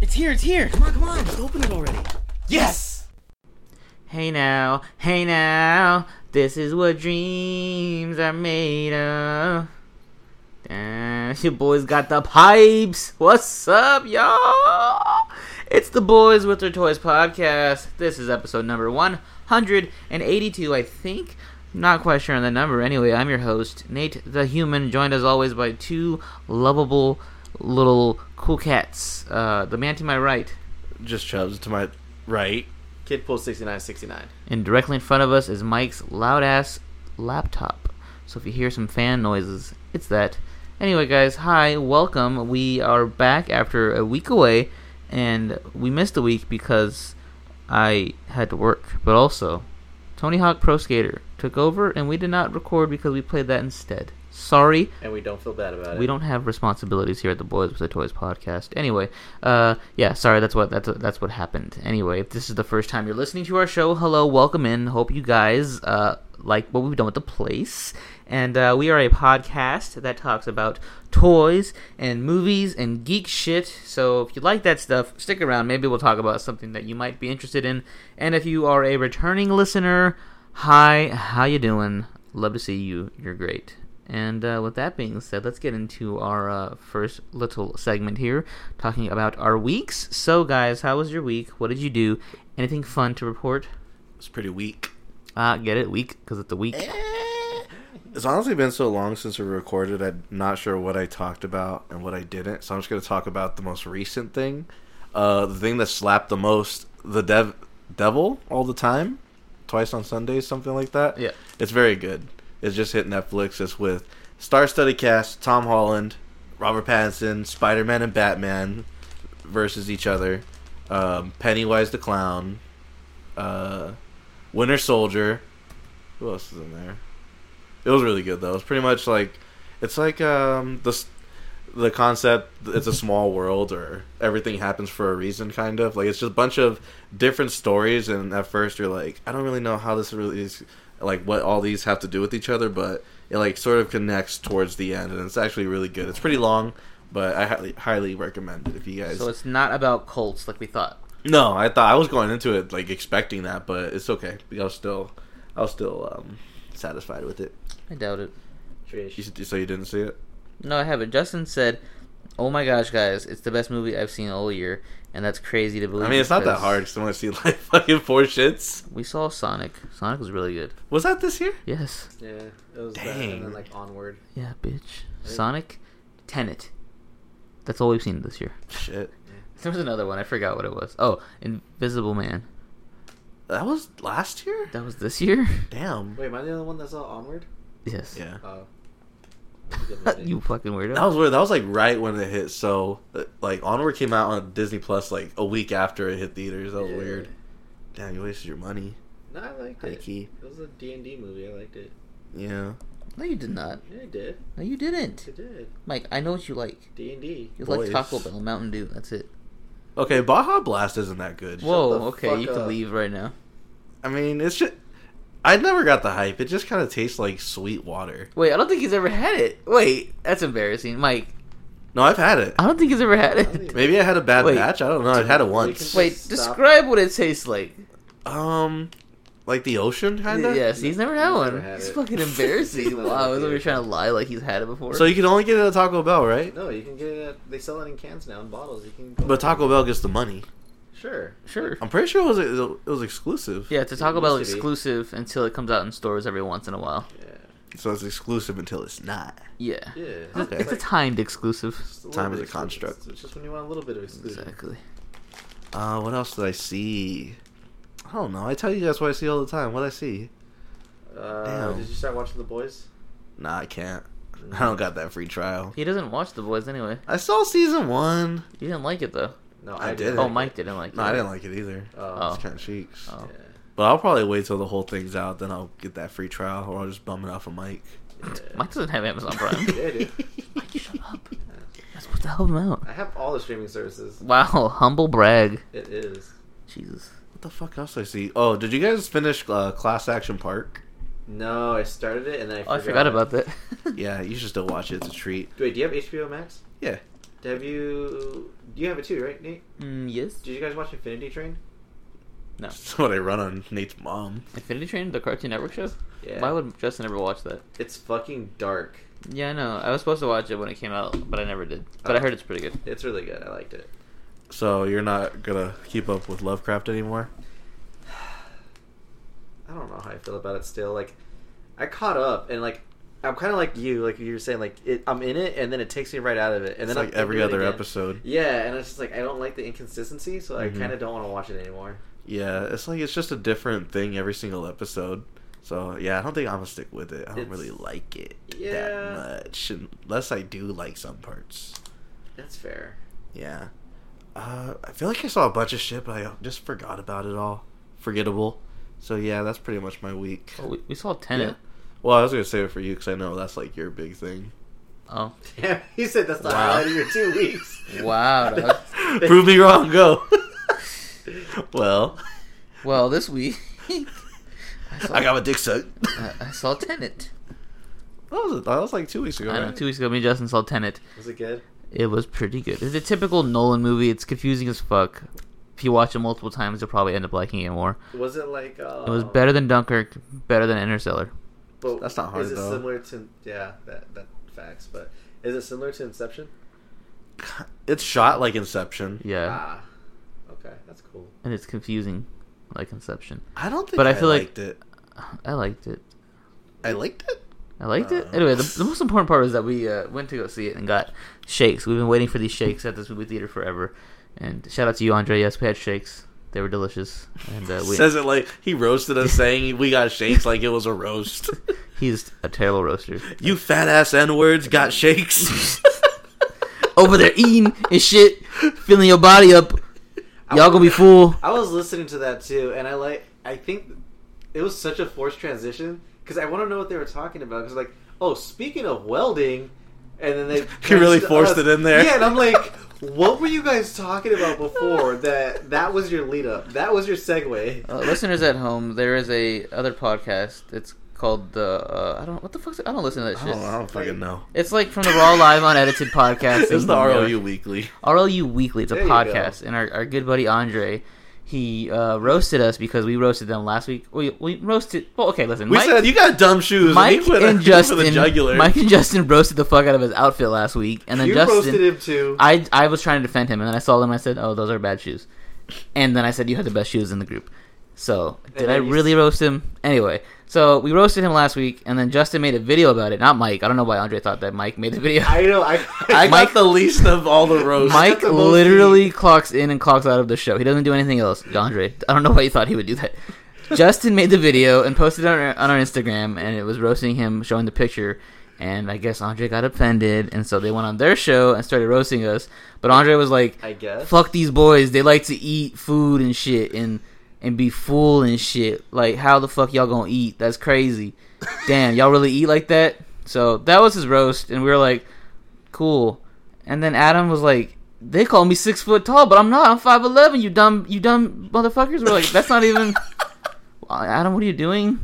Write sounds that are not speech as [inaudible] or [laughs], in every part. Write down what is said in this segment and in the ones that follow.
It's here, it's here. Come on, come on. Just open it already. Yes! Hey now, hey now, this is what dreams are made of. Damn, your boys got the pipes. What's up, y'all? It's the Boys with Their Toys podcast. This is episode number 182, I think. Not quite sure on the number. Anyway, I'm your host, Nate the Human, joined as always by two lovable little cool cats. Uh, the man to my right, just chubs to my right. Kid pull 6969. And directly in front of us is Mike's loud ass laptop. So if you hear some fan noises, it's that. Anyway, guys, hi, welcome. We are back after a week away, and we missed a week because I had to work. But also, Tony Hawk Pro Skater took over, and we did not record because we played that instead. Sorry, And we don't feel bad about it. we don't have responsibilities here at the Boys with the Toys podcast. Anyway, uh, yeah, sorry, that's what that's that's what happened. Anyway, if this is the first time you're listening to our show, hello, welcome in. Hope you guys uh, like what we've done with the place. And uh, we are a podcast that talks about toys and movies and geek shit. So if you like that stuff, stick around. Maybe we'll talk about something that you might be interested in. And if you are a returning listener, hi, how you doing? Love to see you. You're great. And uh, with that being said, let's get into our uh, first little segment here, talking about our weeks. So, guys, how was your week? What did you do? Anything fun to report? It's pretty weak. Uh, get it, week, because it's a week. It's honestly been so long since we recorded. I'm not sure what I talked about and what I didn't. So I'm just going to talk about the most recent thing, uh, the thing that slapped the most, the dev devil all the time, twice on Sundays, something like that. Yeah. it's very good. It's just hit Netflix. It's with Star Study Cast, Tom Holland, Robert Pattinson, Spider Man, and Batman versus each other. Um, Pennywise the clown, uh, Winter Soldier. Who else is in there? It was really good though. It's pretty much like it's like um, the s- the concept. It's a small world, or everything happens for a reason, kind of. Like it's just a bunch of different stories, and at first you're like, I don't really know how this really is, like what all these have to do with each other, but it like sort of connects towards the end, and it's actually really good. It's pretty long, but I highly highly recommend it if you guys. So, it's not about cults like we thought. No, I thought I was going into it like expecting that, but it's okay. I was still, I was still um, satisfied with it. I doubt it. You, Trish. s- so you didn't see it? No, I haven't. Justin said, Oh my gosh, guys, it's the best movie I've seen all year. And that's crazy to believe. I mean, it's not that because hard. Cause I want to see [laughs] like fucking four shits. We saw Sonic. Sonic was really good. Was that this year? Yes. Yeah, it was that, Dang. and then like onward. Yeah, bitch. Sonic, Tenet. That's all we've seen this year. Shit, [laughs] There was another one. I forgot what it was. Oh, Invisible Man. that was last year. That was this year. [laughs] Damn. Wait, am I the only one that saw onward? [laughs] Yes. Yeah, Oh. That's a good [laughs] movie. you fucking weirdo. that was weird. That was like right when it hit. So uh, like Onward came out on Disney Plus like a week after it hit theaters. That was Yeah. weird. Damn, you wasted your money. No, I liked it. Hikey. It was a D&D movie. I liked it. Yeah. no, you did not. Yeah, I did. No, you I didn't. did. Mike, I know what you like. D&D. You Boys. like Taco Bell, Mountain Dew. That's it. Okay, Baja Blast isn't that good. Whoa. the Okay, fuck you can up. leave right now. I mean, it's just. I never got the hype. It just kind of tastes like sweet water. Wait, I don't think he's ever had it. Wait, that's embarrassing, Mike. No, I've had it. I don't think he's ever had I don't it. either. Maybe I had a bad Wait. batch. I don't know. I've had it Just [laughs] once. Wait, stop. describe what it tastes like. Um, like the ocean, kind of. Yes, he's never had He's one. never had it's it. [laughs] fucking embarrassing. Never wow, I was had over it. trying to lie like he's had it before. So you can only get it at Taco Bell, right? No, you can get it. at- They sell it in cans now in bottles. You can. Go But Taco Bell gets the money. Sure. sure. I'm pretty sure it was it was exclusive. Yeah, it's a It Taco Bell used to be. exclusive until it comes out in stores every once in a while. Yeah. So it's exclusive until it's not. Yeah. Yeah. It's, Okay. it's a timed exclusive. just a little Time bit is a exclusive. construct. It's just when you want a little bit of exclusion. Exactly. Uh, what else did I see? I don't know. I tell you guys what I see all the time. What I see? Uh, Damn. Did you start watching The Boys? Nah, I can't. I don't got that free trial. He doesn't watch The Boys anyway. I saw season one. He didn't like it though. No, I did. didn't. Oh, Mike didn't like it. No, I didn't like it either. Oh. It's kind of cheeks. Oh. Yeah. But I'll probably wait till the whole thing's out, then I'll get that free trial, or I'll just bum it off a mic. yeah. [laughs] Mike doesn't have Amazon Prime. [laughs] Yeah, dude. Mike, shut up. That's supposed to help him out. I have all the streaming services. Wow, humble brag. It is. Jesus. What the fuck else I see? Oh, did you guys finish uh, Class Action Park? No, I started it and then I Oh, I forgot. forgot about that. [laughs] Yeah, you should still watch it. It's a treat. Wait, do you have HBO Max? Yeah. Have you? You have it too, right, Nate? Mm, yes. Did you guys watch Infinity Train? No. [laughs] That's what I run on Nate's mom. Infinity Train, the Cartoon Network show. Yeah. Why would Justin ever watch that? It's fucking dark. Yeah, I know. I was supposed to watch it when it came out, but I never did. But Oh. I heard it's pretty good. It's really good. I liked it. So you're not gonna keep up with Lovecraft anymore. I don't know how I feel about it still. Like, I caught up and like, I'm kind of like you. Like you were saying, like it, I'm in it and then it takes me right out of it. And It's then like I'm every into it other again. episode. Yeah, and it's just like I don't like the inconsistency, so Mhm. I kind of don't want to watch it anymore. Yeah, it's like it's just a different thing every single episode. So yeah, I don't think I'm gonna stick with it. I don't It's- really like it Yeah. that much, unless I do like some parts. That's fair. [laughs] Yeah, uh, I feel like I saw a bunch of shit, but I just forgot about it all. Forgettable. So yeah, that's pretty much my week. Oh, we, we saw Tenet. Well, I was gonna save it for you because I know that's like your big [laughs] thing. Oh, Damn, you said that's the Wow. highlight of your two weeks. Wow, [laughs] dog. Prove me wrong. Go. [laughs] well, well, this week [laughs] saw- I got my dick sucked. I, I saw Tenet. [laughs] That was, that was like two weeks ago. I know, right? two weeks ago, me and Justin saw Tenet. Was it good? It was pretty good. It's a typical Nolan movie. It's confusing as fuck. If you watch it multiple times, you'll probably end up liking it more. Was it like? Uh, It was better than Dunkirk, better than Interstellar. But That's not hard, Is it though. similar to? Yeah, that that facts. But is it similar to Inception? It's shot like Inception. Yeah, Ah, okay, that's cool. and it's confusing, like Inception. I don't think But I, I feel like- liked it. I liked it. I liked it. I liked it. Uh. Anyway, the, the most important part was that we uh, went to go see it and got shakes. We've been waiting for these shakes at this movie theater forever. And shout out to you, Andre. Yes, we had shakes. They were delicious. And uh, we, Says it like he roasted us, saying we got shakes like it was [laughs] a roast. he's a terrible roaster. you fat ass n words got shakes. [laughs] Over there eating and shit, filling your body up. Y'all gonna be full. I was listening to that too, and I like. I think it was such a forced transition because I want to know what they were talking about. Because like, oh, speaking of welding, and then they [laughs] You really transitioned to forced us. it in there. Yeah, [laughs] and I'm like, what were you guys talking [laughs] about before that? That was your lead up. That was your segue. Uh, listeners at home, there is a other podcast. It's called the uh, I don't what the fuck's I don't listen to that I shit. don't, I don't fucking know. It's like from the Raw Live Unedited podcast. It's in the New York. ROU Weekly. RLU Weekly. It's a There you podcast, and our, our good buddy Andre, he uh, roasted us because we roasted them last week. We we roasted. Well, okay, listen. We Mike, said you got dumb shoes. and, Mike [laughs] he went and for the Justin, jugular. Mike and Justin roasted the fuck out of his outfit last week, and then you Justin, roasted him too. I I was trying to defend him, and then I saw them. and I said, "Oh, those are bad shoes," and then I said, "You had the best shoes in the group." So did then I you- really roast him? Anyway, so we roasted him last week, and then Justin made a video about it. Not Mike. I don't know why Andre thought that Mike made the video. I [laughs] know. I, [laughs] I Mike- got the least of all the roasts. Mike the most literally clocks in and clocks out of the show. He doesn't do anything else. Andre, I don't know why you thought he would do [laughs] that. Justin made the video and posted it on our, on our Instagram, and it was roasting him, showing the picture. And I guess Andre got offended, and so they went on their show and started roasting us. But Andre was like, I guess. "Fuck these boys! They like to eat food and shit, and and be full and shit. Like, how the fuck y'all gonna eat? That's crazy. Damn, y'all really eat like that." So that was his roast, and we were like, cool. And then Adam was like, they call me six foot tall, but I'm not. I'm five eleven. You dumb, you dumb motherfuckers. We're like, that's not even. [laughs] Adam, what are you doing?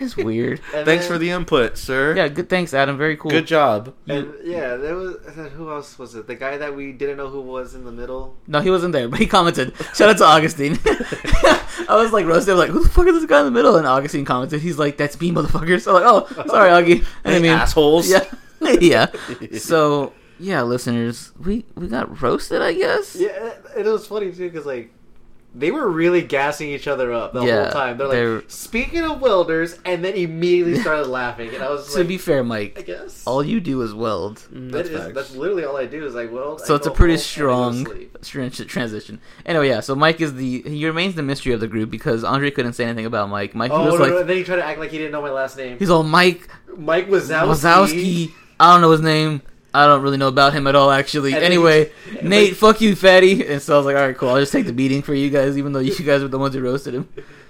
It's weird. [laughs] And Thanks then- for the input, sir. Yeah, good. Thanks, Adam. Very cool. Good job. And yeah, there was and who else was it? The guy that we didn't know who was in the middle. No, he wasn't there, but he commented. Shout out to Augustine. [laughs] I was like roasting. I was like, who the fuck is this guy in the middle? And Augustine commented. He's like, that's me, motherfuckers. So I'm like, oh, sorry, [laughs] Augie. I Hey, didn't mean assholes. Yeah, [laughs] yeah. So yeah, listeners, we we got roasted, I guess. Yeah, and it was funny too because like they were really gassing each other up the Yeah, whole time. They're like, they're- speaking of welders, and then immediately [laughs] started laughing, and I was To like, be fair, I Mike, guess all you do is weld. that That's is, facts. that's literally all I do is I weld. So I it's a go pretty home, and I strong go to sleep. tran- transition. Anyway, yeah. So Mike is the he remains the mystery of the group because Andre couldn't say anything about Mike. Mike he Oh was no, like no, and then he tried to act like he didn't know my last name. he's all Mike Mike Wazowski. Wazowski. I don't know his name. I don't really know about him at all, actually. And then anyway, he- and Nate, like- fuck you, fatty. And so I was like, all right, cool. I'll just take the beating for you guys, even though you guys were the ones who roasted him.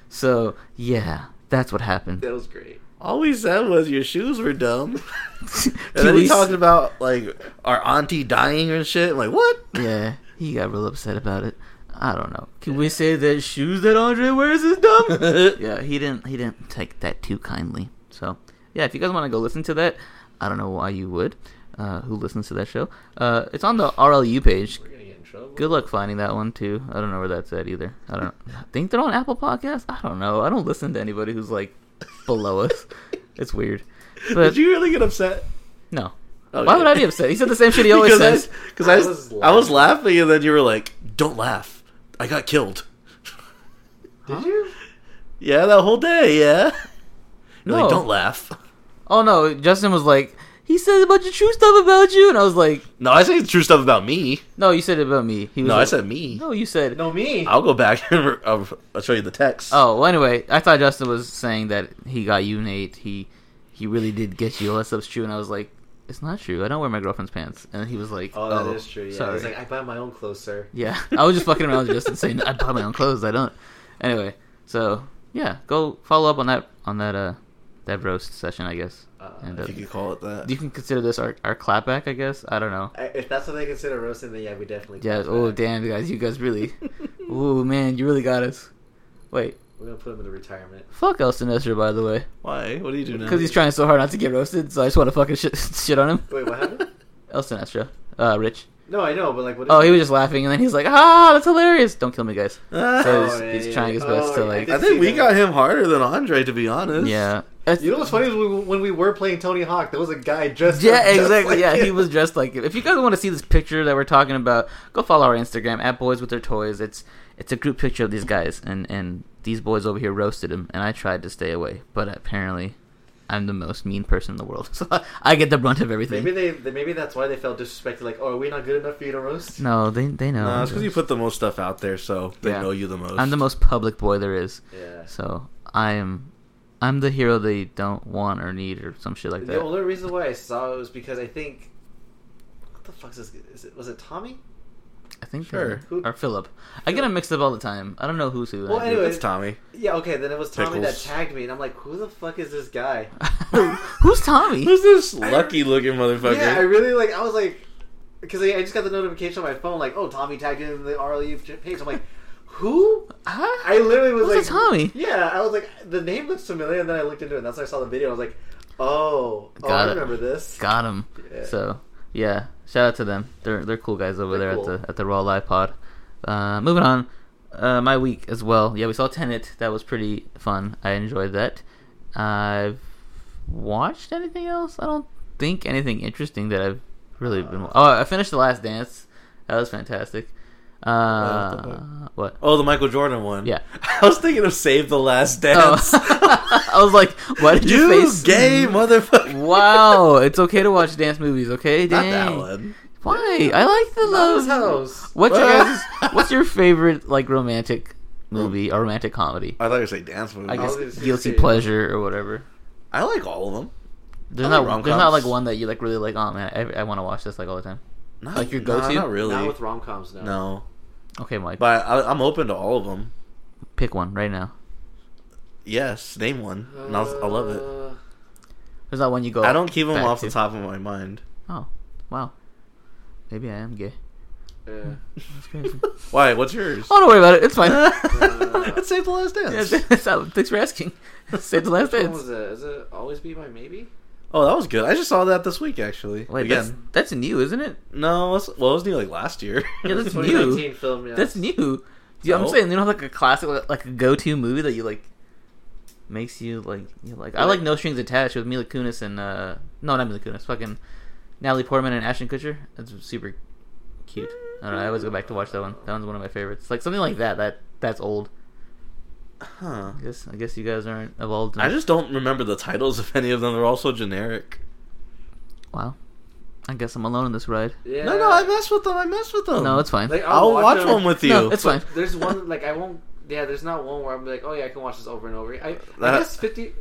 So yeah, that's what happened. [laughs] That was great. All we said was your shoes were dumb. And Two then he weeks- talked about like our auntie dying and shit. I'm like, what? Yeah, he got real upset about it. I don't know. Can we say that shoes that Andre wears is [laughs] dumb? yeah, he didn't. He didn't take that too kindly. So yeah, if you guys want to go listen to that, I don't know why you would. uh, who listens to that show. Uh, it's on the RLU page. We're gonna get in trouble. Good luck finding that one too. I don't know where that's at either. I don't I think they're on Apple Podcasts. I don't know. I don't listen to anybody who's like below us. It's weird. [laughs] But [laughs] Did you really get upset? no. Okay. Why would I be upset? He said the same shit he always Oh, Because says. I, because I, I was, was I was laughing, and then you were like, "Don't laugh. I got killed." Did you? Yeah, that whole day. Yeah. You're No. like, "Don't laugh." Oh no, Justin was like, he said a bunch of true stuff about you, and I was like, No, I say true stuff about me. no, you said it about me. He was No, like, I said me. no, you said No, me. I'll go back and re- I'll, I'll show you the text. Oh, well, anyway, I thought Justin was saying that he got you, Nate. He he really did get you. Unless that's true. And I was like, it's not true. I don't wear my girlfriend's pants. And he was like, Oh, that is true. Yeah, Sorry. it's like I buy my own clothes, sir. yeah, [laughs] I was just fucking around with Justin saying I buy my own clothes. I don't. Anyway, so yeah, go follow up on that on that uh that roast session, I guess. Uh, and uh, if you you, could call it that. can consider this our our clapback, I guess. I don't know. I, if that's what they consider roasting, then yeah, we definitely. Yeah. cut Oh back. damn, guys, you guys really. Ooh man, you really got us. Wait, We're gonna put him into retirement. fuck El Sinestro, by the way. [laughs] Why? What do you do now? Because he's trying so hard not to get roasted, so I just want to fucking shit, [laughs] shit on him. Wait, [laughs] what happened? El Sinestro. Uh, Rich. No, I know, but like, what? Oh, he was [laughs] just laughing, and then he's like, ah, that's hilarious. Don't kill me, guys. So Ah, he's, Oh, yeah, he's yeah, trying his yeah. best Oh, to, yeah, like. I think we got him harder than Andre, to be honest. Yeah. That's- You know what's funny is when we, when we were playing Tony Hawk, there was a guy dressed. yeah, up just exactly. like yeah, he him. was dressed like him. If you guys want to see this picture that we're talking about, go follow our Instagram at Boys with Their Toys. It's it's a group picture of these guys, and and these boys over here roasted him, and I tried to stay away, but apparently, I'm the most mean person in the world, [laughs] so I get the brunt of everything. Maybe they, they. Maybe that's why they felt disrespected. Like, oh, are we not good enough for you to roast? no, they they know. No, it's because you put the most stuff out there, so they Yeah. know you the most. I'm the most public boy there is. Yeah. So I am, I'm the hero they don't want or need or some shit like The that. only reason why I saw it was because I think. What the fuck's this? Is it was it Tommy? I think Sure. uh, or Philip. I get them mixed up all the time. I don't know who's who. Well, I do. anyway- It's Tommy. Yeah, okay. Then it was Tommy Pickles. that tagged me, and I'm like, who the fuck is this [laughs] guy? [laughs] who's Tommy? [laughs] Who's this lucky looking motherfucker? Yeah, I really like. I was like, because I, I just got the notification on my phone, like, oh, Tommy tagged in the RLU j- page. I'm like, [laughs] [laughs] who? Huh? I literally was Who's like, a Tommy? Yeah, I was like, the name looks familiar, and then I looked into it, and that's when I saw the video. I was like, oh, oh Got I it. remember this. Got him. Yeah. So yeah, shout out to them. They're they're cool guys over They're there cool. at the at the Raw Live Pod. Uh, moving on, uh, my week as well. Yeah, we saw Tenet. That was pretty fun. I enjoyed that. I've watched anything else? I don't think anything interesting that I've really been. Oh, I finished The Last Dance. That was fantastic. What the Uh, fuck? what? Oh, the Michael Jordan one. Yeah. [laughs] I was thinking of Save the Last Oh. Dance. [laughs] I was like, why did you your face? Mm. gay motherfucker. [laughs] Wow, it's okay to watch dance movies, okay? Not Dang. that one. Why? I like the Love Mama's House. What's your Well- guys' What's your favorite like romantic movie or romantic comedy? I thought you were saying dance movie. I I, guess was gonna guilty say- pleasure or whatever. like all of them. There's I not like there's not rom-coms. like one that you like really like. Oh man, I, I want to watch this like all the time. Not, Like your nah, go-to? not really. Not with rom coms, no. no, Okay, Mike, but I, I'm open to all of them. pick one right now. Yes, name one, and I'll, I'll love it. Uh, There's not one you go. I don't keep them back off the to. top of my mind. Oh, wow. Maybe I am gay. [laughs] yeah. That's crazy. Why? [laughs] What's yours? [laughs] oh, don't worry about it. It's fine. Let's save the [laughs] last dance. Thanks for asking. [laughs] Save the last Which one dance. was it? Is it Always Be My Maybe? Oh, that was good. I just saw that this week actually. Wait, that's, Again, that's new, isn't it? no, that's, well, it was new like last year. Yeah, [laughs] that's new. 2019 film, yeah. That's new. Yeah, I'm Oh. saying you don't have like a classic, like- like a go-to movie that you like makes you like you like. I like No Strings Attached with Mila Kunis and uh no, not Mila Kunis, fucking Natalie Portman and Ashton Kutcher. That's super cute. I don't know. I always go back to watch that one. That one's one of my favorites. Like something like that. That that's old. huh. I guess I guess you guys aren't evolved. I just don't remember the titles of any of them. They're all so generic. wow. I guess I'm alone in this ride. Yeah. No, no, I mess with them. I mess with them. No, it's fine. Like, I'll, watch, them. one with you. No, it's fine. There's one like I won't. Yeah, there's not one where I'm like, oh yeah, I can watch this over and over. I, I That- guess 50,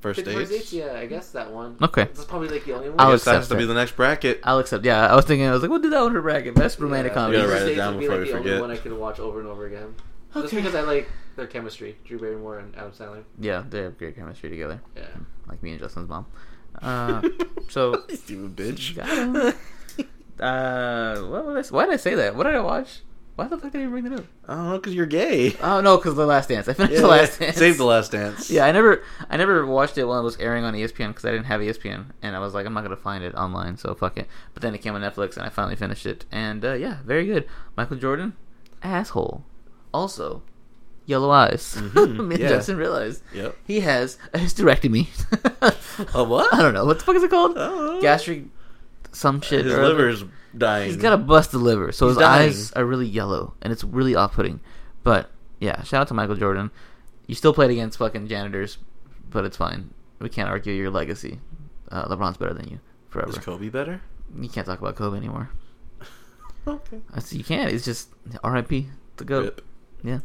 First 50 dates. first dates. Yeah, I guess that one. Okay. that's probably like the only one. I'll Yes, that accept has to be it. the next bracket. I'll accept. Yeah, I was thinking. I was like, we'll do that one for bracket. Best romantic Yeah, comedy. gotta write First it dates down would be before like we the only forget. one I could watch over and over again. Just Okay. because I like their chemistry, Drew Barrymore and Adam Sandler. Yeah, they have great chemistry together. Yeah, like me and Justin's mom. Uh, [laughs] so, Stupid Got [laughs] bitch. uh, what was I, why did I say that? What did I watch? Why the fuck did I bring that up? I don't know, because you're gay. [laughs] Oh no, because the Last Dance. I finished Yeah, the Last yeah. Dance. Save the last dance. Yeah, I never, I never watched it while it was airing on E ESPN because I didn't have ESPN, and I was like, I'm not gonna find it online, so fuck it. But then it came on Netflix, and I finally finished it, and uh, yeah, very good. Michael Jordan, asshole. Also, yellow eyes. [laughs] Mhm, Me and yeah. Justin realized Yep. he has a hysterectomy. A [laughs] what? I don't know what the fuck is it called. I don't know. Gastric, some shit. His or other. liver's dying. He's got a busted liver, so He's his dying. eyes are really yellow, and it's really off-putting. But yeah, shout out to Michael Jordan. You still played against fucking janitors, but it's fine. We can't argue your legacy. Uh, LeBron's better than you forever. Is Kobe better? You can't talk about Kobe anymore. Okay. I see you can't. It's just R.I.P. the goat. Rip. Yeah.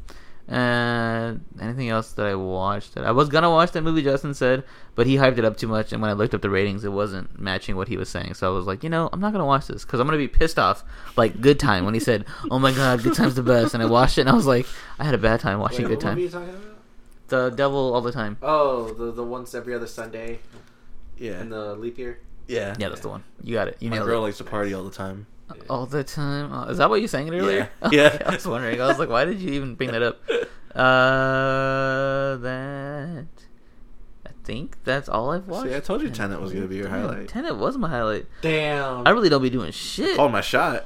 Uh, anything else that I watched? That I was gonna watch that movie Justin said, but he hyped it up too much, and when I looked up the ratings, it wasn't matching what he was saying. So I was like, you know, I'm not gonna watch this because I'm gonna be pissed off. Like Good Time when he said, "Oh my God, Good Time's the best," and I watched it, and I was like, I had a bad time watching Wait, Good what movie Time. are you talking about? The Devil all the time. Oh, the the once every other Sunday Yeah. in the leap year. yeah. Yeah, that's the one. You got it. You My nailed girl it. likes to party all the time. all the time. Oh, is that what you sang it earlier? [laughs] Yeah. [laughs] Yeah. Okay, I was wondering. I was like, why did you even bring that [laughs] up? Uh, that. I think that's all I've watched. See, I told you Tenet was gonna be your Damn, highlight. Tenet was my highlight. Damn. I really don't be doing shit. Called my shot.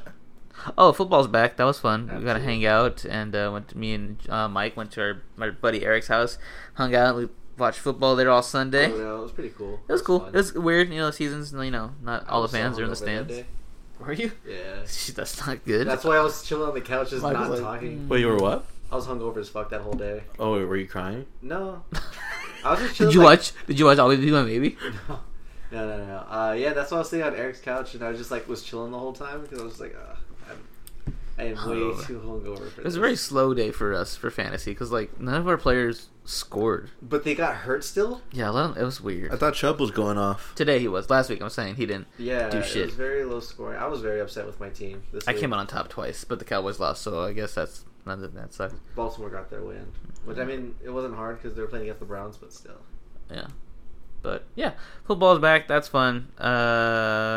Oh, football's back. That was fun. We got to Absolutely. hang out, and uh, went. To, me and uh, Mike went to our, my buddy Eric's house, hung out, we watched football there all Sunday. Oh, no, it was pretty cool. It was cool. fun. It was weird, you know. Seasons, you know, not I all the was so fans are in the hungover that stands. [laughs] day. Were you? Yeah. That's not good. That's why I was chilling on the couch, just Michael's not like, talking. Wait, you were what? I was hungover as fuck that whole day. Oh, wait, were you crying? No, I was just did chilling, you like- watch? Did you watch Always Be My [laughs] Baby? no, no, no. no. Uh, yeah, that's why I was sitting on Eric's couch, and I was just like was chilling the whole time because I was just like, uh, I'm, I am way Hungover. too hungover for It was this. a very slow day for us for fantasy because like none of our players scored. But they got hurt still. Yeah, a lot- it was weird. I thought Chubb was going off. [coughs] Today he was. Last week I'm saying he didn't. Yeah, Do shit. it was very low scoring. I was very upset with my team. This I week. came out on top twice, but the Cowboys lost, so I guess that's none of that sucks. Baltimore got their win, which I mean, it wasn't hard because they were playing against the Browns, but still. Yeah, but yeah, football's back. That's fun.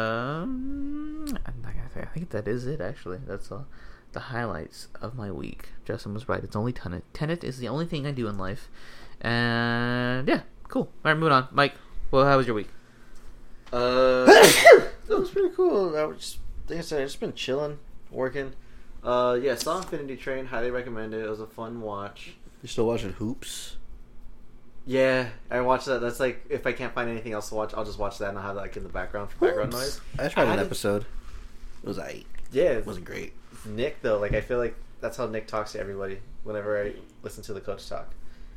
Um, I'm not gonna say- I think that is it. Actually, that's all. The highlights of my week. Justin was right. It's only Tenet. Tenet is the only thing I do in life. And yeah, cool. All right, moving on. Mike, well, how was your week? [coughs] Uh, that was pretty cool. I was just, like I said, I just been chilling, working. Uh, yeah, saw Infinity Train. Highly recommend it. It was a fun watch. You still watching Hoops? Yeah, I watched that. That's like if I can't find anything else to watch, I'll just watch that and I'll have like in the background for background noise. I tried I an did- episode. It was I. Yeah, It wasn't great. Nick though. Like I feel like that's how Nick talks to everybody. Whenever I listen to the coach talk.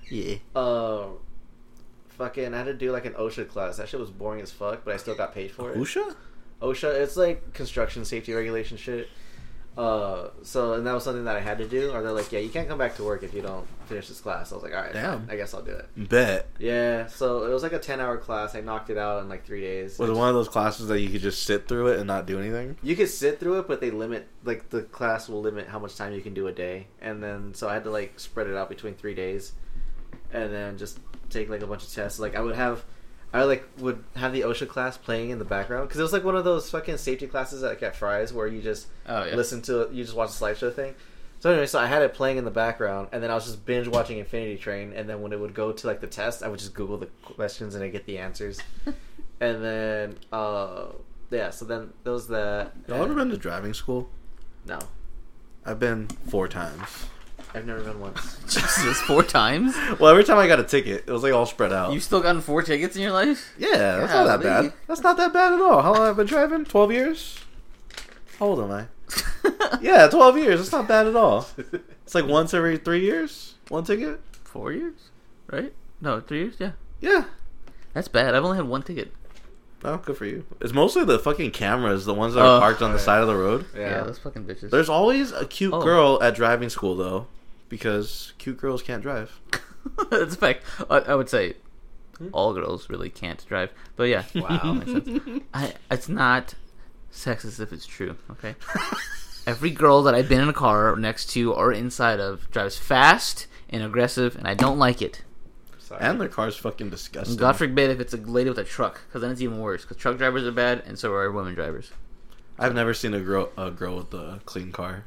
Yeah. Um, fucking, I had to do like an OSHA class. That shit was boring as fuck, but I still got paid for it. Usha? OSHA, it's like construction safety regulation shit. Uh, so and that was something that I had to do. Or they're like, yeah, you can't come back to work if you don't finish this class. I was like, all right, Damn. fine. I guess I'll do it. Bet. Yeah. So it was like a ten-hour class. I knocked it out in like three days. Was it one of those classes that you could just sit through it and not do anything? You could sit through it, but they limit like the class will limit how much time you can do a day, and then so I had to like spread it out between three days, and then just take like a bunch of tests. Like I would have, I like would have the OSHA class playing in the background because it was like one of those fucking safety classes like at Fry's where you just Oh yeah. [laughs] listen to you just watch a slideshow thing. So anyway, so I had it playing in the background, and then I was just binge watching Infinity Train, and then when it would go to like the test, I would just Google the questions and I get the answers, and then uh yeah, so then there was the Y'all ever been to driving school? no, I've been four [laughs] times. I've never been once. Jesus, [laughs] four times. Well, every time I got a ticket, it was like all spread out. You've still gotten four tickets in your life? Yeah, that's not that Golly. bad. That's not that bad at all. How long have I been driving? Twelve years. How old am I? Yeah, twelve years. It's not bad at all. [laughs] It's like once every three years, one ticket. Four years? Right? No, three years? Yeah. Yeah. That's bad. I've only had one ticket. Oh, good for you. It's mostly the fucking cameras, the ones that Oh. are parked on the Alright. side of the road. Yeah, yeah, those fucking bitches. There's always a cute Oh. girl at driving school though, because cute girls [laughs] can't drive. That's a fact. I, I would say all girls really can't drive. But yeah. Hmm? Wow. [laughs] Makes [laughs] sense. I, it's not sexist if it's true, okay? Every girl that I've been in a car next to or inside of drives fast and aggressive, and I don't like it. sorry. and their car's fucking disgusting. God forbid if it's a lady with a truck, because then it's even worse. Because truck drivers are bad, and so are women drivers. I've never seen a girl a girl with a clean car.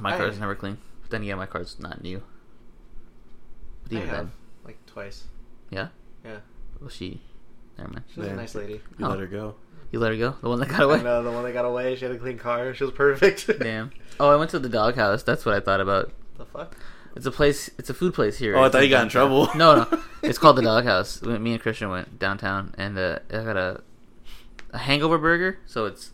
My I- card's never clean. But then again, my card's not new. But I even have, then, like twice. yeah. Yeah, Well, she. Never mind. she was Yeah. a [laughs] nice lady. You Oh. let her go. You let her go. The one [laughs] that got away. No, the one that got away. She had a clean car. She was perfect. [laughs] Damn. Oh, I went to the doghouse. That's what I thought about. the fuck? It's a place. It's a food place here. Oh, I thought you got in trouble. No, no. [laughs] It's called the Doghouse. We- Me and Christian went downtown, and uh, I got a a hangover burger. So it's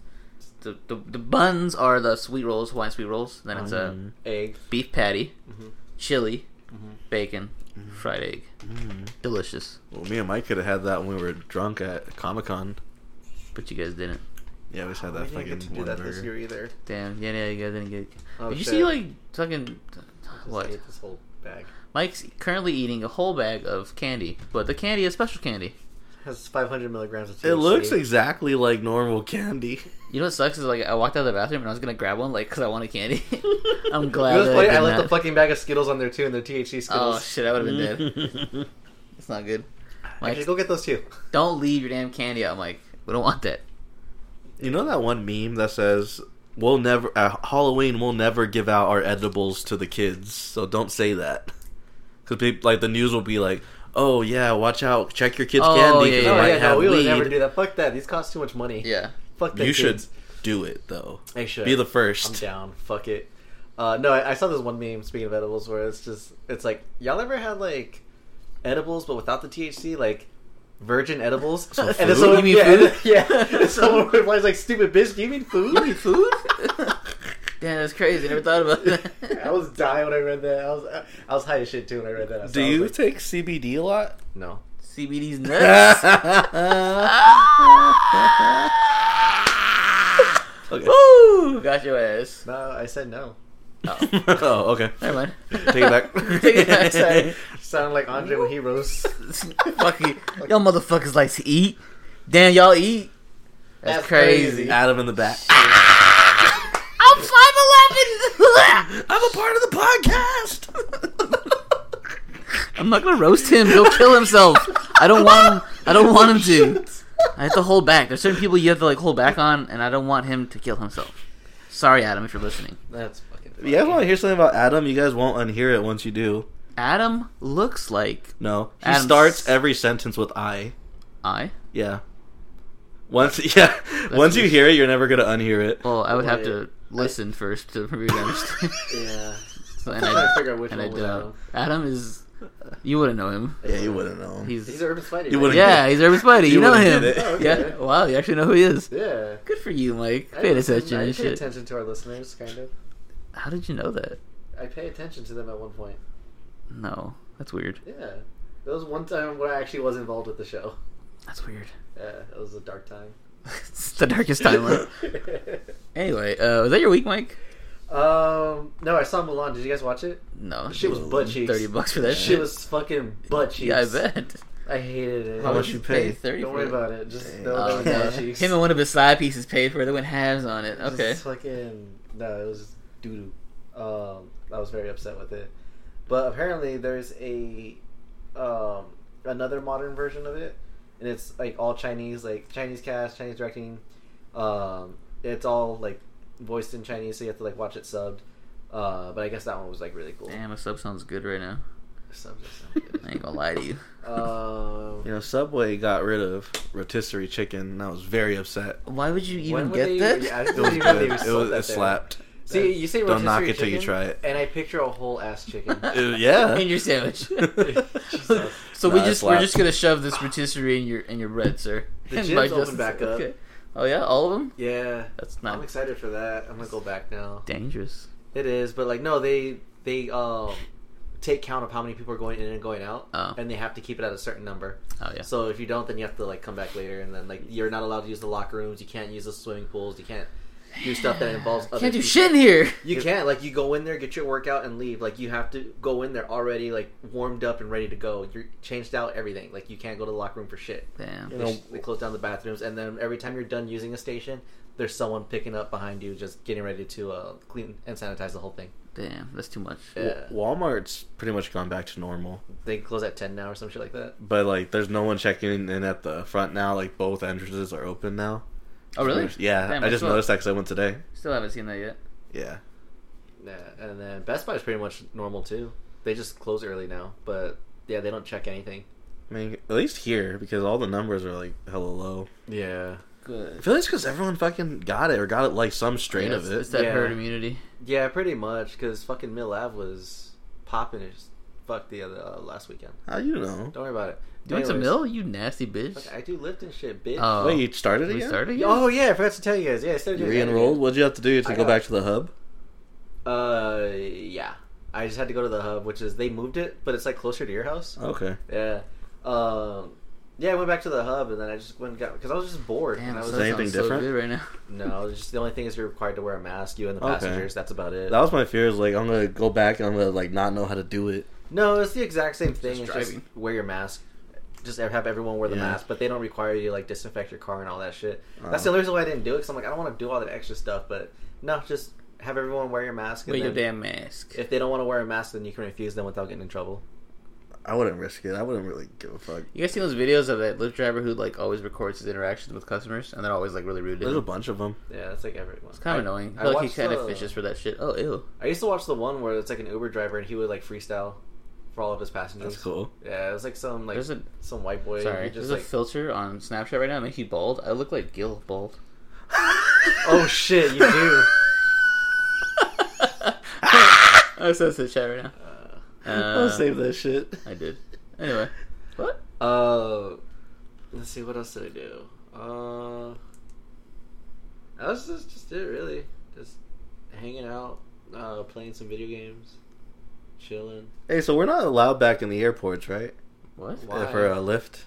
the the, the buns are the sweet rolls, Hawaiian sweet rolls. Then it's a Mm. Egg. beef patty, Mm-hmm. chili, Mm-hmm. bacon, Mhm. fried egg. Mm. Delicious. Well, me and Mike could have had that when we were drunk at Comic Con. But you guys didn't. Yeah, we just had Oh, that we didn't fucking get to do one that burger. this year either. Damn. Yeah, yeah. You guys didn't get. Oh, Did you shit. see like fucking Just what? ate this whole bag Mike's currently eating a whole bag of candy, but the candy is special candy. has 500 milligrams of THC. It looks exactly like normal [laughs] candy. You know what sucks is like I walked out of the bathroom and I was gonna grab one like because I wanted candy. [laughs] I'm You glad. know what's that funny? I, I, did left not. the fucking bag of Skittles on there too, and they're THC Oh Skittles. shit! I would have been [laughs] dead. It's not good. Mike, Actually, go get those too. don't leave your damn candy out, Mike. We don't want that. you know that one meme that says, "We'll never uh, Halloween. We'll never give out our edibles to the kids. So don't say that." Because like the news will be like, "Oh yeah, watch out. Check your kids' Oh, candy. yeah, 'cause yeah, it No, might yeah, have no, we would never lead." do that. Fuck that. These cost too much money. Yeah. Fuck that. You should kids. do it though. I should. Be the I'm first. down. Fuck it. Uh, no, I, I saw this one meme. Speaking of edibles, where it's just it's like y'all ever had like edibles but without the THC, like virgin edibles. So and then food? someone, You mean yeah, and food? then- yeah. And someone replies like, "Stupid bitch, you mean food? You mean food? [laughs] [laughs] Damn, that's crazy. I never thought about that. [laughs] I was dying when I read that. I was I was high as shit too when I read that. I Do saw- I was you like, take CBD a lot? [laughs] no. CBD's nuts. [laughs] Okay. Woo! Got your ass. No, I said no. [laughs] oh, okay. Never mind. Take it back. [laughs] [laughs] Take it back. [laughs] Sound- Sounded like Andre when he roasts. Fuck you. Y'all motherfuckers like to eat. Damn, y'all eat. That's, That's crazy. crazy. Adam in the back. I'm 5'11! I'm a part of the [laughs] podcast. I'm not gonna roast him. He'll kill himself. I don't want him. I don't want him to. I have to hold back. There's certain people you have to like hold back on, and I don't want him to kill himself. Sorry, Adam, if you're listening. That's fucking. [laughs] Funny. you guys want to hear something about Adam? You guys won't unhear it once you do. Adam looks like No, he Adam's- starts every sentence with "I." I. Yeah. Once, [laughs] yeah. once you hear it, you're never gonna unhear it. Well, I would have Wait. to listen first to really [laughs] understand. [laughs] Yeah. So, and I'm trying to figure out which and one was don't. Adam is. You wouldn't know him. Yeah, you wouldn't know. He's. He's an urban spider. You right? wouldn't- yeah, he's Urban [laughs] Spidey. You, You know wouldn't him. get it. Oh, okay. Yeah. Wow, you actually know who he is. Yeah. Good for you, Mike. I Paid pay- attention I and pay shit. attention to our listeners, kind of. How did you know that? I pay attention to them at one point. No, that's weird. Yeah. There was one time where I actually was involved with the show. That's weird. Yeah, it was a dark time. [laughs] it's the darkest [laughs] timeline. anyway, uh, was that your week, Mike? [laughs] um, no, I saw Mulan. Did you guys watch it? No, She was butt cheeks. thirty bucks for that She shit. was fucking butt cheeks. Yeah, I bet. I hated it. How much you pay? Thirty. Don't for worry it? about it. Just Dang. know Oh, that it [laughs] was butt okay. cheeks. Him and one of his side pieces paid for it. They went halves on it. Okay. Just fucking no, it was doo doo. Um, I was very upset with it, but apparently there's a um another modern version of it, and it's like all Chinese, like Chinese cast, Chinese directing. Um, it's all like voiced in Chinese, so you have to like watch it subbed. Uh, but I guess that one was like really cool. Damn, a sub sounds good right now. Subs [laughs] are so I ain't gonna lie to you. good. um, You know, Subway got rid of rotisserie chicken, and I was very upset. Why would you even When would get they- that? [laughs] yeah, I It don't was even know they good. were It sold was that it there. slapped. See, you say Don't knock rotisserie it till you chicken, try it. and I picture a whole ass chicken. [laughs] Uh, [laughs] yeah. in your sandwich. [laughs] Jesus. so Nah, we that's just we're lap. just gonna shove this rotisserie in your in your bread, sir. [laughs] The And gym's by open Justin- back up. Oh yeah, all of them. Yeah, That's I'm not excited for that. I'm gonna go back now. dangerous. It is, but like no, they they um take count of how many people are going in and going out, Oh. and they have to keep it at a certain number. Oh yeah. So if you don't, then you have to like come back later, and then like you're not allowed to use the locker rooms. You can't use the swimming pools. You can't do stuff that involves other. Can't do people. shit in here. You can't like you go in there, get your workout, and leave. Like you have to go in there already, like warmed up and ready to go. You're changed out, everything. Like you can't go to the locker room for shit. Damn. They, know- sh- they close down the bathrooms, and then every time you're done using a station, there's someone picking up behind you, just getting ready to uh, clean and sanitize the whole thing. Damn. That's too much. Yeah. Walmart's pretty much gone back to normal, They close at ten now or some shit like that. but like, there's no one checking in at the front now. Like, both entrances are open now. Oh really? Yeah, Damn, I just still, noticed that because I went today. Still haven't seen that yet. Yeah. Yeah, and then Best Buy is pretty much normal too. They just close early now, but yeah, they don't check anything. I mean, at least here because all the numbers are like hella low. Yeah. I Good. feel like it's because everyone fucking got it or got it like some strain Yeah, of it's, it. it's that Yeah. herd immunity. Yeah, pretty much, because fucking Mill Ave was popping as fuck the other uh, last weekend. How you know? Don't worry about it. You went to Anyways, mill? You nasty bitch. fuck, I do lift and shit, bitch. Oh. Wait, you started we again? started again? oh yeah, I forgot to tell you guys. Yeah, I started You doing that re-enrolled. again. What'd you have to do to I go got- back to the hub? Uh, yeah. I just had to go to the hub, which is they moved it, but it's like closer to your house. Okay. Yeah. Um. Yeah, I went back to the hub, and then I just went and got because I was just bored. Damn, and I was so Is that just- anything sounds so different? good right now. No, it's just the only thing is you're required to wear a mask. You and the Okay. passengers. That's about it. That was my fear. Is like I'm gonna go back and I'm gonna like not know how to do it. No, it's the exact same thing. Just it's just driving. wear your mask. Just have everyone wear the Yeah. mask, but they don't require you to like disinfect your car and all that shit. Oh. That's the only reason why I didn't do it. Cause I'm like, I don't want to do all that extra stuff. But no, just have everyone wear your mask. And Wear your damn then mask. if they don't want to wear a mask, then you can refuse them without getting in trouble. I wouldn't risk it. I wouldn't really give a fuck. You guys seen those videos of that Lyft driver who like always records his interactions with customers, and they're always like really rude to There's a him. bunch of them. Yeah, that's like everyone. It's kind of annoying. I feel like he's kind of fishes for that shit. Oh ew. I used to watch the one where it's like an Uber driver and he would like freestyle for all of his passengers. That's cool. Yeah, it was like some like There's a- some white boy. Sorry, who just there's like a [laughs] filter on Snapchat right now that makes you bald. I look like Gil bald. oh shit, [laughs] you do. I said the chat right now. Uh, [laughs] I'll save that shit. I did. Anyway, what? Uh, let's see, what else did I do? Uh, that was just, just it, really. Just hanging out, uh, playing some video games, chilling. Hey, so we're not allowed back in the airports, right? What? Why? Uh, For a lift.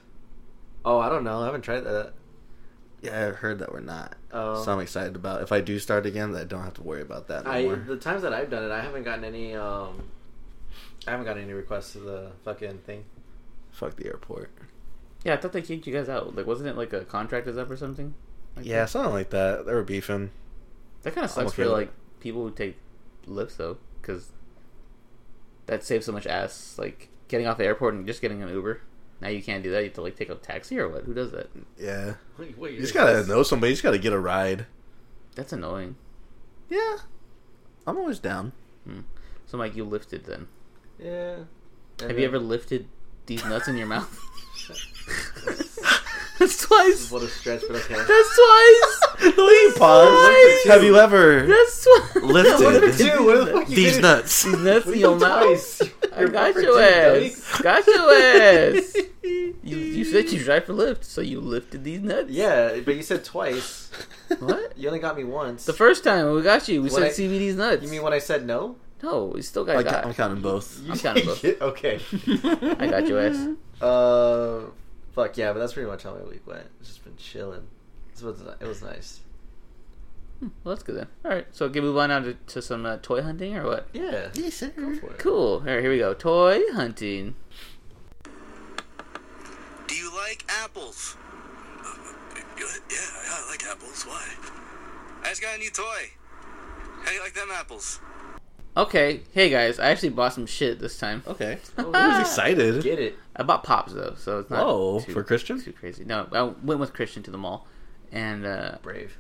Oh, I don't know. I haven't tried that. Yeah, I heard that we're not. Um, So I'm excited about. If I do start again, I don't have to worry about that I anymore. the times that I've done it, I haven't gotten any. Um, I haven't gotten any requests to the fucking thing. [laughs] Fuck the airport. Yeah, I thought they kicked you guys out. Like, wasn't it like a contract is up or something? Like Yeah, That, something like that. They were beefing. that kind of sucks okay for with like people who take lifts though, because that saves so much ass. Like getting off the airport and just getting an Uber. Now you can't do that. You have to like take a taxi or what? Who does that? Yeah. Wait, wait, You just gotta know somebody. You just gotta get a ride. That's annoying. Yeah. I'm always down. Hmm. So Mike, you lifted then. Yeah. And Have then- you ever lifted these nuts in your mouth? [laughs] That's twice. What a stretch, but [laughs] okay. That's twice. Please pause. Uh, Have you ever That's twice. lifted [laughs] What did you do? What the fuck you these did? nuts? That's What are [laughs] your you mouth. twice? I You're got perfect, your dude, ass. Got your [laughs] ass. You, you said you drive for Lyft, so you lifted these nuts. Yeah, but you said twice. What? You only got me once. The first time we got you, we When said I- CBD's nuts. You mean when I said no? No, we still got I got. ca- I'm counting both. [laughs] I'm counting both. [laughs] okay. I got your ass. Mm-hmm. Uh, fuck yeah, but that's pretty much how my week went. It's just been chilling. It was, it was nice. Hmm, Well, that's good then. All right, so can we move on now to, to some uh, toy hunting or what? Yeah. Yes, sir. Go for it. Cool. All right, here we go. Toy hunting. Do you like apples? Uh, yeah, yeah, I like apples. Why? I just got a new toy. How do you like them apples? Okay, hey guys, I actually bought some shit this time. Okay. I was Oh, excited. Get it. I bought pops though, so it's not Whoa, too, for Christian? too crazy. No, I went with Christian to the mall, and uh, Brave.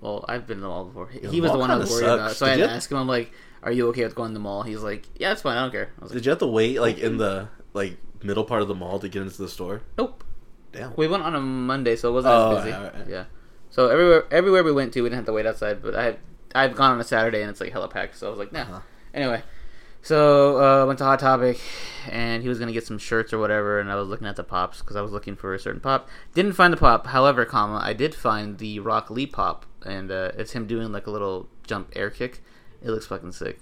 Well, I've been to the mall before. He, Yeah, he was mall the one I kinda was worried sucks. about, so Did I had to you- ask him. I'm like, "Are you okay with going to the mall?" He's like, "Yeah, it's fine. I don't care." I was like, Did you have to wait like in the like middle part of the mall to get into the store? "Nope." Damn. We went on a Monday, so it wasn't Oh, as busy. alright, alright. Yeah. So everywhere everywhere we went to, we didn't have to wait outside. But I I've gone on a Saturday and it's like hella packed, so I was like, "Nah." Uh-huh. Anyway, so uh, went to Hot Topic, and he was gonna get some shirts or whatever, and I was looking at the pops because I was looking for a certain pop. Didn't find the pop, however, comma I did find the Rock Lee pop, and uh, it's him doing like a little jump air kick. It looks fucking sick.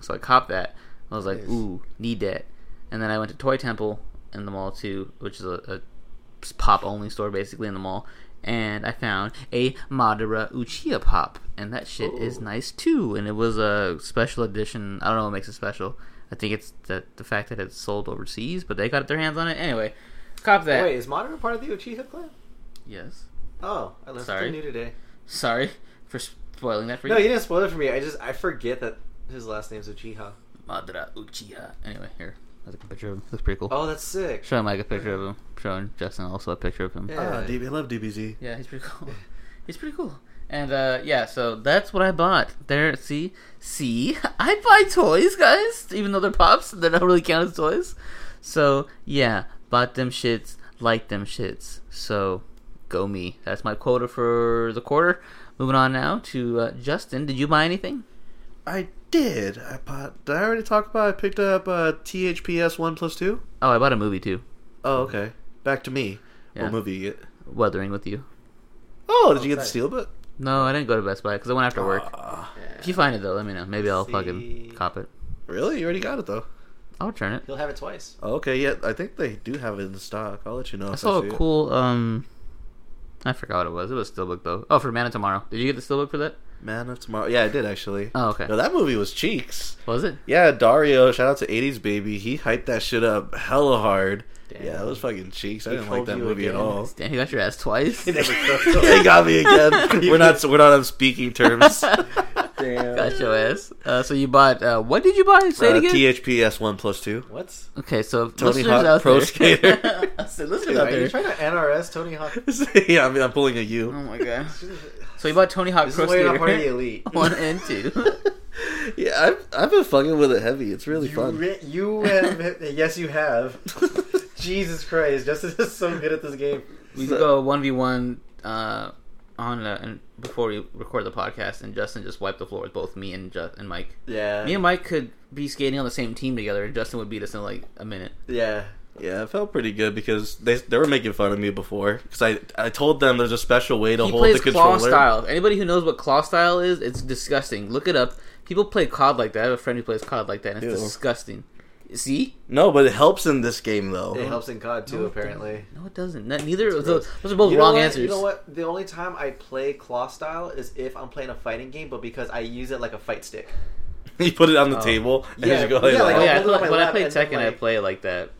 So I copped that. I was like, Nice. "Ooh, need that." And then I went to Toy Temple in the mall too, which is a, a pop only store basically in the mall. And I found a Madara Uchiha pop, and that shit is Ooh. nice too. And it was a special edition. I don't know what makes it special. I think it's the the fact that it's sold overseas, but they got their hands on it anyway. Cop that. Wait, is Modern part of the Uchiha clan? Yes. Oh, I learned Sorry. something new today. Sorry [laughs] for spoiling that for No, you. you didn't spoil it for me. I just, I forget that his last name's Uchiha. Madara Uchiha. Anyway, here. That's a picture of him. That's pretty cool. Oh, that's sick. Showing Mike a picture of him. Showing Justin also a picture of him. Yeah. Ah, DB, I love DBZ. Yeah, [laughs] he's pretty cool. He's pretty cool. And uh, yeah, so that's what I bought. There, see, see, [laughs] I buy toys, guys, even though they're pops. They don't really count as toys. So yeah, bought them shits, like them shits. So go me. That's my quota for the quarter. Moving on now to uh, Justin. Did you buy anything? I did. I bought. Did I already talk about? I picked up uh, THPS one plus two. Oh, I bought a movie too. Oh, okay. Back to me. Yeah. What movie? You get? Weathering with you. Oh, did you get the Okay. steel book? No, I didn't go to Best Buy because I went after work. Ah, If you find it though, let me know. Maybe I'll Let's see. fucking cop it. really? You already got it though. I'll return it. He'll have it twice. Okay, yeah, I think they do have it in stock. I'll let you know. I if saw see a it. cool um I forgot what it was. It was steelbook though. Oh, for Man of Tomorrow. Did you get the steelbook for that? Man of Tomorrow. Yeah, I did actually. Oh, okay. No, that movie was cheeks. Was it? Yeah, Dario. Shout out to '80s baby. He hyped that shit up hella hard. Damn. Yeah, that was fucking cheeks. I He didn't like trolled that you movie at [laughs] again. all. Damn, you got your ass [laughs] twice. [laughs] they got me again. We're not. We're not on [laughs] speaking terms. Uh, Damn. got your ass. Uh, so you bought uh, what did you buy? Say it again. THPS one plus two. [laughs] What? okay, so Tony listeners Hawk out Pro there. Skater. [laughs] [laughs] I said, listeners Dude, out are there. you trying to NRS Tony Hawk? yeah, I mean, I'm pulling [laughs] a Oh U. my god. [laughs] So you bought Tony Hawk This Pro is why you're Skater Oh, not part of the [laughs] elite. one and two. [laughs] Yeah, I've I've been fucking with it heavy. It's really you, fun. [laughs] re- you have, [laughs] yes, you have. Jesus Christ, Justin is so good at this game. We So- could go one v one on uh, and before we record the podcast, and Justin just wiped the floor with both me and Ju- and Mike. Yeah. Me and Mike could be skating on the same team together, and Justin would beat us in like a minute. yeah. Yeah, it felt pretty good because they they were making fun of me before because I I told them there's a special way to he hold the plays claw controller. style. Anybody who knows what claw style is, it's disgusting. Look it up. People play COD like that. I have a friend who plays COD like that, and it's Ew. disgusting. See? No, but it helps in this game though. It helps in COD Uh-huh. No, too, it apparently. No, it doesn't. Not- neither of those. gross. Those are both You know wrong what? answers. You know what? The only time I play claw style is if I'm playing a fighting game, but because I use it like a fight stick. [laughs] you put it on the Oh. table and Yeah, just go yeah, Oh, like, I'll yeah, I hold it feel on like my when I lap play and then, Tekken, I like- play it like that.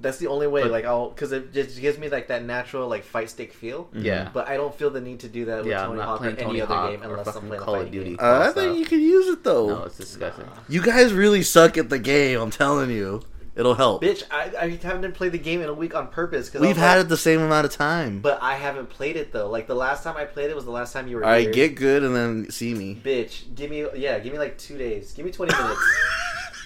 That's the only way. But- like I'll because it just gives me like that natural like fight stick feel. Yeah. But I don't feel the need to do that with Mm-hmm. Yeah, I'm Tony not Hawk or playing any Tony other Hawk game or unless I'm fucking playing Call a of fighting Duty. game. Uh, I think you could use it though. No, it's disgusting. You guys really suck at the game. I'm telling you, it'll help. Bitch, I, I haven't played the game in a week on purpose. Cause We've I'm had like- it the same amount of time. but I haven't played it though. Like the last time I played it was the last time you were. all right, here. get good and then see me. Bitch, give me yeah, give me like two days. Give me [laughs] twenty minutes.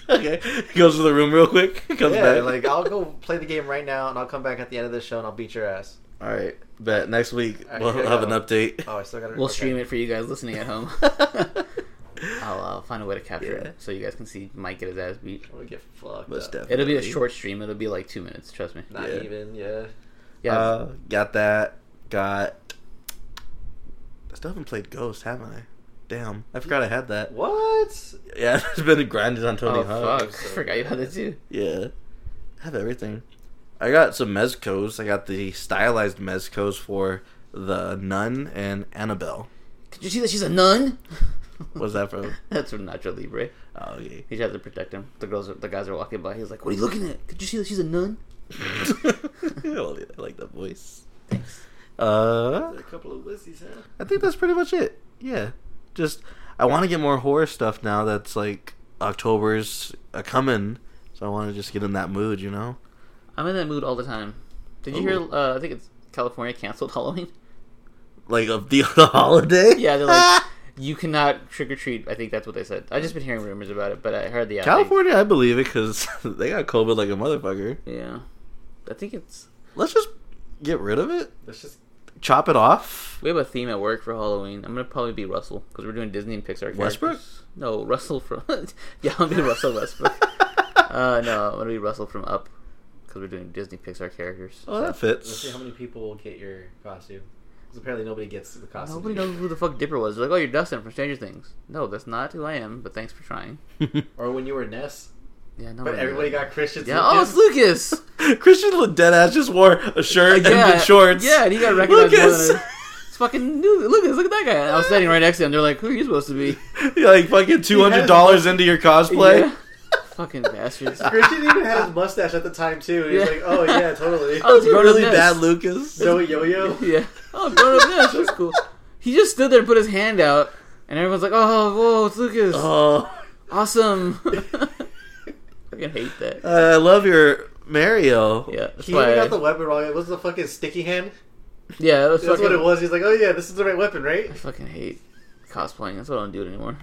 [laughs] okay, goes to the room real quick. [laughs] Comes yeah, back. like I'll go play the game right now, and I'll come back at the end of the show, and I'll beat your ass. all right, bet next week All right, we'll here we have go. an update. Oh, I still got. We'll stream it for you guys listening at [laughs] home. [laughs] I'll, uh find a way to capture Yeah. it so you guys can see Mike get his ass beat. I'm gonna get fucked. Most up. definitely. It'll be a short stream. It'll be like two minutes. Trust me. Not Yeah. even. Yeah. Yeah. Uh, got that. Got. I still haven't played Ghost, haven't I? Damn, I forgot I had that. What? Yeah, [laughs] it's been grinded on Tony oh Hawk. fuck! I forgot you had that too. Yeah, I have everything. I got some mezcos. I got the stylized mezcos for the Nun and Annabelle. Did you see that she's a nun? [laughs] What's that from? That's from Nacho Libre. [laughs] Oh, [laughs] okay. He tries to protect him. The girls, are, the guys are walking by. He's like, "What are you looking at? Did you see that she's a nun?" I love it. I like that voice. Uh, A couple of wussies, huh? I think that's pretty much it. Yeah, just I want to get more horror stuff now. That's like October's a coming, so I want to just get in that mood, you know. I'm in that mood all the time. Did you Ooh. hear? Uh, I think it's California canceled [laughs] Halloween. Like of the, [laughs] the holiday. Yeah, they're like, you cannot trick or treat. I think that's what they said. I've just been hearing rumors about it, but I heard the California, I believe it because [laughs] they got COVID like a motherfucker. yeah, I think it's. Let's just get rid of it, That's just. chop it off. We have a theme at work for Halloween. I'm gonna probably be Russell because we're doing Disney and Pixar. Characters. Westbrook? No, Russell from. [laughs] yeah, I'm gonna be Russell Westbrook. [laughs] [laughs] uh, no, I'm gonna be Russell from Up because we're doing Disney Pixar characters. [laughs] Oh, that Let's fits. see how many people will get your costume. Because apparently nobody gets the costume. Nobody knows who the fuck Dipper was. They're like, oh, you're Dustin from Stranger Things. No, that's not who I am. But thanks for trying. [laughs] Or when you were Ness, Yeah, no. but everybody got Christian's. Yeah. Oh, it's [laughs] Lucas. [laughs] Christian look dead ass just wore a shirt yeah. and the shorts. Yeah, and he got recognized. Lucas. More than I- [laughs] it's fucking Lu- Lucas. Look at that guy. And I was standing right next to him. They're like, who are you supposed to [laughs] be? You're like fucking two hundred dollars into your cosplay. Yeah. fucking [laughs] bastards. Christian even had his mustache at the time too. He's Yeah. like, oh yeah, totally. [laughs] Oh, it's You're grown really up Ness. bad, Lucas. Joey Yo Yo. [laughs] Yeah. Oh, grown up Nash. That's cool. He just stood there and put his hand out, and everyone's like, oh, whoa, it's Lucas. Oh, [laughs] Awesome. [laughs] fucking hate that. uh, I love your Mario. yeah. That's He why [laughs] even I- got the weapon wrong. It was the fucking sticky hand. Yeah, it was That's what fucking- it was. He's like, oh yeah, this is the right weapon, right? I fucking hate cosplaying. That's why I don't do it anymore.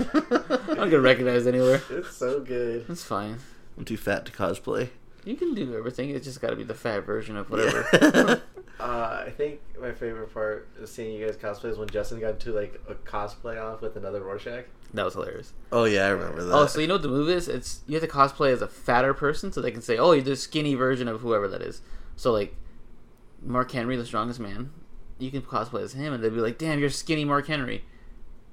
[laughs] I don't get recognized anywhere. It's so good. That's fine. I'm too fat to cosplay. You can do everything. It's just got to be the fat version of [laughs] whatever. Whatever. Uh, I think my favorite part of seeing you guys cosplay is when Justin got into like a cosplay off with another Rorschach. [laughs] that was hilarious. oh yeah, I remember that. Oh, so you know what the move is? It's you have to cosplay as a fatter person so they can say, "Oh, you're the skinny version of whoever that is." So like Mark Henry, the strongest man, you can cosplay as him, and they'd be like, "Damn, you're skinny Mark Henry."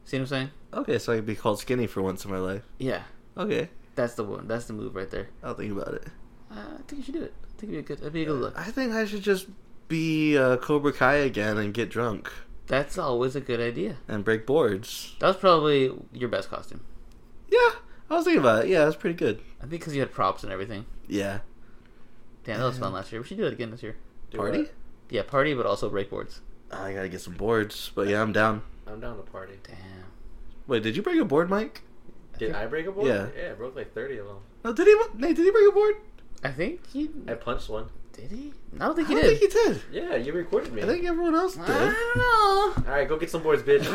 See what I'm saying? okay, so I could be called skinny for once in my life. Yeah, Okay, that's the one. That's the move right there. I'll think about it. Uh, I think you should do it. I think it'd be a good. It'd be a good look. I think I should just be uh, Cobra Kai again and get drunk That's always a good idea. and break boards. That was probably your best costume. Yeah, I was thinking about it. Yeah, that's pretty good. I think because you had props and everything. Yeah, Damn, that was fun last year. We should do it again this year. Do party. Ah, what? Yeah, party, but also breakboards. I gotta get some boards, but yeah, I'm down. I'm down to party. Damn. Wait, did you break a board, Mike? Did I break a board? Yeah. I broke like 30 of them. No, did he? Nate, did he break a board? I think he I punched one. did. He? I don't think he I did. don't think he did. Yeah, you recorded me. I think everyone else did. I don't know. All right, go get some boards, [laughs] bitch.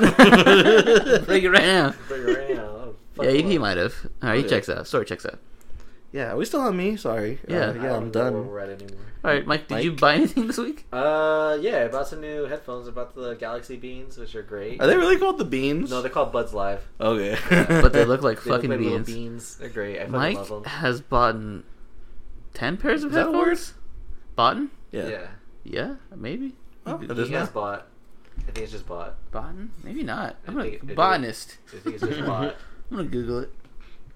[laughs] Break it right now. Bring her in. I'll fuck yeah, her EP up. might have. All right, he Yeah. checks out. Story checks out. Yeah, are we still on me? Sorry. Uh, Yeah. I yeah, don't I'm know where done. we're at anymore. All right, Mike, did you Mike? buy anything this week? Uh, yeah, I bought some new headphones. I bought the Galaxy Beans, which are great. Are they really called the beans? No, they're called Buds Live. Okay. [laughs] But they look like They look fucking like little beans. beans. They're great. I fucking Mike love them. has bought ten pairs of Is that a word? headphones. Boughten? [laughs] Yeah. yeah. [laughs] Yeah, maybe. Oh, He- it he is He has has now. bought. I think it's just bought. Boughten? Maybe not. I'm I gonna think it- it- botanist. I think it's just [laughs] bought. I'm gonna Google it.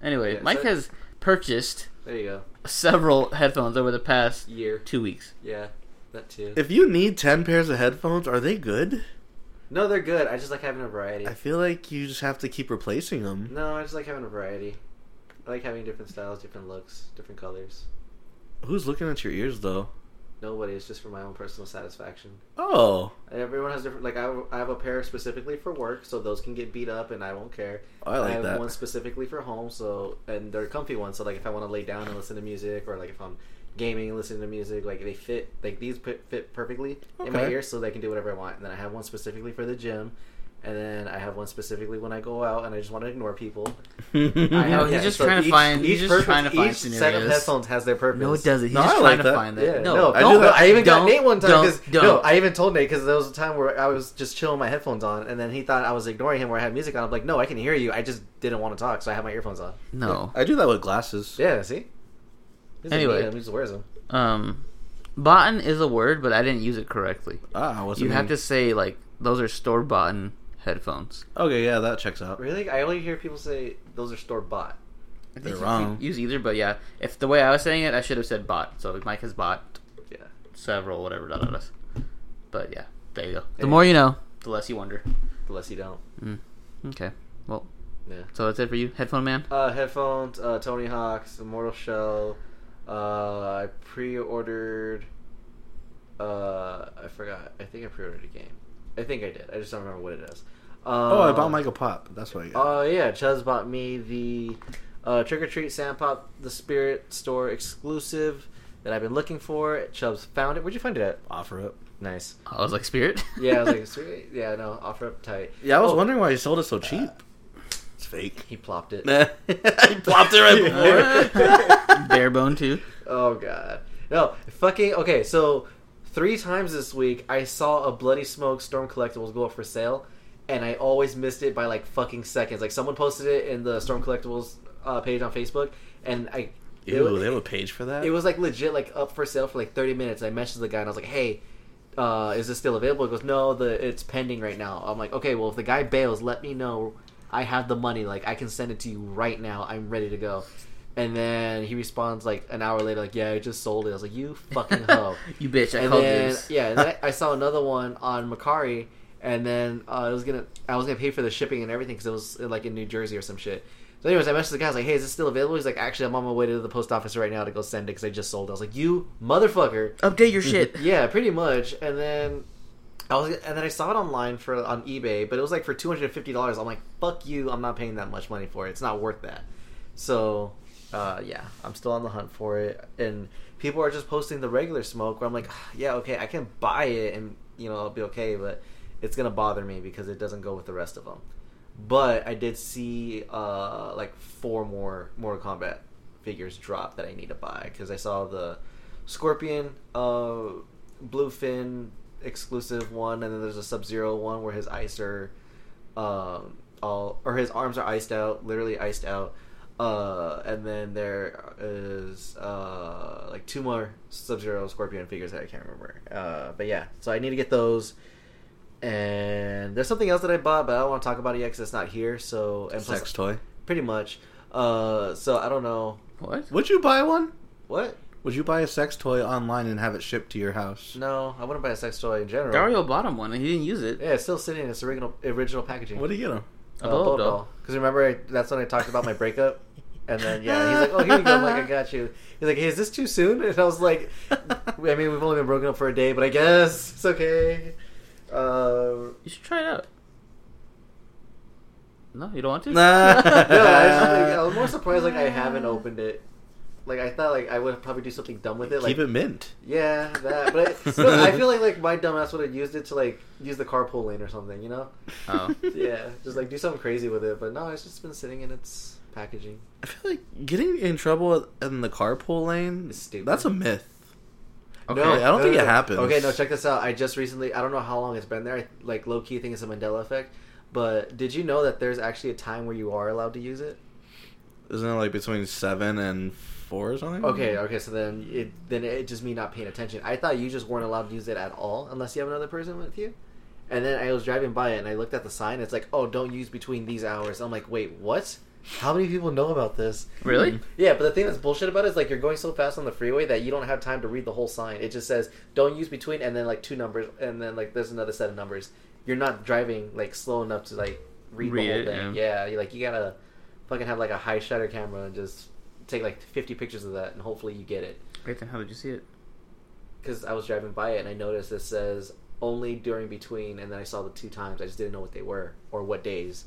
Anyway, Yeah, Mike so- has purchased There you go. several headphones over the past Year. two weeks. Yeah, that too. If you need ten pairs of headphones, are they good? No, they're good. I just like having a variety. I feel like you just have to keep replacing them. No, I just like having a variety. I like having different styles, different looks, different colors. Who's looking at your ears though? Nobody. It's just for my own personal satisfaction. Oh, Everyone has different. Like I, I have a pair specifically for work, so those can get beat up, and I won't care. Oh, I like have that. one specifically for home, so and they're comfy ones. So like if I want to lay down and listen to music, or like if I'm gaming and listening to music, like they fit. Like these put, fit perfectly in my Okay. ears, so they can do whatever I want. And then I have one specifically for the gym, and then I have one specifically when I go out and I just want to ignore people. I [laughs] No, [laughs] have- he's yeah, just so trying to each- find. Each He's just purpose- trying to find each set of scenarios. headphones has their purpose. No, it doesn't. He's No, just I trying like to that. find that. no, Yeah, no, no, I I, do that. even Don't, got Nate one time because don't, no, don't. I even told Nate because there was a time where I was just chilling with my headphones on, and then he thought I was ignoring him where I had music on. I'm like, no, I can hear you. I just didn't want to talk, so I had my earphones on. no. I do that with glasses. Yeah, see. He doesn't Anyway. need 'em, he just wears them. Um, botan is a word, but I didn't use it correctly. Ah, what's you it have mean? to say like those are store boughten headphones. Okay, yeah, that checks out. Really, I only hear people say those are store bought. I think They're you can wrong. Use either, but yeah, if the way I was saying it, I should have said bought. So Mike has bought Yeah, several, whatever da da da. But yeah, there you go. The Yeah. more you know, the less you wonder. unless you don't. Okay, well, Yeah. so that's it for you, headphone man. Uh, headphones, uh, Tony Hawk's, Immortal Shell. Uh, I pre-ordered. Uh, I forgot. I think I pre-ordered a game. I think I did. I just don't remember what it is. Uh, Oh, I bought Mike a pop. That's what I got. Oh yeah, Chuz bought me the uh, Trick or Treat Sandpop, the Spirit Store exclusive that I've been looking for. Chubs found it. Where'd you find it at? Offer up. Nice. I was like spirit. Yeah, I [laughs] was [laughs] like, sweet. Yeah, no, offer up tight. Yeah, I was Oh, Uh. wondering why he sold it so cheap. it's [laughs] fake. [laughs] He plopped it. I plopped it right before. bare bone too. [laughs] Oh god. No, fucking okay, so three times this week I saw a bloody smoke storm collectibles go up for sale and I always missed it by like fucking seconds. Like someone posted it in the Storm Collectibles uh, page on Facebook and I it Ew, was- they have a page for that. it was like legit like up for sale for like 30 minutes i messaged the guy and i was like hey uh, is this still available he goes no the it's pending right now i'm like okay well if the guy bails let me know i have the money like i can send it to you right now i'm ready to go and then he responds like an hour later like yeah i just sold it i was like you fucking hoe [laughs] you bitch, I and called then this. yeah, and then I I saw another one on Macari, and then uh, I was gonna I was gonna pay for the shipping and everything because it was uh, like in New Jersey or some shit. So, anyways, I messaged the guy. I was like, "Hey, is this still available?" He's like, "Actually, I'm on my way to the post office right now to go send it because I just sold." it. I was like, "You motherfucker!" Update your shit. [laughs] Yeah, pretty much. And then I was, and then I saw it online for on eBay, but it was like for two hundred and fifty dollars. I'm like, "Fuck you! I'm not paying that much money for it. It's not worth that." So, uh, yeah, I'm still on the hunt for it, and people are just posting the regular smoke. Where I'm like, "Ah, yeah, okay, I can buy it and you know, I'll be okay, but it's gonna bother me because it doesn't go with the rest of them. But I did see uh, like four more Mortal Kombat figures drop that I need to buy because I saw the Scorpion, uh, Bluefin exclusive one, and then there's a Sub Zero one where his eyes are um, all or his arms are iced out, literally iced out. Uh, and then there is uh, like two more Sub Zero Scorpion figures that I can't remember. Uh, but yeah, so I need to get those. And there's something else that I bought, but I don't want to talk about it yet because it's not here. So and plus- Sex toy. pretty much. Uh, so I don't know [laughs] What? Would you buy one? what. Would you buy a sex toy online and have it shipped to your house? No, I wouldn't buy a sex toy in general. Dario bought him one and he didn't use it. Yeah, it's still sitting in its original original packaging. Uh, What do you get him? A blow-up doll. Because remember, I, that's when I talked about [laughs] my breakup. And then yeah, he's like, "Oh, here you go." I'm like, "I got you." He's like, "Hey, is this too soon?" And I was like, "I mean, we've only been broken up for a day, but I guess it's okay." Uh, You should try it out. [laughs] No, you don't want to. Nah. [laughs] no, I was, just like, I was more surprised like I haven't opened it. Like I thought, like I would probably do something dumb with it. Like Keep it mint. yeah, that. But it, still, I feel like like my dumbass would have used it to like use the carpool lane or something. You know? Oh. Yeah, just like do something crazy with it. But no, it's just been sitting in its packaging. I feel like getting in trouble in the carpool lane. Is stupid. That's a myth. Okay. I don't think it happens. Okay, no, check this out. I just recently, I don't know how long it's been there. I, like low key think it's a Mandela effect. But did you know that there's actually a time where you are allowed to use it? Isn't it like between seven and four or something? Okay, uh, okay, so then it then it just me not paying attention. I thought you just weren't allowed to use it at all unless you have another person with you. And then I was driving by it and I looked at the sign. It's like, oh, don't use between these hours. I'm like, wait, what? How many people know about this? Really? Yeah, but the thing that's bullshit about it is like you're going so fast on the freeway that you don't have time to read the whole sign. It just says don't use between and then like two numbers and then like there's another set of numbers. You're not driving like slow enough to like read, Read the whole it, thing. Yeah, you like you gotta fucking have like a high shutter camera and just take like 50 pictures of that and hopefully you get it. Great. Then how did you see it? Because I was driving by it and I noticed it says only during between and then I saw the two times. I just didn't know what they were or what days.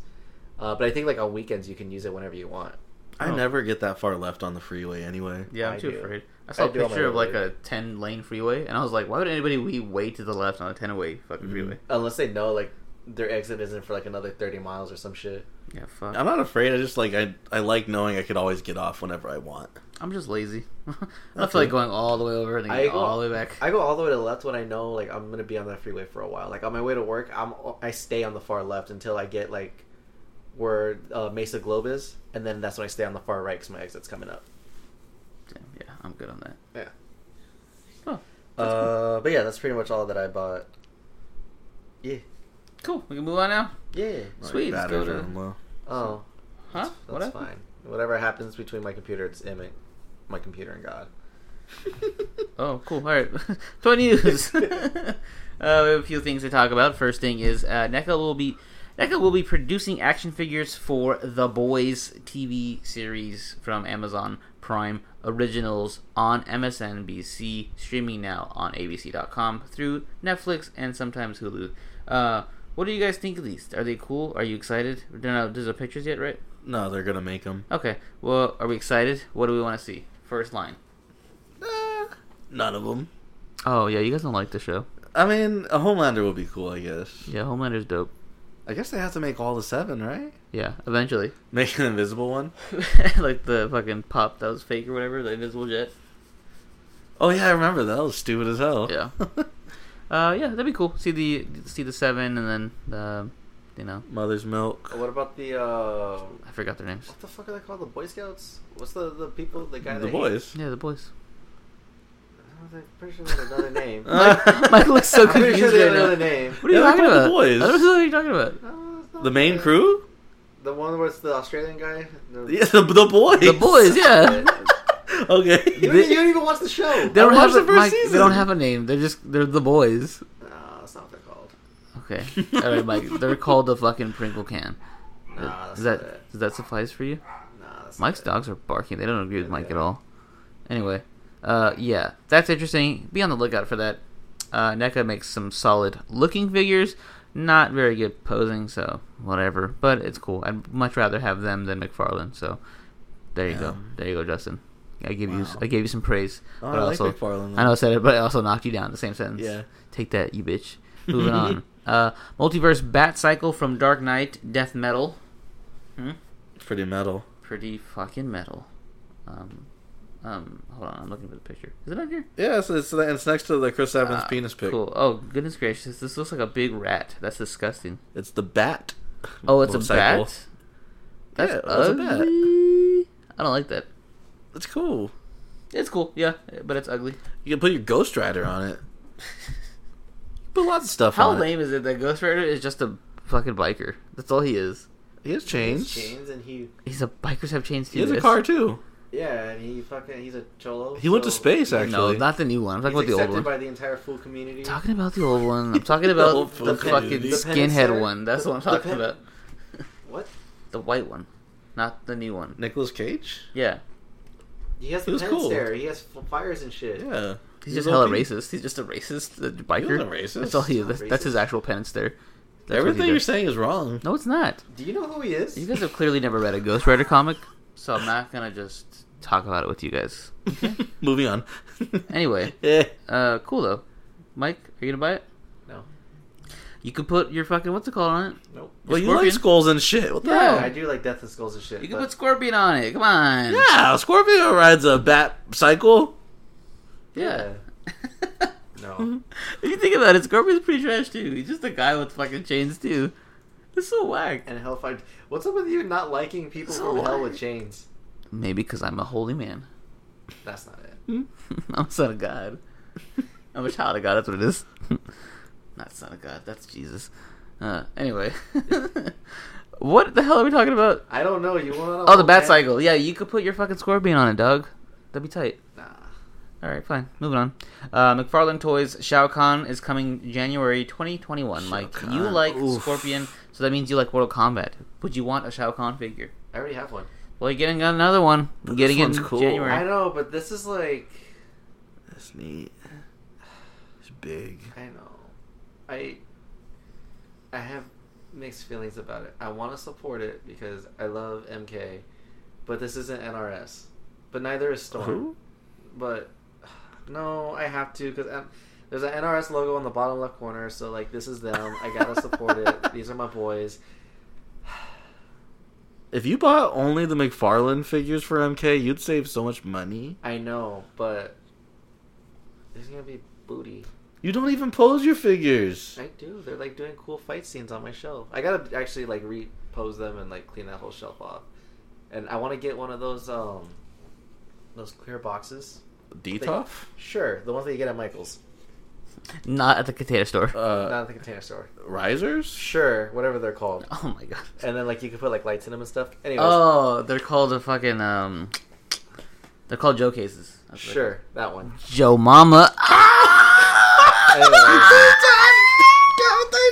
Uh, but I think like on weekends you can use it whenever you want. I Oh. never get that far left on the freeway anyway. Yeah, I'm I too do. afraid. I saw a do on my picture of way. like a ten lane freeway, and I was like, why would anybody we way to the left on a ten way fucking Mhm. freeway? Unless they know like their exit isn't for like another 30 miles or some shit. Yeah, fuck. I'm not afraid. I just like I I like knowing I could always get off whenever I want. I'm just lazy. [laughs] I don't Okay. feel like going all the way over and then I getting go- all the way back. I go all the way to the left when I know like I'm gonna be on that freeway for a while. Like on my way to work, I'm I stay on the far left until I get like where uh, Mesa Globe is, and then that's when I stay on the far right because my exit's coming up. Damn, yeah, I'm good on that. Yeah. Oh, that's Uh, but yeah, that's pretty much all that I bought. Yeah, cool. We can move on now. yeah. My Sweet, let's go batteries to- are low. Oh, Huh? that's happened? fine. Whatever happens between my computer, it's Emmett, my computer, and God. Oh, cool. All right. [laughs] Toy [laughs] news. uh, we have a few things to talk about. First thing is uh, NECA will be NECA will be producing action figures for the Boys TV series from Amazon Prime Originals on MSNBC, streaming now on ABC.com through Netflix and sometimes Hulu. Uh, what do you guys think of these? Are they cool? Are you excited? They're not. There's no pictures yet, right? No, they're gonna make them. Okay. Well, are we excited? What do we want to see? First line. Eh, none of them. Oh yeah, you guys don't like the show. I mean, a Homelander would be cool, I guess. Yeah, Homelander's dope. I guess they have to make all the seven, right? Yeah, [laughs] eventually. Make an invisible one. like the fucking pop that was fake or whatever, the invisible jet. Oh yeah, I remember that. that was stupid as hell. [laughs] Yeah. Uh, yeah, that'd be cool. See the see the seven, and then the, you know, Mother's milk. [laughs] What about the uh, I forgot their names. what the fuck are they called? The Boy Scouts? What's the the people? The guy? the that- boys. Yeah, the boys. I'm pretty sure they had [laughs] another name. [laughs] Uh, Mike, Mike looks so [laughs] I'm pretty confused sure they right had now. another name. What are you Yeah, they're talking called the about? boys. I don't know what you're talking about. No, it's not The main that. crew. The one where it's the Australian guy. The- Yeah, [laughs] the, the boys. The boys, [laughs] yeah. Okay. You, don't, [laughs] you don't even watch the show. They don't watched have the a, first Mike, They season. don't have a name. They're just they're the boys. Nah, that's not what they're called. Okay, all right, Mike. They're called the fucking Pringle Can. Nah, that's Does not that it. does that suffice for you? Nah, that's Mike's not dogs are barking. They don't agree with Mike at all. Anyway, uh, yeah, that's interesting. Be on the lookout for that. Uh, NECA makes some solid looking figures. Not very good posing, so whatever. But it's cool. I'd much rather have them than McFarlane. So there you go. Yeah. There you go, Justin. I give you Wow. I gave you some praise. Oh, but I like also, McFarlane, I know I said it, but I also knocked you down in the same sentence. Yeah. Take that, you bitch. Moving [laughs] on. Uh, multiverse Bat Cycle from Dark Knight Death Metal. Hmm? Pretty metal. Pretty fucking metal. Um, um, hold on, I'm looking for the picture. Is it up here? Yeah, so it's, it's next to the Chris Evans Ah, penis pic. Cool. Oh goodness gracious, this looks like a big rat. That's disgusting. It's the bat. Oh, it's a Mm, motorcycle. bat. That's Yeah, that's a ugly. bat. I don't like that. It's cool. It's cool, yeah, but it's ugly. You can put your Ghost Rider on [laughs] it. put lots of stuff How on lame is it that Ghost Rider is just a fucking biker? That's all he is. it. He has Chains. chains. chains, and he He's a bikers have chains too. He has a car too. yeah, and he fucking he's a cholo. He went to so space actually. No, not the new one. I'm He's talking about the old accepted one. by the entire fool community. talking about the old one. I'm talking [laughs] The about old the, fucking fucking dude. skinhead The one. That's pen- what I'm talking the pen- about. What? The white one, not the new one. Nicholas Cage. Yeah, He has He the was pen cool. stare. He has f- fires and shit. Yeah, he's, just hella OP. racist. He's just a racist uh, biker. wasn't racist. That's all he is. He's not That's, that's his racist. actual penance there. That's what he Everything you're does. saying is wrong. No, it's not. Do you know who he is? You guys have clearly never read a Ghost Rider comic, so I'm not gonna just talk about it with you guys. [laughs] Moving on. [laughs] [laughs] Anyway. Eh. Uh, cool though. Mike, are you gonna buy it? No. You could put your fucking what's it called on it. Nope. Well, you Scorpion? like skulls and shit. What the Yeah. hell? I do like death and skulls and shit. You can but put Scorpion on it. Come on. Yeah, Scorpio rides a bat cycle. Yeah. Mm-hmm. no. if [laughs] you think about it, Scorpion's pretty trash too. He's just a guy with fucking chains too. It's so whack. and Hellfire. What's up with you not liking people So from Hell what? with chains? Maybe because I'm a holy man. That's not it. [laughs] I'm a son of God. I'm a child of God. That's what it is. [laughs] Not son of God. That's Jesus. Uh, anyway, [laughs] what the hell are we talking about? I don't know. You want? Oh, the Bat Cycle. Yeah, you could put your fucking Scorpion on it, dog. That'd be tight. Nah. All right, fine. Moving on. Uh, McFarlane Toys Shao Kahn is coming January 2021. Shao Mike, Kahn. you like Oof. Scorpion, so that means you like Mortal Kombat. Would you want a Shao Kahn figure? I already have one. Well, you're getting another one. You're But getting this it in one's cool. January. I know, but this is like That's neat. It's big. I know. I I have mixed feelings about it. I want to support it because I love MK, but this isn't NRS. But neither is Storm. Who? But [sighs] no, I have to because there's an NRS logo on the bottom left corner. So like, this is them. I gotta support [laughs] it. These are my boys. If you bought only the McFarlane figures for MK, you'd save so much money. I know, but there's gonna be booty. You don't even pose your figures. I do. They're like doing cool fight scenes on my shelf. I gotta actually like repose them and like clean that whole shelf off. And I want to get one of those um, those clear boxes. Detof? Sure, the ones that you get at Michaels, Not at the potato store. not Uh, at the container store. risers? Sure, whatever they're called. [laughs] oh my god. And then like you can put like lights in them and stuff. Anyways, Oh, they're called a fucking um. They're called Joe cases. That's what- sure, that one. Joe Mama. [laughs] Anyways.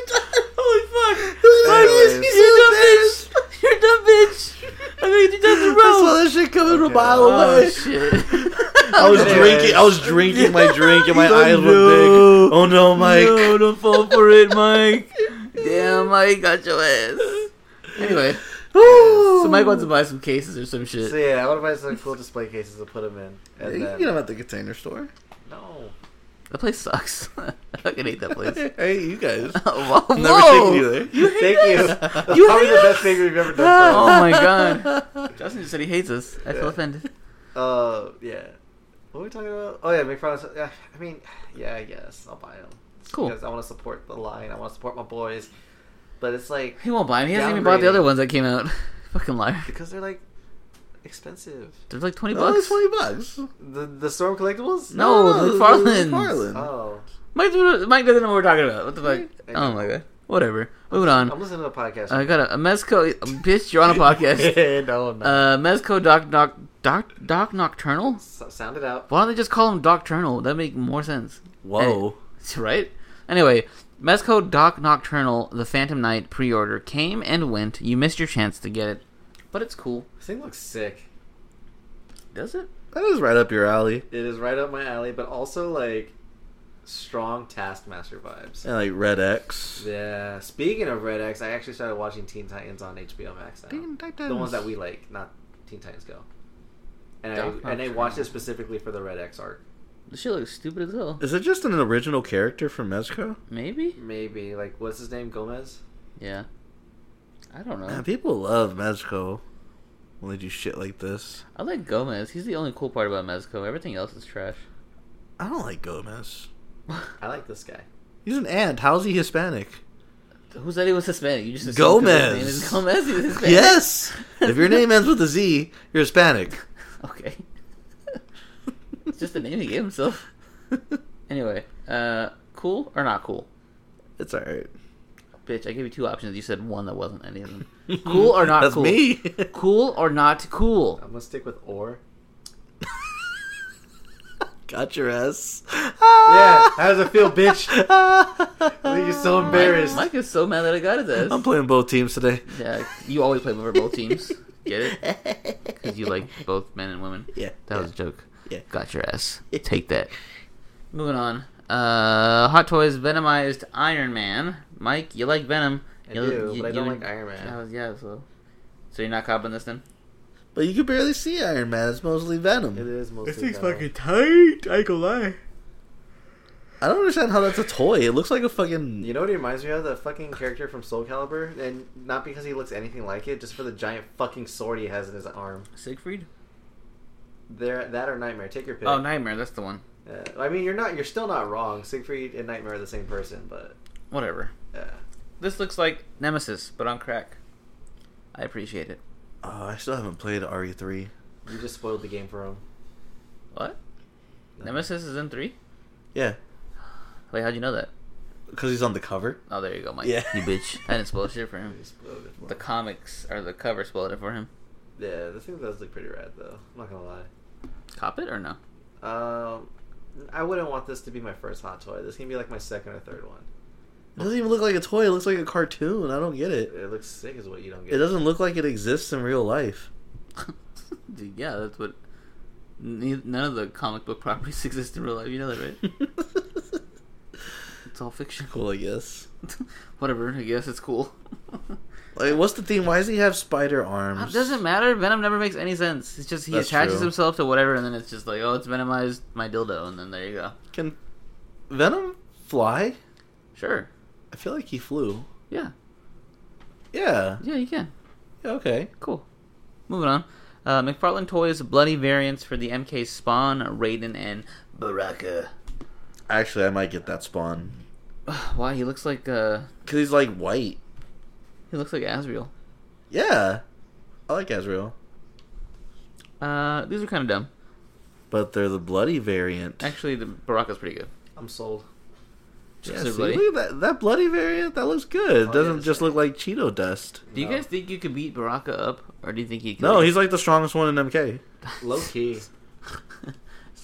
Holy fuck! Mike, Anyways. you- you're dumb bitch. You're dumb bitch. I made you dumb to I saw roll. that shit coming from a Okay. mile Oh away. shit! [laughs] I was Anyways. drinking. I was drinking [laughs] my drink, and my He's like, eyes were "No. big. Oh no, Mike! No, don't fall for it, [laughs] Mike. Damn, Mike got your ass. Anyway, so Mike wants to buy some cases or some So shit. yeah, I want to buy some cool display cases to put them in. And you then, can get them at the container store. no, That place sucks. [laughs] I fucking hate that [laughs] place. hey, you [laughs] guys. Whoa, I've never whoa. taken you there. thank you. That's You probably hate the us? best thing we've ever done. Oh my god. Justin just said he hates us. I feel Yeah. offended. Uh, yeah. What were we talking about? Oh yeah, McFarlane. Yeah, I mean, yeah, I guess I'll buy them. Cool. Because I want to support the line. I want to support my boys. But it's like He won't buy them. He hasn't even bought the Downgrading. other ones that came out. [laughs] Fucking liar. because they're like expensive. They're like 20 Oh, bucks. it's twenty bucks. The the Storm collectibles. No, the McFarlane's. McFarlane. Oh, Mike, doesn't- Mike doesn't know what we're talking about. What the fuck? Yeah. Oh my god. Whatever. Moving I'm on. listening to a podcast. I got a, a Mezco. Bitch, you're on a [laughs] [laughs] podcast. no, no. Uh, Mezco Doc Doc Doc Doc Nocturnal? So- sound it out. Why don't they just call him Docturnal? That'd make more sense. [laughs] Whoa. Right? Anyway, Mezco Doc Nocturnal, The Phantom Knight pre order came and went. You missed your chance to get it, but it's cool. This thing looks sick. Does it? That is right up your alley. It is right up my alley, but also like strong Taskmaster vibes. And like Red X. Yeah. Speaking of Red X, I actually started watching Teen Titans on HBO Max now. the ones that we like, not Teen Titans Go. And I, Dark and I Knight. watched it specifically for the Red X arc. This shit looks stupid as hell. Is it just an original character from Mezco? Maybe? Maybe like what's his name? Gomez. Yeah. I don't know. Man, people love Mezco when they do shit like this. I like Gomez. He's the only cool part about Mezco. Everything else is trash. I don't like Gomez. I like this guy. He's an ant. How's he [laughs] Hispanic? Who said he was Hispanic? You just assumed 'cause his name is Gomez. He's Hispanic. Yes. if your name ends with a Z, you're Hispanic. Okay. it's just the name he gave himself. Anyway, uh, cool or not cool? It's alright. Bitch, I gave you two options. You said one that wasn't any of them. Cool or not [laughs] That's cool? [laughs] me. Cool or not cool? I'm gonna stick with or. Got your ass. Yeah, how does it [laughs] feel, bitch? I think bitch? you're so Mike, embarrassed. Mike is so mad that I got his ass. I'm playing both teams today. Yeah, you always play for both teams. Get [laughs] it? Because you like both men and women. Yeah. That was a joke. Yeah. Got your ass. Take that. Moving on. Uh, Hot Toys Venomized Iron Man. Mike, you like Venom. I You- do, you- but I don't you- like Iron Man. I was- yeah, so. So you're not copping this then? But you can barely see Iron Man. It's mostly Venom. It is mostly. Venom. tight. I ain't gonna lie. I don't understand how that's a toy. It looks like a fucking. You know what he reminds me of? The fucking character from Soul Calibur, and not because he looks anything like it, just for the giant fucking sword he has in his arm. Siegfried? There, that or Nightmare. Take your pick. Oh, Nightmare. That's the one. Uh, I mean, you're not. You're still not wrong. Siegfried and Nightmare are the same person, but Whatever. uh, This looks like Nemesis, but on crack. I appreciate it. Oh, I still haven't played RE3. you just spoiled the game for him. What? Nemesis is in three? Yeah, Wait, how'd you know that? because he's on the cover. Oh, there you go, Mike. Yeah. You bitch. I didn't spoil shit for [laughs] him. You spoiled it for The him. comics or the cover spoiled it for him. yeah, the thing does look pretty rad, though. I'm not gonna lie. Cop it or no? Um, I wouldn't want this to be my first hot toy. This can be like my second or third one. It doesn't even look like a toy. It looks like a cartoon. I don't get it. It looks sick, is what you don't get. It doesn't look like it exists in real life. [laughs] Dude, yeah, that's what. ne- None of the comic book properties [laughs] exist in real life. You know that, [laughs] right? It's all fiction. cool, I guess. Whatever. I guess it's [laughs] cool. Like, what's the theme? Why does he have spider it arms? doesn't matter. Venom never makes any sense. It's just he That's attaches true. himself to whatever, and then it's just like, oh, it's venomized my dildo, and then there you go. Can Venom fly? Sure. I feel like he flew. Yeah. Yeah. Yeah, you can. yeah okay. Cool. Moving on. Uh, McFarlane Toys bloody variants for the MK Spawn, Raiden, and Baraka. [sighs] Actually, I might get that spawn Why he looks like uh because he's like white. he looks like Asriel. Yeah, I like Azrael, Uh, these are kind of dumb. but they're the bloody variant. Actually, the Baraka's pretty good. I'm sold. Yeah, Just 'cause see, they're bloody. look at that that bloody variant. That looks good. Oh, It doesn't yeah, just sure. look like Cheeto dust. Do you No. guys think you could beat Baraka up, or do you think he? Could No, he's like the strongest one in MK. Low key. [laughs]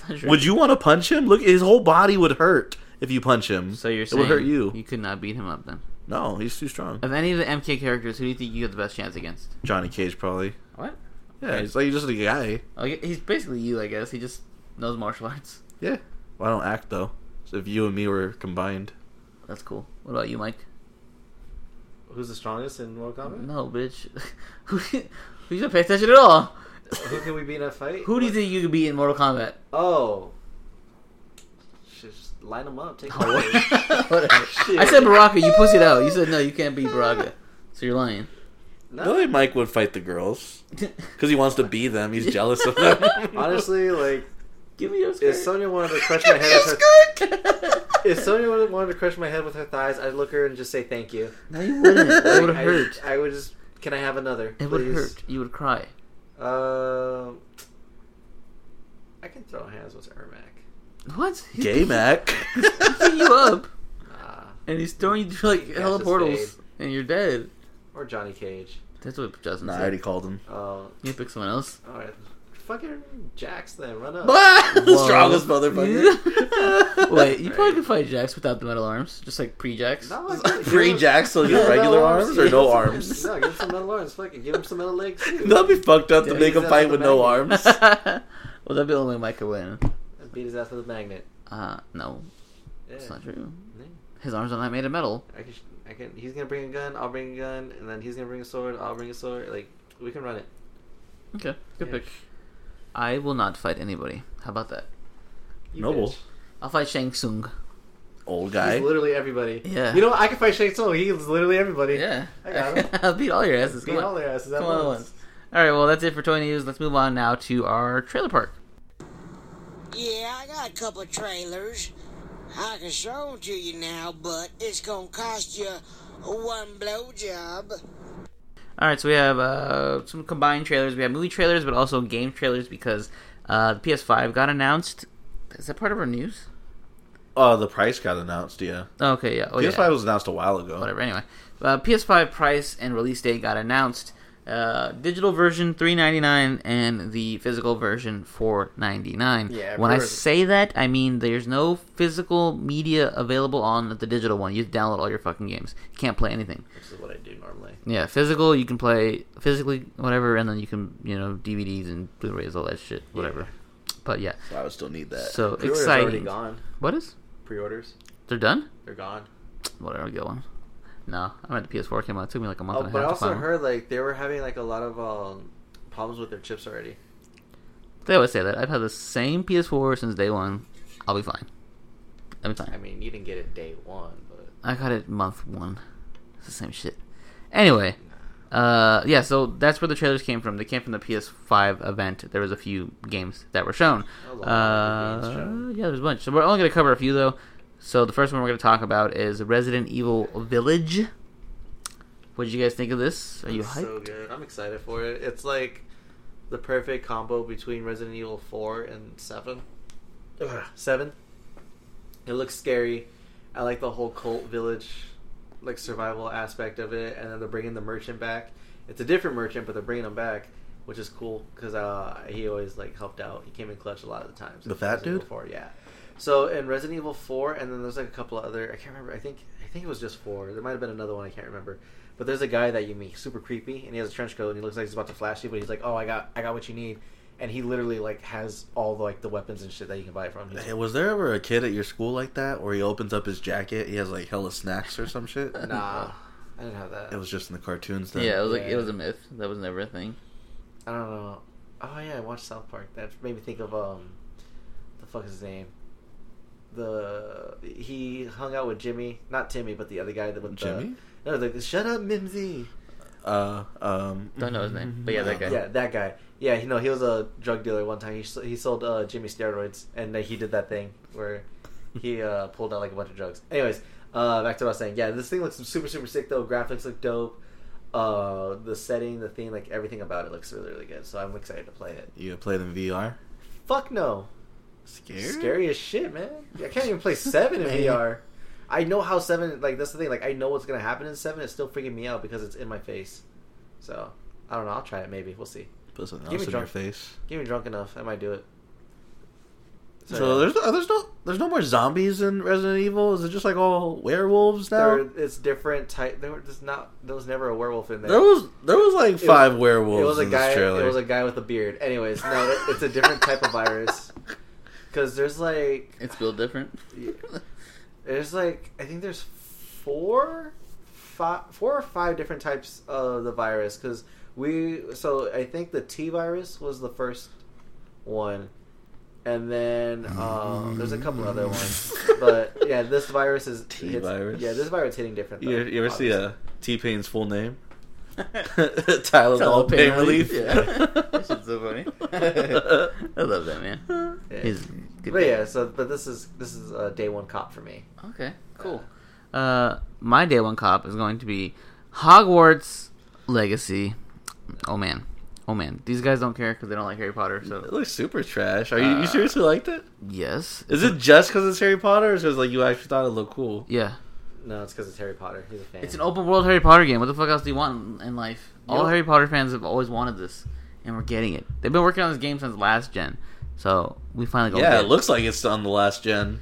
It's not true. Would you want to punch him? Look, his whole body would hurt if you punch him. So you're it saying would hurt you. You could not beat him up then. No, he's too strong. Of any of the MK characters, who do you think you got the best chance against? Johnny Cage probably. What? Yeah, Okay. he's like just a guy. Okay, Oh, he's basically you, I guess. He just knows martial arts. Yeah. Well, I don't act though. So if you and me were combined, That's cool. What about you, Mike? Who's the strongest in Mortal Kombat? No, bitch. [laughs] Who you don't pay attention at [laughs] all? Who can we beat in a fight? Who do you What- think you could beat in Mortal Kombat? Oh. Shit, just line them up. Take [laughs] Oh, them out. Whatever. Shit. I said Baraka, you pussied out. You said no, you can't beat Baraka. So you're lying. [laughs] I feel No. like Mike would fight the girls because he wants to be them. He's jealous of them. Honestly, like, Give me your skirt. if [laughs] Sonya wanted to crush my head with her, if Sonya wanted- wanted to crush my head with her thighs, I'd look at her and just say thank you. no, you wouldn't. [laughs] It would [laughs] I- hurt. I, would just. Can I have another? It would please? hurt. You would cry. Um, I can throw hands with Ermac. What? He's Gay picking- Mac. He's picking you up, Nah. and he's throwing you through like He hella catches portals, fade. and you're dead. or Johnny Cage. That's what Justin Nah, I already said. called him. Oh, You pick someone [laughs] else. all right. Fucking Jax, then run up. the Whoa. strongest [laughs] motherfucker. Wait, you Right. probably could fight Jax without the metal arms, just like pre-Jax. [laughs] [laughs] No, I can't. Free Jax, so you Yeah, get regular [laughs] no arms or no arms? No, give him some metal arms. Fucking give him some metal legs. too. That'd be fucked up to Yeah, make him he's fight out with the no back. [laughs] arms. well, that'd be the only way Mike could win. And beat his ass with a magnet. Uh, no, Yeah. that's not true. Yeah. His arms are not made of metal. I can, I can. He's gonna bring a gun. I'll bring a gun, and then he's gonna bring a sword. I'll bring a sword. Like we can run it. Okay, good Yeah. pick. I will not fight anybody. How about that? You Noble. bitch. I'll fight Shang Tsung. Old He's guy. literally everybody. Yeah. You know what? I can fight Shang Tsung. He's literally everybody. Yeah, I got him. I'll [laughs] beat all your asses. Beat Come on. all their asses at Come on, once. All right, well, that's it for toy news. Let's move on now to our trailer park. Yeah, I got a couple of trailers. I can show 'em to you now, but it's gonna cost you one blowjob. All right, so we have uh, some combined trailers. We have movie trailers, but also game trailers because uh, the PS5 got announced. Is that part of our news? Oh, the price got announced. Yeah, Okay, yeah. Oh, yeah. PS5 was announced a while ago. whatever. Anyway, uh, PS5 price and release date got announced. Uh, digital version three ninety nine and the physical version four ninety nine. Yeah, When I pre-order. say that, I mean there's no physical media available on the digital one. You download all your fucking games. You can't play anything. Which is what I do normally. Yeah, physical you can play physically whatever, and then you can you know DVDs and Blu-rays all that shit whatever. But yeah, So I would still need that. so Pre-orders are already exciting. gone. What is? Pre-orders, They're done. they're gone. Whatever, I'll get one. No, I meant the PS4 came out. It took me like a month Oh, and a but I half. to also find one. heard like they were having like a lot of um, problems with their chips already. They always say that. I've had the same PS4 since day one. I'll be fine. I'll be I fine. mean, you didn't get it day one, but I got it month one. It's the same shit. Anyway, uh, yeah, so that's where the trailers came from. They came from the PS5 event. There was a few games that were shown. A lot of games Uh, shown. yeah, there's a bunch. So we're only going to cover a few, though. So the first one we're going to talk about is Resident Evil Village. What did you guys think of this? Are you It's hyped? So good. I'm excited for it. It's like the perfect combo between Resident Evil Four and Seven. Ugh, Seven. It looks scary. I like the whole cult village, like survival aspect of it, and then they're bringing the merchant back. It's a different merchant, but they're bringing him back, which is cool because uh, he always like helped out. He came in clutch a lot of the times. The in fat Resident Evil dude? 4, yeah. So in Resident Evil Four, and then there's like a couple of other. I can't remember. I think I think it was just four. There might have been another one. I can't remember. But there's a guy that you meet, super creepy, and he has a trench coat, and he looks like he's about to flash you, but he's like, "Oh, I got, I got what you need," and he literally like has all the, like the weapons and shit that you can buy from. He's Hey, was there ever a kid at your school like that where he opens up his jacket, he has like hella snacks or some shit? Nah, I didn't have that. It was just in the cartoons then. Yeah, it was like Yeah. it was a myth. That was never a thing. I don't know. Oh yeah, I watched South Park. That made me think of um, the fuck is his name? The he hung out with Jimmy, not Timmy, but the other guy that with Jimmy? The, no, the shut up, Mimsy. Uh, um, Don't know his name, but yeah, that guy. Yeah, that guy. Yeah, you know, he was a drug dealer one time. He s- he sold uh, Jimmy steroids, and then he did that thing where he uh, pulled out like a bunch of drugs. Anyways, uh, back to what I was saying. Yeah, this thing looks super super sick though. Graphics look dope. Uh, the setting, the theme, like everything about it looks really really good. So I'm excited to play it. You played in VR? Fuck no, Scary? scary as shit, man. I can't even play seven in Man. VR. I know how seven. Like that's the thing. Like I know what's gonna happen in seven. It's still freaking me out because it's in my face. So I don't know. I'll try it. Maybe we'll see. Put something Give else in me your drunk. face. Get me drunk enough, I might do it. So, yeah. there's no, there's no there's no more zombies in Resident Evil. Is it just like all werewolves now? There, there, it's different type. There was not there was never a werewolf in there. was there was like was- five it werewolves was a in guy. this trailer. It was a guy with a beard. Anyways, no, it, it's a different type of virus. Because there's like It's built [laughs] different. Yeah. there's like I think there's four, five, four or five different types of the virus. Because we so I think the T virus was the first one, and then um, there's a couple [laughs] other ones. But yeah, this virus is T it's- virus? Yeah, this virus hitting different. you, though, you ever see obviously. uh, T Pain's full name? [laughs] Tylenol Tylenol pain relief. [laughs] Yeah. [laughs] that shit's so funny. [laughs] I love that man. Yeah. He's a good. But guy. yeah, so but this is this is a day one cop for me. Okay. Cool. Uh, my day one cop is going to be Hogwarts Legacy. Oh man. Oh man. These guys don't care because they don't like Harry Potter. It So looks super trash. Are you, Uh, you seriously liked it? yes. [laughs] Is it just because it's Harry Potter, or is it like you actually thought it looked cool? Yeah. No, it's because it's Harry Potter. He's a fan. It's an open world Harry Potter game. What the fuck else do you want in- in life? All Yep. Harry Potter fans have always wanted this, and we're getting it. They've been working on this game since last gen, so we finally got yeah, it. it looks like it's on the last gen.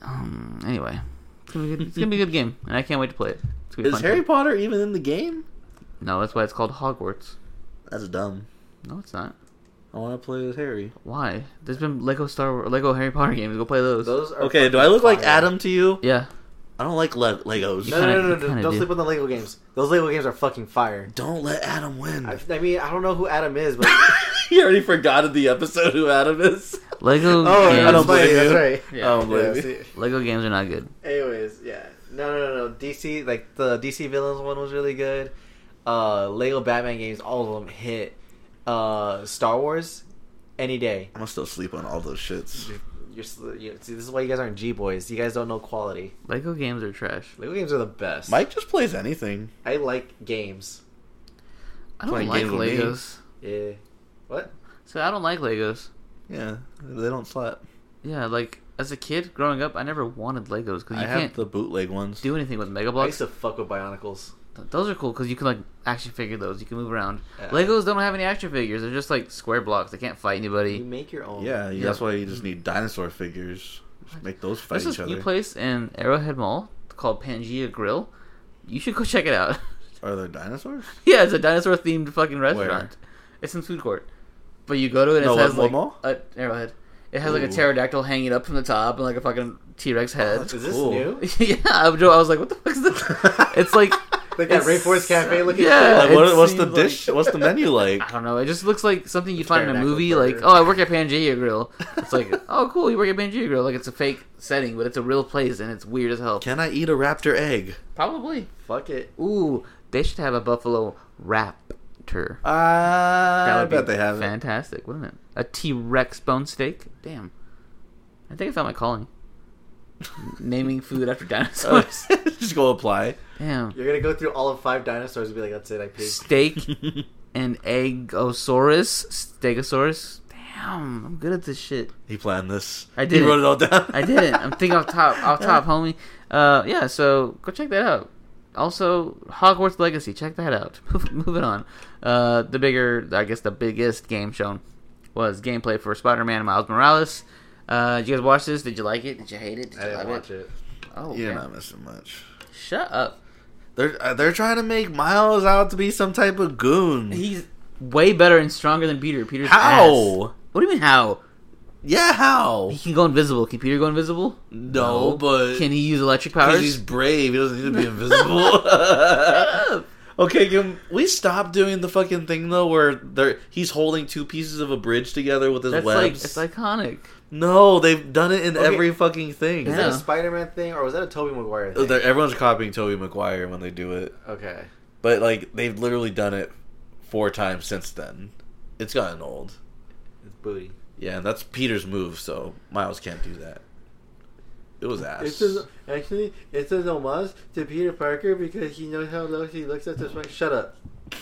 Um, anyway, it's gonna, be a good, it's gonna be a good game, and I can't wait to play it. It's gonna be Is fun Harry too. Potter even in the game? No, that's why it's called Hogwarts. That's dumb. No, it's not. I want to play as Harry. Why? There's been Lego Star Wars, Lego Harry Potter games. Go play those. Those are Okay, do I look like fire. Adam to you? Yeah. I don't like le- Legos. No, no, no, You kinda- no, you no, kinda Don't do. sleep on the Lego games. Those Lego games are fucking fire. Don't let Adam win. [laughs] I, I mean, I don't know who Adam is, but you already forgot in the episode who Adam is. Lego Oh, games, I don't play believe you. it. That's right. Yeah. I don't believe Yeah, you. Lego games are not good. Anyways, yeah. No, no, no, no. DC, like the DC villains one was really good. Uh, Lego Batman games, all of them hit. Uh, Star Wars, any day. I'm gonna still sleep on all those shits. You're, sl- you see, this is why you guys aren't G boys. You guys don't know quality. Lego games are trash. Lego games are the best. Mike just plays anything. I like games. I don't Playing like games with me. Legos. Yeah. What? So I don't like Legos. Yeah, they don't slap. Yeah, like as a kid growing up, I never wanted Legos because I you have can't the bootleg ones. do anything with Mega I Blocks. used to fuck with Bionicles. Th- Those are cool because you can like action figure those. You can move around. Yeah. Legos don't have any action figures. They're just like square blocks. They can't fight You anybody. make your own. Yeah, Yeah. that's why you just need dinosaur figures. Just make those fight There's this each other. new place in Arrowhead Mall called Pangea Grill. You should go check it out. [laughs] Are there dinosaurs? yeah, it's a dinosaur themed fucking restaurant. It's in food court, but you go to it and No, it has what- what like mall? a Arrowhead. It has like a Ooh. pterodactyl hanging up from the top and like a fucking T [laughs] Rex head. Is this [laughs] Cool. new? yeah, I was I was like, what the fuck is this? [laughs] it's like Like that It's- Rainforest Cafe looking yeah. shit? Like, what, it what's the seems like- dish? What's the menu like? I don't know. It just looks like something you'd find in a Pterodactyl movie. burger. Like, oh, I work at Pangea Grill. It's like, [laughs] oh, cool, you work at Pangea Grill. Like, it's a fake setting, but it's a real place, and it's weird as hell. [laughs] Can I eat a raptor egg? Probably. Fuck it. Ooh, they should have a buffalo raptor. That I would bet be they haven't. Fantastic, wouldn't it? A T Rex bone steak. Damn. I think I found my calling. Naming food after dinosaurs. [laughs] just go apply. [laughs] Damn. You're gonna go through all of five dinosaurs and be like, that's it, I peaked. Steak and eggosaurus. Stegosaurus. Damn, I'm good at this shit. He planned this. I He didn't. wrote it all down. I didn't. I'm thinking off top, off top, homie. Uh, yeah. So go check that out. Also, Hogwarts Legacy. Check that out. [laughs] Moving on. Uh, the bigger, I guess, the biggest game shown was gameplay for Spider-Man and Miles Morales. Uh, did you guys watch this? Did you like it? Did you hate it? Did I you didn't love watch it. Oh, [laughs] You're yeah. not missing much. Shut up. They're uh, they're trying to make Miles out to be some type of goon. He's way better and stronger than Peter. Peter's ass. how? What do you mean how? Yeah, how? He can go invisible. Can Peter go invisible? No, but Can he use electric 'cause powers? he's brave. He doesn't need to [laughs] be invisible. [laughs] Shut up. okay, can we stop doing the fucking thing though, where they're he's holding two pieces of a bridge together with his That's like webs? it's iconic. no, they've done it in Okay. every fucking thing. Is Yeah. that a Spider Man thing or was that a Tobey Maguire Oh, thing? Oh, They're- Everyone's copying Toby Maguire when they do it, Okay. but like they've literally done it four times since then. It's gotten old. It's booty. Yeah, and that's Peter's move, so Miles can't do that. It was ass. It's [laughs] actually, it's an homage to Peter Parker because he knows how low he looks at this point. Shut up.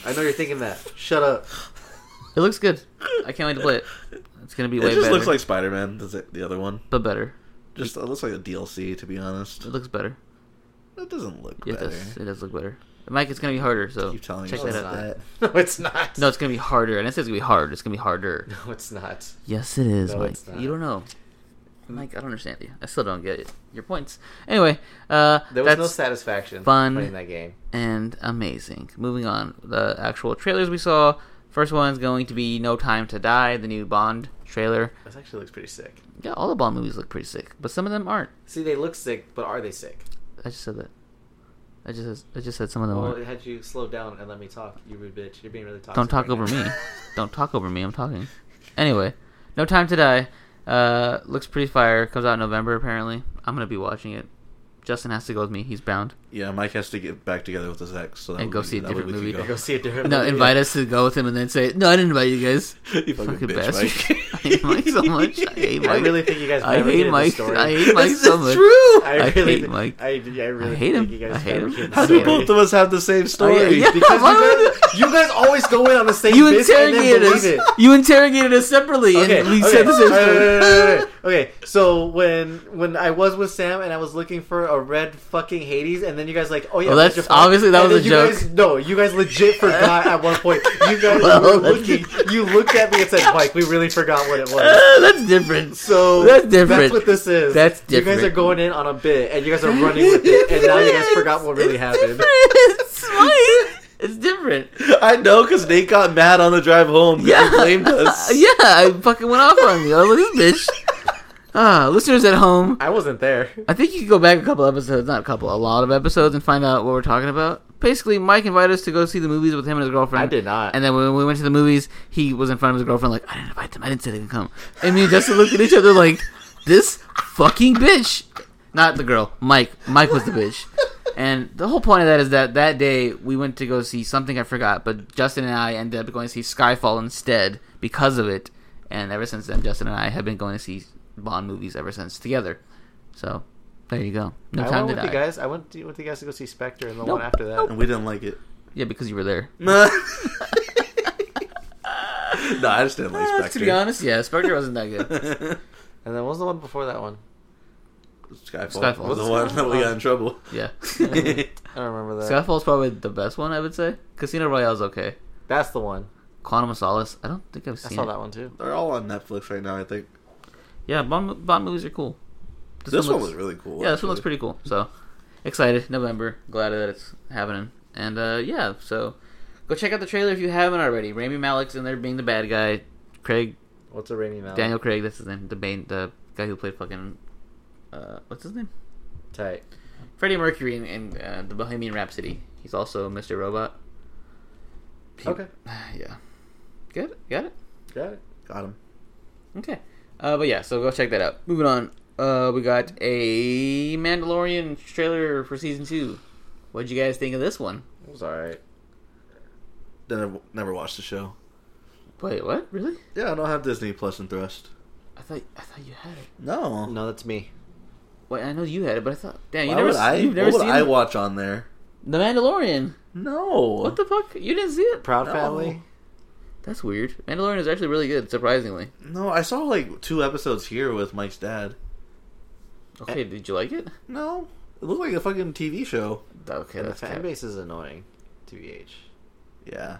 I know you're thinking that. [laughs] Shut up. It looks good. I can't wait to play it. It's gonna be It way just better. looks like Spider Man. That's it, the other one. but better. Just it looks like a DLC, to be honest. It looks better. It doesn't look It better. does. It does look better. Mike, it's gonna be harder. So Keep telling check yourself that it's out. that. not. [laughs] No, it's not. No, it's gonna be harder. And it says it's gonna be hard. It's gonna be harder. No, it's not. Yes, it is, No, Mike. it's not. You don't know. Mike, I don't understand you. I still don't get it. your points. Anyway, uh, There was that's no satisfaction fun. playing that game. and amazing. Moving on, the actual trailers we saw. First one's going to be No Time to Die, the new Bond trailer. This actually looks pretty sick. Yeah, all the Bond movies look pretty sick, but some of them aren't. See, they look sick, but are they sick? I just said that. I just I just said some of them. Well, aren't. had you slow down and let me talk, you rude bitch. You're being really toxic. Don't talk right over now. [laughs] me. Don't talk over me. I'm talking. Anyway, No Time to Die. Uh, looks pretty fire. Comes out in November apparently. I'm gonna be watching it. Justin has to go with me. He's bound. Yeah, Mike has to get back together with his ex, so that And way go we- see a that way different we can movie. [laughs] go. Go see a different No, movie. invite us to go with him, and then say, "No, I didn't invite you [laughs] guys." you fucking, Fucking bitch, bastard. Mike. [laughs] I hate Mike so much. I hate I Mike. really think you guys. I hate fabricated this Mike. Story. I hate Mike This so is much. true. I hate thi- Mike. I, I really I hate him. think you guys I hate him. fabricated How this do Sorry. both of us have the same story? Oh, yeah, yeah. [laughs] Because Why you would- [laughs] guys, you guys always go in on the same you bit and then interrogated us. believe it. You interrogated us separately, Okay, and we okay. said the same Wait, wait, story. wait, wait, wait, wait. Okay, so when when I was with Sam and I was looking for a red fucking Hades, and then you guys like, oh yeah, Well, where's that's- your phone? obviously that And was then a you joke. Guys, no, you [laughs] guys legit forgot at one point. You guys Well, were that's- looking. You looked at me and said, Mike, we really forgot what it was. Uh, [laughs] that's different. [laughs] So That's different. That's what this is. That's You guys different. are going in on a bit, and you [laughs] guys are running with it, and now you guys forgot what really It's happened. different. It's [laughs] funny. It's different. I know because Nate got mad on the drive home. 'cause he [laughs] Yeah. blamed us. yeah, I fucking went off on you. I was like, this bitch. Ah, listeners at home, I wasn't there. I think you can go back a couple episodes, not a couple, a lot of episodes, and find out what we're talking about. Basically, Mike invited us to go see the movies with him and his girlfriend. I did not. And then when we went to the movies, he was in front of his girlfriend, like, I didn't invite them. I didn't say they could come. And me and Justin looked at each other like, this fucking bitch. Not the girl, Mike. Mike was the bitch. And the whole point of that is that that day we went to go see something I forgot, but Justin and I ended up going to see Skyfall instead because of it. And ever since then, Justin and I have been going to see Bond movies ever since together. So there you go. No [laughs] I time went to with die. you guys. I went to, with you guys to go see Spectre and the Nope. one after that. and we didn't like it. Yeah, because you were [laughs] there. [laughs] no, I just didn't like Uh, Spectre. Ah, to be honest, yeah, Spectre wasn't that good. [laughs] And then what was the one before that one? Skyfall, Skyfall. was the one that we got in trouble. [laughs] Yeah, [laughs] I don't remember that. Skyfall's probably the best one I would say. Casino Royale's okay. That's the one. Quantum of Solace, I don't think I've I seen saw it. that one too. They're all on Netflix right now. I think Yeah, Bond, Bond movies are cool. this, one, looks- was really cool. Yeah, this one looks actually. pretty cool. So excited, November. Glad that it's happening. And uh, yeah, so go check out the trailer if you haven't already. Rami Malek's in there being the bad guy. Craig What's a Rainy Oh. Mouth? Daniel Craig, that's his name. The main, the guy who played fucking uh, what's his name? Tight. Freddie Mercury in, in uh, the Bohemian Rhapsody. He's also Mr. Robot. He- Okay. [sighs] Yeah. Good. Got it. Got it. Got him. Okay. Uh, but yeah, so go check that out. Moving on. Uh, we got a Mandalorian trailer for season two. What'd you guys think of this one? It was alright. Then I w- never watched the show. Wait, what? Really? Yeah, I don't have Disney Plus and Thrust. I thought I thought you had it. No, No, that's me. Wait, I know you had it, but I thought damn, you Why never, would I? you've never what would seen I watch on there? the Mandalorian. No. What the fuck? You didn't see it? Proud No. Family. That's weird. Mandalorian is actually really good, surprisingly. No, I saw like two episodes here with Mike's dad. Okay, did you like it? No, it looked like a fucking TV show. Okay, and the that's fan cap. base is annoying. TBH. Yeah.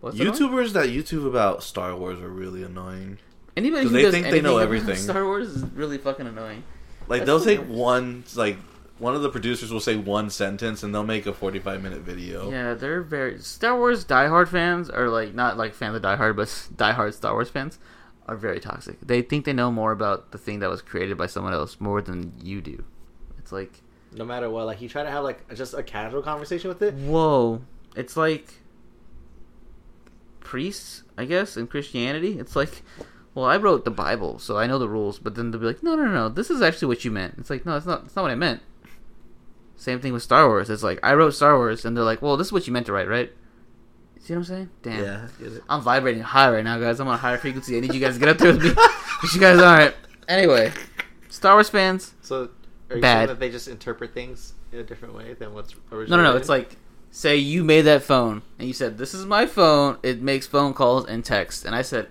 What's that one? YouTubers that YouTube about Star Wars are really annoying. Anybody 'Cause who they does think they anything know about everything. Star Wars is really fucking annoying. Like That's they'll the take worst. one like one of the producers will say one sentence and they'll make a 45 minute video. Yeah, they're very Star Wars diehard fans are like not like fans of Die Hard, but s- diehard Star Wars fans are very toxic. They think they know more about the thing that was created by someone else more than you do. It's like No matter what, like you try to have like just a casual conversation with it. whoa. It's like priests, I guess, in Christianity. It's like, well, I wrote the Bible, so I know the rules. But then they'll be like, no, no, no, no, this is actually what you meant. It's like, no, it's not. It's not what I meant. Same thing with Star Wars. It's like I wrote Star Wars, and they're like, well, this is what you meant to write, right? See what I'm saying? Damn. Yeah, I get it. I'm vibrating high right now, guys. I'm on a higher frequency. I need you guys to get up there with me. But you guys aren't. Anyway, Star Wars fans. So are you Bad. saying that they just interpret things in a different way than what's originally? No, no, no. written? It's like, say you made that phone, and you said, "This is my phone. It makes phone calls and text." And I said,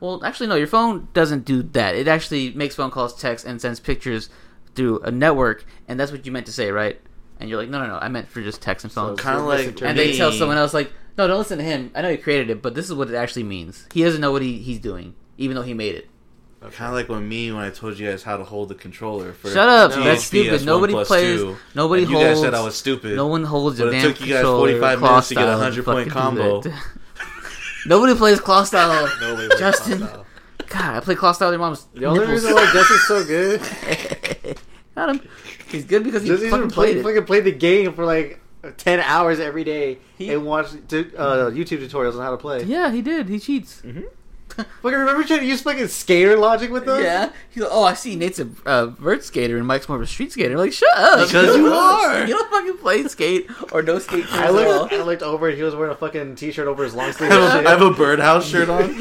"Well, actually, no. Your phone doesn't do that. It actually makes phone calls, text, and sends pictures through a network. And that's what you meant to say, right?" And you're like, "No, no, no. I meant for just text and phone." So- Kind of like misinterpreted. and they tell me- someone else, like, "No, don't listen to him. I know you created it, but this is what it actually means. He doesn't know what he, he's doing, even though he made it." Okay. Kind of like when me when I told you guys how to hold the controller for Shut up! THPS That's stupid. 1 Nobody plus plays. 2, Nobody and you holds. guys said I was stupid. No one holds a But it damn took you guys controller 45 claw minutes to get a style 100 fucking point do combo. that. [laughs] Nobody plays claw style. Nobody plays Justin, claw style. God, I play claw style with your mom's The only nipples. reason why Jesse's so good, [laughs] Got him. He's good because he Jesse's fucking been playing, played it. fucking played the game for like ten hours every day He- and watched tu- uh, YouTube tutorials on how to play. Yeah, he did. He cheats. Fucking remember trying to use fucking skater logic with us? Yeah. He's like, oh, I see. Nate's a uh, vert skater and Mike's more of a street skater. I'm like, shut up. Because you are. You don't fucking play skate or no [laughs] skate. I at all. [laughs] looked, I looked over and he was wearing a fucking t-shirt over his long [laughs] I sleeve. have, a- I have and a birdhouse shirt on.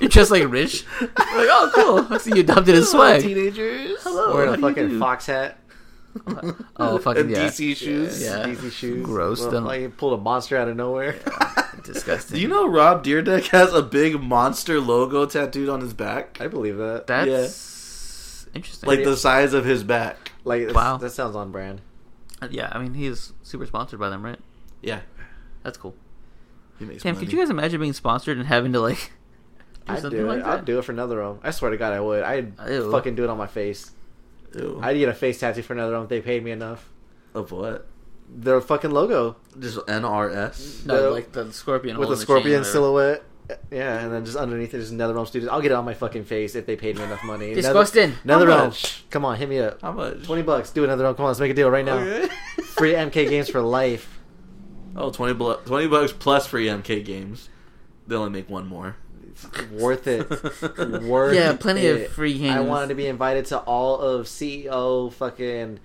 You're just like Rich. like, oh, cool. I see you adopted his swag. Teenagers. Hello. Wearing how a do you fucking do? fox hat. [laughs] Oh, fucking And yeah. DC shoes. Yeah. Easy shoes. Gross, Well, don't- Like he pulled a monster out of nowhere. Disgusting. Do you know Rob Deerdeck has a big monster logo tattooed on his back? [laughs] I believe that. That's interesting. Like the size of his back. Like it's- Wow. that sounds on brand. Uh, yeah, I mean, he's super sponsored by them, right? Yeah. That's cool. He makes Damn, could you guys imagine being sponsored and having to [laughs] like do I'd something do it. like that? I'd do it for another one. I swear to God, I would. I'd Ew. fucking do it on my face. Ew. I'd get a face tattoo for another one if they paid me enough. of what? Their fucking logo Just NRS. No, No. like the scorpion with hole in Oh, a the chain or scorpion whatever. silhouette Yeah, and then just underneath there's NetherRealm Studios. I'll get it on my fucking face if they paid me enough money. Nether- Disgusting. How NetherRealm, much? come on, hit me up. How much? Twenty bucks. Do another round. Come on, let's make a deal right Oh, [laughs] now. Okay. Free MK games for life. Oh, 20, bl- 20 bucks plus free MK games. They only make one more. [laughs] Worth it. Worth Yeah, plenty of it. free I games. wanted to be invited to all of CEO fucking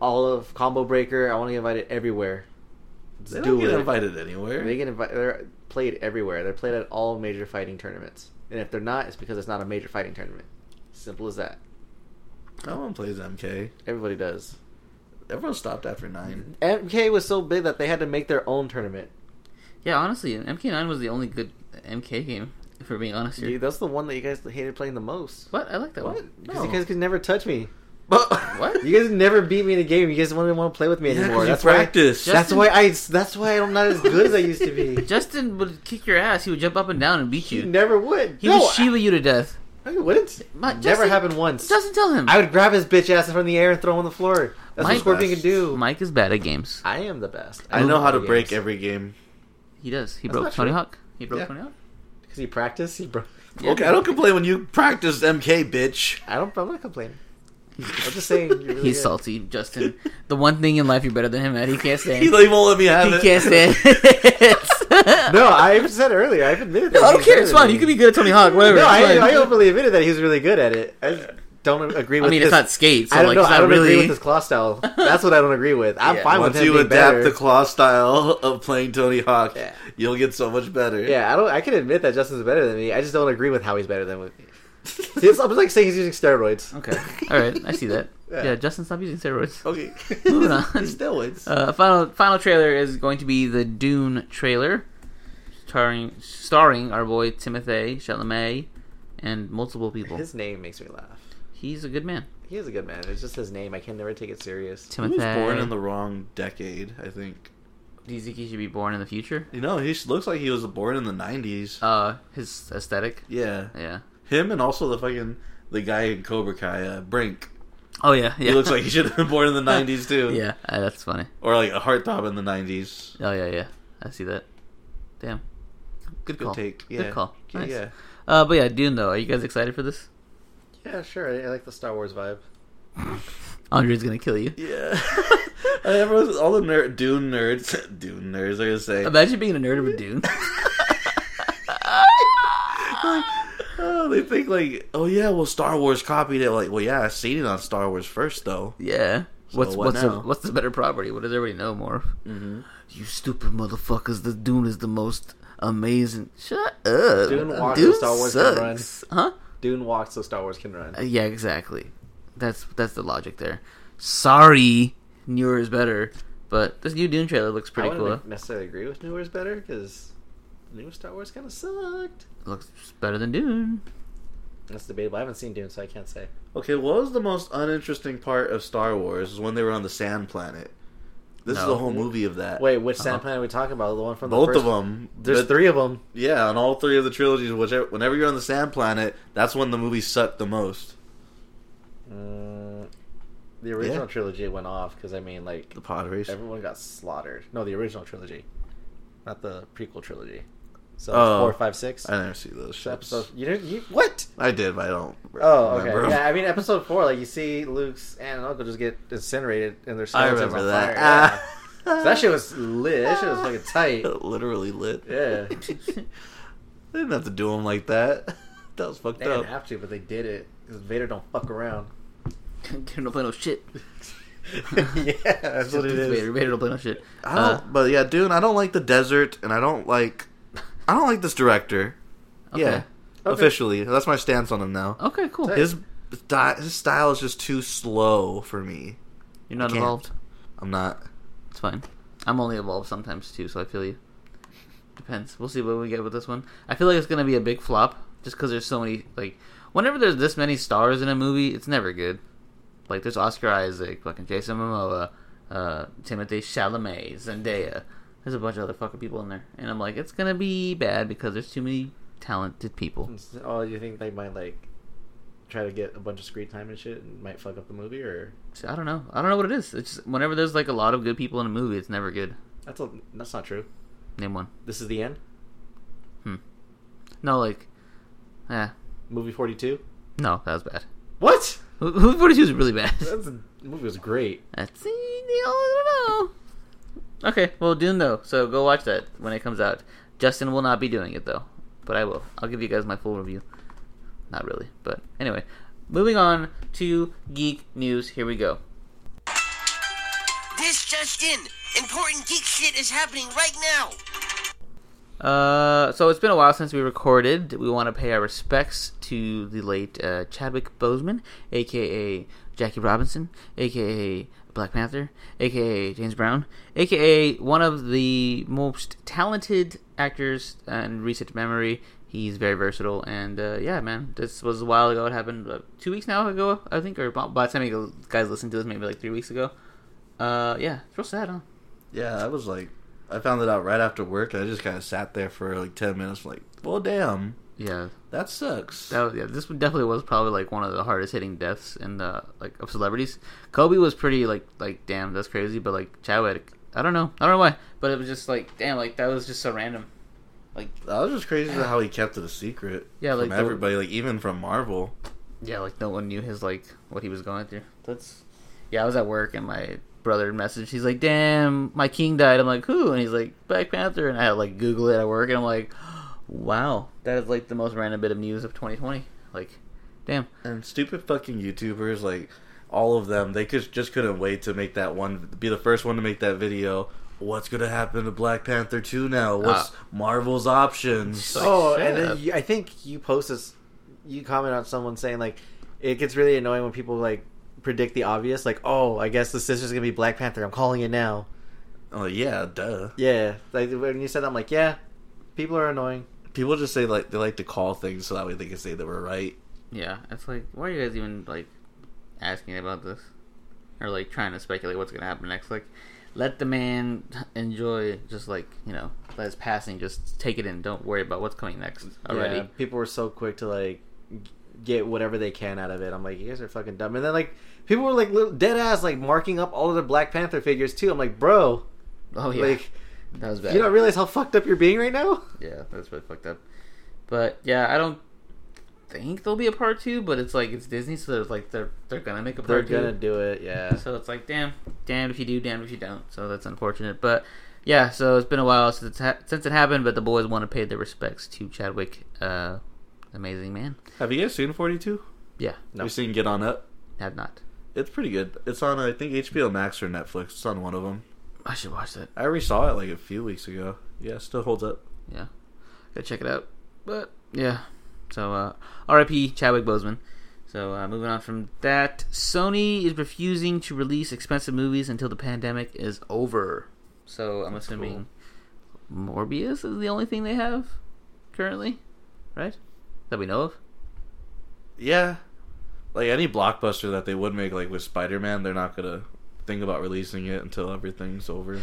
all of Combo Breaker. I want to get invited everywhere. Let's They do don't get it. invited anywhere. They get invited. They're played everywhere. They're played at all major fighting tournaments. And if they're not, it's because it's not a major fighting tournament. Simple as that. No one plays MK. Everybody does. Everyone stopped after [laughs] nine. MK was so big that they had to make their own tournament. Yeah, honestly, MK9 was the only good MK game, if we're being honest here. Dude, that's the one that you guys hated playing the most. What? I like that What? one. Because you guys No. could never touch me. [laughs] What? You guys never beat me in a game. You guys wouldn't want to play with me Yeah, 'cause anymore. you that's practice. why. That's Justin- why I. That's why I'm not as good as I used to [laughs] be. [laughs] Justin would kick your ass. He would jump up and down and beat You you. never would. He no, would Shiva you to [laughs] death. I, I wouldn't. My- never Justin- happened once. Doesn't tell him. I would grab his bitch ass from the air and throw him on the floor. That's Mike- what Scorpion can do. Mike is bad at games. I am the best. I know how to break every every game. He does. He That's broke not Tony true. Hawk. He broke Yeah. Tony Hawk. because he practiced. He broke. Yeah. Okay, I don't complain when you practice MK, [laughs] bitch. I don't. I'm not complaining. I'm just saying. You're really He's good. salty, Justin. The one thing in life you're better than him at, he can't stand. [laughs] He like, won't let me have he it. can't [laughs] [laughs] stand. [laughs] it. [laughs] No, I even said earlier. I've admitted. That I don't he's care. better It's than fine. me. You can be good at Tony Hawk. Whatever. No, it's I, fine. I openly admitted that he's really good at it. I just don't agree I with. mean, this. it's not skate, so I don't like, know. it's I not don't really. agree with his claw style. That's what I don't agree with. I'm Yeah. fine Once with him you being adapt better. the claw style of playing Tony Hawk, Yeah. you'll get so much better. Yeah, I don't. I can admit that Justin's better than me. I just don't agree with how he's better than me. [laughs] See, it's, I'm like saying he's using steroids. Okay. All right. I see that. Yeah. [laughs] Yeah. Justin, stop using steroids. Okay. [laughs] Moving on. It's steroids. Uh, final final trailer is going to be the Dune trailer, starring starring our boy Timothy Chalamet and multiple people. His name makes me laugh. He's a good man. He is a good man. It's just his name. I can never take it serious. he Timothy. was born in the wrong decade, I think. Do you think he should be born in the future? You know, he s- looks like he was born in the 90s. Uh, his aesthetic. yeah. Yeah. Him and also the fucking the guy in Cobra Kai, uh, Brink. Oh yeah. Yeah. He looks like [laughs] he should have been born in the 90s too. yeah. Uh, that's funny. Or like a heartthrob in the 90s. Oh yeah. Yeah. I see that. Damn. Good Good call. take. Good Yeah. call. Yeah, Nice. yeah. Uh, but yeah, Dune though. Are you guys excited for this? Yeah, sure. I, I like the Star Wars vibe. Andre's gonna kill you. Yeah. [laughs] I mean, everyone's, all the nerd, Dune nerds, [laughs] Dune nerds are going to say, Imagine being a nerd [laughs] of a Dune. oh, they think like, oh yeah, well Star Wars copied it. Like, well yeah, I seen it on Star Wars first though. Yeah. what's what what's the, now? Mm-hmm. what's the better property? What does everybody know more? of? You stupid motherfuckers! The Dune is the most amazing. Shut up. Dune walks Dune the Star Wars can run. sucks. Huh? Dune walks so Star Wars can Uh, run. yeah, exactly. That's that's the logic there. Sorry, newer is better, but this new Dune trailer looks I pretty cool. wouldn't necessarily agree with newer is better because new Star Wars kind of sucked. looks better than Dune. [laughs] That's debatable. I haven't seen Dune, so I can't say. Okay, what was the most uninteresting part of Star Wars? Is when they were on the sand planet. This is No. the whole movie of that. Wait, which Uh-huh. sand planet are we talking about? The one from both the first... of them. There's But- three of them. Yeah, on all three of the trilogies. Whichever, whenever you're on the sand planet, that's when the movie sucked the most. Mm, the original Yeah. trilogy went off because I mean, like The pod race. everyone got slaughtered. No, the original trilogy, not the prequel trilogy. So Oh. four, five, six. I never see those shits. Episode. You, didn't- you what? I did, but I don't. Oh, okay. remember. Yeah, I mean, episode four. Like you see Luke's aunt and uncle just get incinerated, and [laughs] their I skulls remember on that. fire. Yeah. [laughs] Ah. So that shit was lit. That shit [laughs] was fucking tight. Literally lit. Yeah. They [laughs] didn't have to do them like that. [laughs] That was fucked They didn't up. have to, but they did it because Vader don't fuck around. Vader don't play no shit. [laughs] [laughs] yeah, that's what it Vader, is. Vader don't play no shit. I Uh, don't, but yeah, Dune. I don't like the desert, and I don't like, I don't like this director. okay. Yeah, officially, that's my stance on him now. Okay, cool. Hey. His di- his style is just too slow for me. You're not can't. involved. I'm not. It's fine. I'm only evolved sometimes too, so I feel you. Depends. We'll see what we get with this one. I feel like it's gonna be a big flop, just because there's so many. Like, whenever there's this many stars in a movie, it's never good. Like, there's Oscar Isaac, fucking Jason Momoa, uh, Timothy Chalamet, Zendaya. There's a bunch of other fucking people in there, and I'm like, it's gonna be bad because there's too many talented people. Oh, you think they might like try to get a bunch of screen time and shit, and might fuck up the movie, or So I don't know. I don't know what it is. It's just whenever there's like a lot of good people in a movie, it's never good. that's a, that's not true. Name one. This is the end. Hmm. No, like, eh, Movie 42? no, that was bad. What? Movie Forty Two is really bad. [laughs] That's, the movie was great. That's I don't know. Okay, well, Dune though, so go watch that when it comes out. Justin will not be doing it though, but I will. I'll give you guys my full review. Not really, but anyway, moving on to geek news. Here we go. This just in. Important geek shit is happening right now. Uh, so it's been a while since we recorded. We want to pay our respects to the late uh, Chadwick Boseman, aka Jackie Robinson, aka Black Panther, aka James Brown, aka one of the most talented actors in recent memory. He's very versatile, and uh, yeah, man, this was a while ago. It happened uh, two weeks now ago, I think, or by by the time you guys listened to this, maybe like three weeks ago. Uh, yeah, it's real sad, huh? Yeah, I was like, I found it out right after work, and I just kind of sat there for like ten minutes, like, well, damn, Yeah, that sucks. That was, yeah, this one definitely was probably like one of the hardest hitting deaths in the like of celebrities. Kobe was pretty like like damn that's crazy, but like Chadwick, I don't know, I don't know why, but it was just like damn like that was just so random. Like I was just crazy how he kept it a secret. Yeah, from like the- everybody, like even from Marvel. yeah, like no one knew his like what he was going through. That's yeah, I was at work and my brother messaged. He's like, damn, my king died. I'm like, who? And he's like, Black Panther. And I had to, like Google it at work, and I'm like, wow, that is like the most random bit of news of 2020. Like, damn. And stupid fucking YouTubers, like all of them, they could just couldn't wait to make that one, be the first one to make that video. What's gonna happen to Black Panther two now? What's Marvel's options? Like, oh, shut and up. then you, I think you post this, you comment on someone saying like, it gets really annoying when people like predict the obvious, like, oh, I guess the sister's gonna be Black Panther. I'm calling it now. Oh yeah, duh. Yeah, like when you said, that, I'm like, yeah, people are annoying. People just say like they like to call things so that way they can say that we're right. Yeah, it's like, why are you guys even like asking about this, or like trying to speculate what's gonna happen next? Like, let the man enjoy, just like you know, let his passing. Just take it in. Don't worry about what's coming next already. Yeah, people were so quick to like g- get whatever they can out of it. I'm like, you guys are fucking dumb. And then like people were like little, dead ass like marking up all of the Black Panther figures too. I'm like, bro, Oh yeah, like that was bad. you don't realize how fucked up you're being right now. yeah, that's really fucked up. But yeah, I don't think there'll be a part two. But it's like it's Disney, so there's like they're they're gonna make a They're part two. gonna do [laughs] it. Yeah. So it's like, damn, damned if you do, damned if you don't. So that's unfortunate. But yeah, so it's been a while since, it's ha- since it happened, but the boys want to pay their respects to Chadwick, uh, amazing man. Have you guys seen Forty Two? Yeah, No. Have you seen Get On Up? have not. It's pretty good. It's on I think HBO Max or Netflix. It's on one of them. I should watch that. I already saw it like a few weeks ago. Yeah, it still holds up. Yeah, gotta check it out. But yeah, so uh, R.I.P. Chadwick Boseman. So uh, moving on from that, Sony is refusing to release expensive movies until the pandemic is over. So I'm assuming Morbius is the only thing they have currently, right? That we know of. Yeah, like any blockbuster that they would make, like with Spider Man, they're not gonna think about releasing it until everything's over.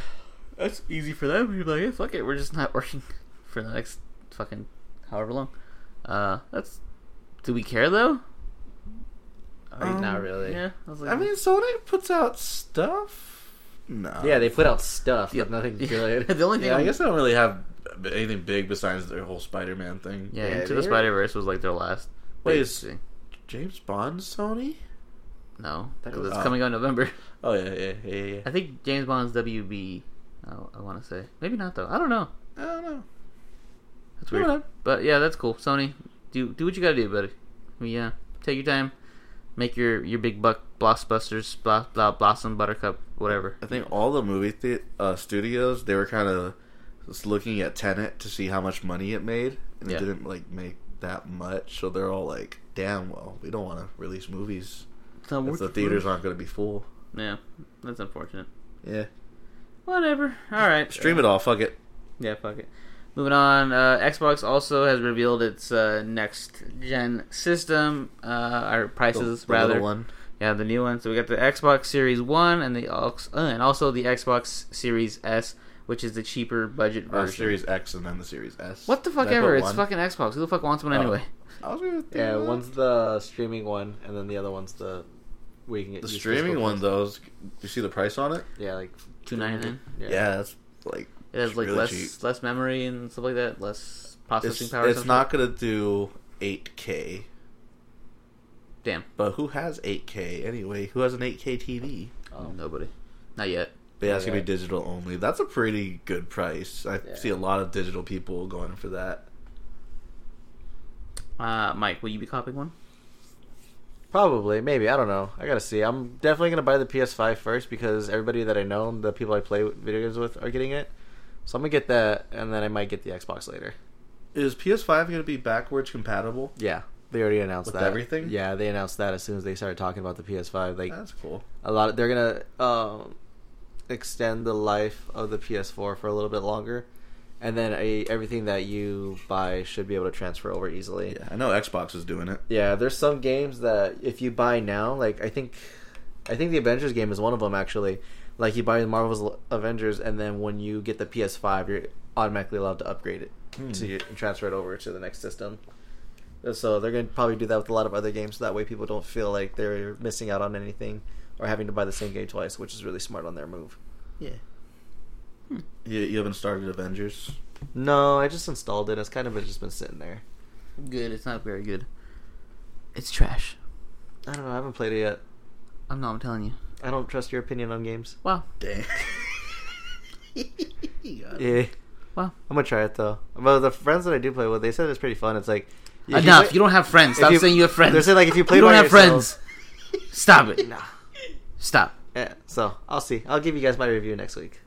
That's easy for them. You're like, yeah, fuck it, we're just not [laughs] working for the next fucking however long. Uh, that's. Do we care though? Not really. Um, Yeah, I was like, I mean, Sony puts out stuff. No. Yeah, they put out stuff, [laughs] but nothing Yeah. good. the only thing Yeah, [laughs] I guess they don't really have anything big besides their whole Spider Man thing. Yeah, Yeah, Into the they- Spider Verse was like their last. Wait, big is- thing. James Bond, Sony. no, That 'cause was- it's oh. coming out in November. [laughs] Oh yeah, yeah, yeah, yeah. I think James Bond's WB. oh, I want to say maybe not though. I don't know. I don't know. That's weird. Whatever. But yeah, that's cool. Sony, do do what you gotta do, buddy. I mean, yeah, take your time, make your your big buck blockbusters, blah blah blossom buttercup, whatever. I think all the movie the- uh, studios they were kind of just looking at Tenet to see how much money it made, and Yeah. it didn't like make that much. So they're all like, "Damn, well, we don't want to release movies It's not if worth the it. theaters aren't going to be full." Yeah, that's unfortunate. Yeah, Whatever. All right. stream it all. Fuck it. Yeah, fuck it. Moving on, uh, Xbox also has revealed its uh, next gen system, uh, or The- prices the little rather. one. Yeah, the new one. So we got the Xbox Series One and the Ox- uh, and also the Xbox Series S, which is the cheaper budget Uh, version. Series X and then the Series S. What the fuck Did I put ever? It's one? fucking Xbox. Who the fuck wants one Oh. anyway? I was gonna think yeah, that. one's the streaming one, and then the other one's the where you can get the used to streaming physical one forms. though. is- You see the price on it? Yeah, like Two ninety nine. Yeah, that's like It has it's like really less cheap. less memory and stuff like that. Less processing It's, power. or it's something? not gonna do 8K, Damn. but who has 8K anyway? Who has an 8K TV? Um, Oh. Nobody. Not yet. But yeah, it's gonna be Yeah. digital only. That's a pretty good price. I Yeah. see a lot of digital people going for that. Uh, Mike, will you be copying one? Probably, maybe. I don't know. I gotta see. I'm definitely gonna buy the PS5 first because everybody that I know, and the people I play with- video games with, are getting it. So I'm gonna get that, and then I might get the Xbox later. Is PS5 gonna be backwards compatible? Yeah, they already announced With that. everything? Yeah, they announced that as soon as they started talking about the PS5. Like That's cool. a lot, of, they're gonna um, extend the life of the PS4 for a little bit longer, and then a, everything that you buy should be able to transfer over easily. Yeah, I know Xbox is doing it. Yeah, there's some games that if you buy now, like I think, I think the Avengers game is one of them actually. Like you buy the Marvel's L- Avengers, and then when you get the PS5, you're automatically allowed to upgrade it Hmm. to and transfer it over to the next system. Uh, So they're gonna probably do that with a lot of other games. So that way, people don't feel like they're missing out on anything or having to buy the same game twice, which is really smart on their move. Yeah. You, you haven't started Avengers. No, I just installed it. It's kind of just been sitting there. Good. It's not very good. It's trash. I don't know. I haven't played it yet. I'm not. I'm telling you. I don't trust your opinion on games. Wow. [laughs] Dang. Yeah. Wow. I'm gonna try it though. But the friends that I do play with, they said it's pretty fun. It's like if you Enough. play- Uh, You don't have friends. if Stop saying you have friends. They're saying like if you play, you don't by have yourself- [laughs] friends. Stop it. Nah. Stop. Yeah, so I'll see. I'll give you guys my review next week.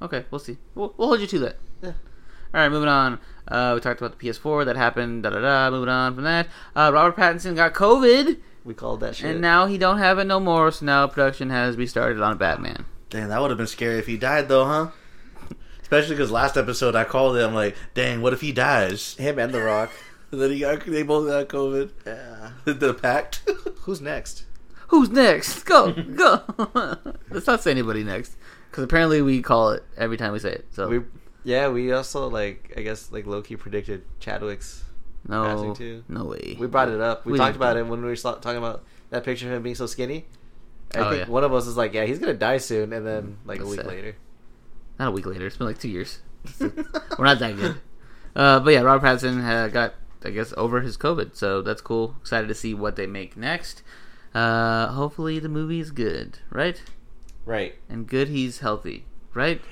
Okay, we'll see. We'll, we'll hold you to that. Yeah. All right, moving on. Uh, we talked about the PS4 that happened. Da da da. Moving on from that. Uh, Robert Pattinson got COVID, We called that shit. and now he don't have it no more. So now production has restarted on Batman. Dang, that would have been scary if he died, though, huh? Especially because last episode I called it. I'm like, dang, what if he dies? him and The Rock. And then he got they both got COVID. [laughs] [laughs] Yeah. the pact. Who's next? Who's next? [laughs] Go go. Let's not say anybody next, because apparently we call it every time we say it. So We, yeah, we also like I guess like Loki predicted Chadwick's. passing no, too. no way. We brought it up. We, We talked didn't. about it when we were sla- talking about that picture of him being so skinny. I Oh, think yeah. one of us is like, yeah, he's gonna die soon, and then like a That's week sad. later. Not a week later. It's been like two years. We're not that good. [laughs] Uh, but yeah, Robert Pattinson uh, got, I guess, over his COVID, so that's cool. Excited to see what they make next. Uh, hopefully, the movie is good, right? Right. And good, he's healthy, right?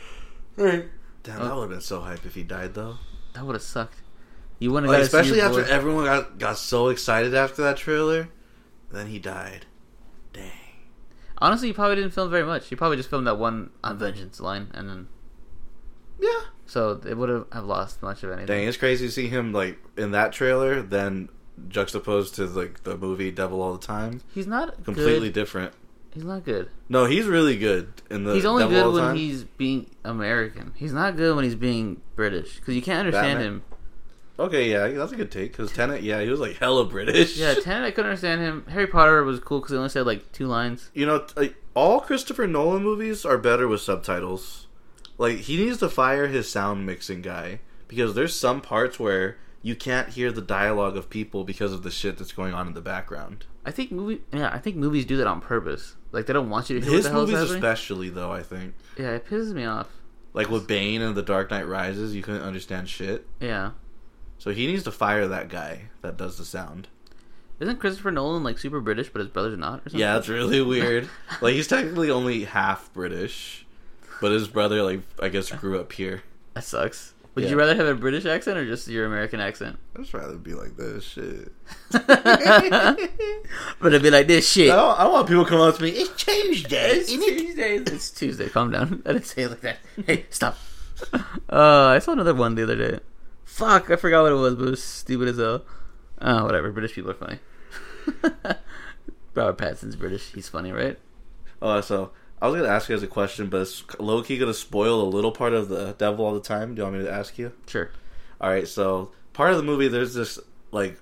Right. Damn, that would have been so hype if he died, though. That would have sucked. You wouldn't have Like, got to see especially your after boy- everyone got, got so excited after that trailer. Then he died. Dang. Honestly, you probably didn't film very much. You probably just filmed that one on Vengeance line, and then Yeah. so it would have have lost much of anything. Dang, it's crazy to see him like in that trailer, then juxtaposed to like the movie Devil All the Time. He's not Completely completely. Good. different. He's not good. No, he's really good in the. He's only Devil All good the when Time. he's being American. He's not good when he's being British because you can't understand Batman. him. Okay, yeah, that's a good take. Because Tenet, yeah, he was like hella British. [laughs] Yeah, Tenet, I couldn't understand him. Harry Potter was cool because he only said like two lines. you know, t- like, all Christopher Nolan movies are better with subtitles. Like he needs to fire his sound mixing guy because there's some parts where you can't hear the dialogue of people because of the shit that's going on in the background. I think movie, yeah, I think movies do that on purpose. Like they don't want you to hear His what the hell movies, is happening. especially though, I think, yeah, it pisses me off. like with Bane and The Dark Knight Rises, you couldn't understand shit. Yeah, So he needs to fire that guy that does the sound. isn't Christopher Nolan like super British, but his brother's not? Or something? Yeah, it's [laughs] really weird. like he's technically only half British, but his brother, like I guess, grew up here. that sucks. Would you Yeah. rather have a British accent or just your American accent? I'd just rather be like this shit. but it'd be like this shit. I, don't, I don't want people coming up to me. It's Tuesday. It's Tuesday. It's Tuesday. Calm down. [laughs] I didn't say it like [laughs] that. Hey, stop. Uh, I saw another one the other day. Fuck, I forgot what it was, but it was stupid as hell. Oh, whatever. British people are funny. [laughs] Robert Pattinson's British. He's funny, right? Oh, so I was gonna ask you guys a question, but it's low key gonna spoil a little part of the devil all the time. Do you want me to ask you? Sure. All right, so part of the movie, there's this like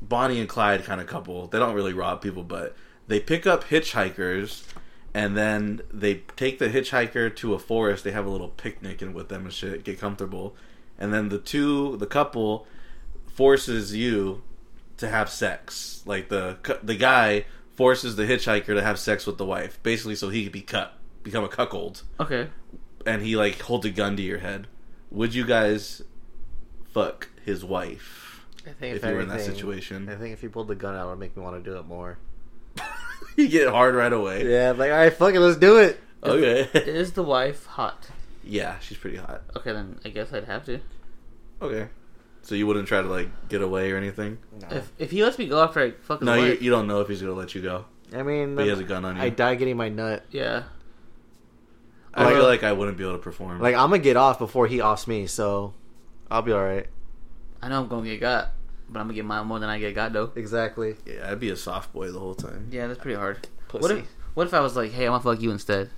Bonnie and Clyde kind of couple. They don't really rob people, but they pick up hitchhikers, and then they take the hitchhiker to a forest. They have a little picnic and with them and shit, get comfortable, and then the two, the couple, forces you to have sex. Like the cu- the guy forces the hitchhiker to have sex with the wife, basically, so he could be cut, become a cuckold Okay. and he like holds a gun to your head, would you guys fuck his wife I think if you were in that situation. I think if you pulled the gun out, it would make me want to do it more. [laughs] you get hard right away. Yeah, like all right, fuck it, let's do it. [laughs] Okay. Is the wife hot? yeah, she's pretty hot. Okay, then I guess I'd have to. Okay. So you wouldn't try to like get away or anything? If, if he lets me go after I fucking No, you, wife- you don't know if he's gonna let you go. I mean, But he has a gun on you. I die getting my nut. yeah. I feel Like- uh, like I wouldn't be able to perform. Like I'm gonna get off before he offs me, so I'll be all right. I know I'm gonna get got, but I'm gonna get mine more than I get got though. Exactly. yeah, I'd be a soft boy the whole time. Yeah, that's pretty hard. What Pussy. if what if I was like, hey, I'm gonna fuck you instead?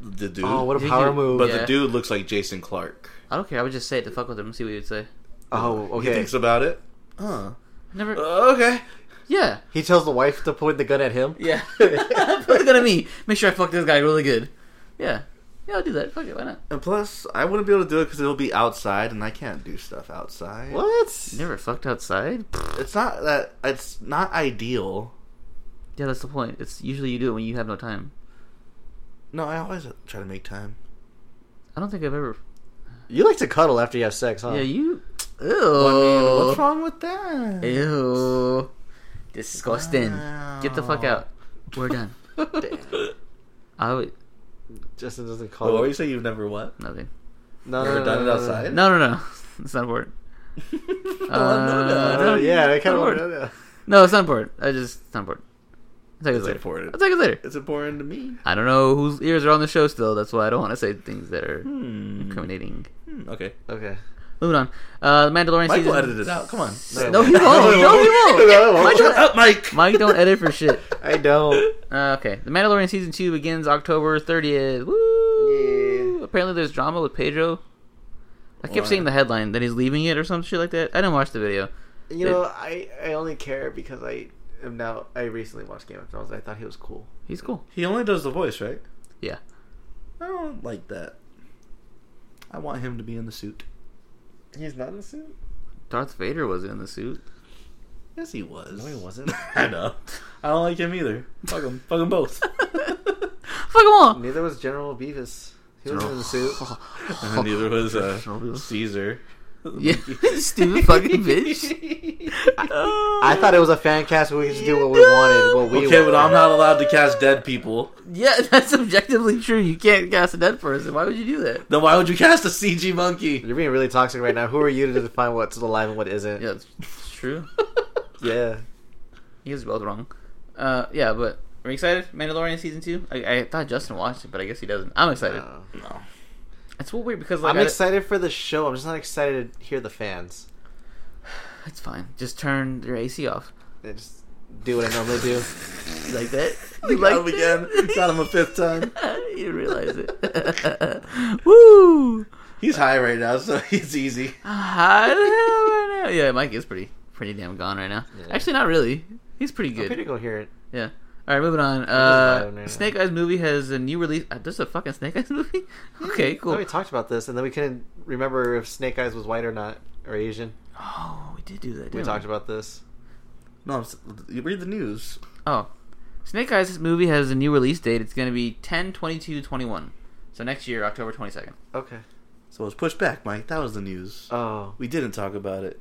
The dude. Oh, what a He power could- move! but Yeah. the dude looks like Jason Clark. I don't care. I would just say it to fuck with him and see what he would say. oh, He okay. thinks about it. Huh. Never. Uh, okay. yeah. He tells the wife to point the gun at him. [laughs] Yeah. Put the gun at me. Make sure I fuck this guy really good. Yeah. Yeah, I'll do that. Fuck it. Why not? And plus, I wouldn't be able to do it because it'll be outside, and I can't do stuff outside. What? Never fucked outside. It's not that. It's not ideal. Yeah, that's the point. It's usually you do it when you have no time. No, I always try to make time. I don't think I've ever. You like to cuddle after you have sex, Uh. huh? Yeah, you. Ew. what's wrong with that? Ew. Disgusting. Get the fuck Wow. out. We're [laughs] done. I would Justin doesn't Wait, call. what were you it. saying? You've never [laughs] what? nothing. No, Never done it outside? No, no, [laughs] no. It's not important. Uh, I don't- yeah, I I kind don't of want know. to know. No, it's not important. I just it's not important. I'll take it It's later. important. I'll take it later. It's important to me. I don't know whose ears are on the show still. That's why I don't want to say things that are Hmm. incriminating. Hmm, Okay. Okay. Moving on. Uh, Mandalorian Michael season. edited it out. Come on. No, he [laughs] [laughs] won't. No, he won't. Shut up, Mike. Mike, don't edit for shit. I don't. Uh, okay, The Mandalorian season two begins October thirtieth. Woo! Apparently, there's drama with Pedro. I kept Why? seeing the headline that he's leaving it or some shit like that. I didn't watch the video. You know, I, I only care because I am now. I recently watched Game of Thrones. I thought he was cool. He's cool. He only does the voice, right? Yeah. I don't like that. I want him to be in the suit. He's not in the suit. Darth Vader was in the suit. Yes, he was. No, he [laughs] wasn't. I know. I don't like him either. Fuck him. Fuck them both. [laughs] Fuck 'em all. Neither was General Beavis. He was in the suit. [laughs] and neither was uh, [laughs] Caesar. Yeah, [laughs] stupid fucking [laughs] bitch. I thought it was a fan cast where we could just do what we wanted. What we Okay, but I'm wanted. not allowed to cast dead people. Yeah, that's objectively true. You can't cast a dead person. Why would you do that? Then why would you cast a CG monkey? You're being really toxic right now. Who are you to define what's alive and what isn't? Yeah, it's, it's [laughs] true. Yeah. He was both wrong. Uh, yeah, but are you excited? Mandalorian season two. I, I thought Justin watched it, but I guess he doesn't. I'm excited. Uh, No. It's so weird because like I'm I- excited for the show. I'm just not excited to hear the fans. It's fine. Just turn your AC off. They just do what I normally [laughs] do. You like [laughs] that? You You like him again. Got him a fifth time. [laughs] you didn't realize it. [laughs] Woo! He's high right now, so [laughs] he's easy. Hot as hell right now. Yeah, Mike is pretty pretty damn gone right now. Yeah. Actually, not really. He's pretty I'm good. pretty coherent. Yeah. All right, moving on. vibing right Uh, now. Snake Eyes movie has a new release. Uh, there's a fucking Snake Eyes [laughs] [laughs] movie. Okay, Cool. cool. We talked about this, and then we couldn't remember if Snake Eyes was white or not or Asian. Oh, we did do that. We Hmm. didn't talked about this. No, I'm, s- you read the news. Oh. Snake Eyes movie has a new release date. It's going to be 10 22 21. So next year, October 22nd. Okay. So it was pushed back, Mike. That was the news. Oh. we didn't talk about it.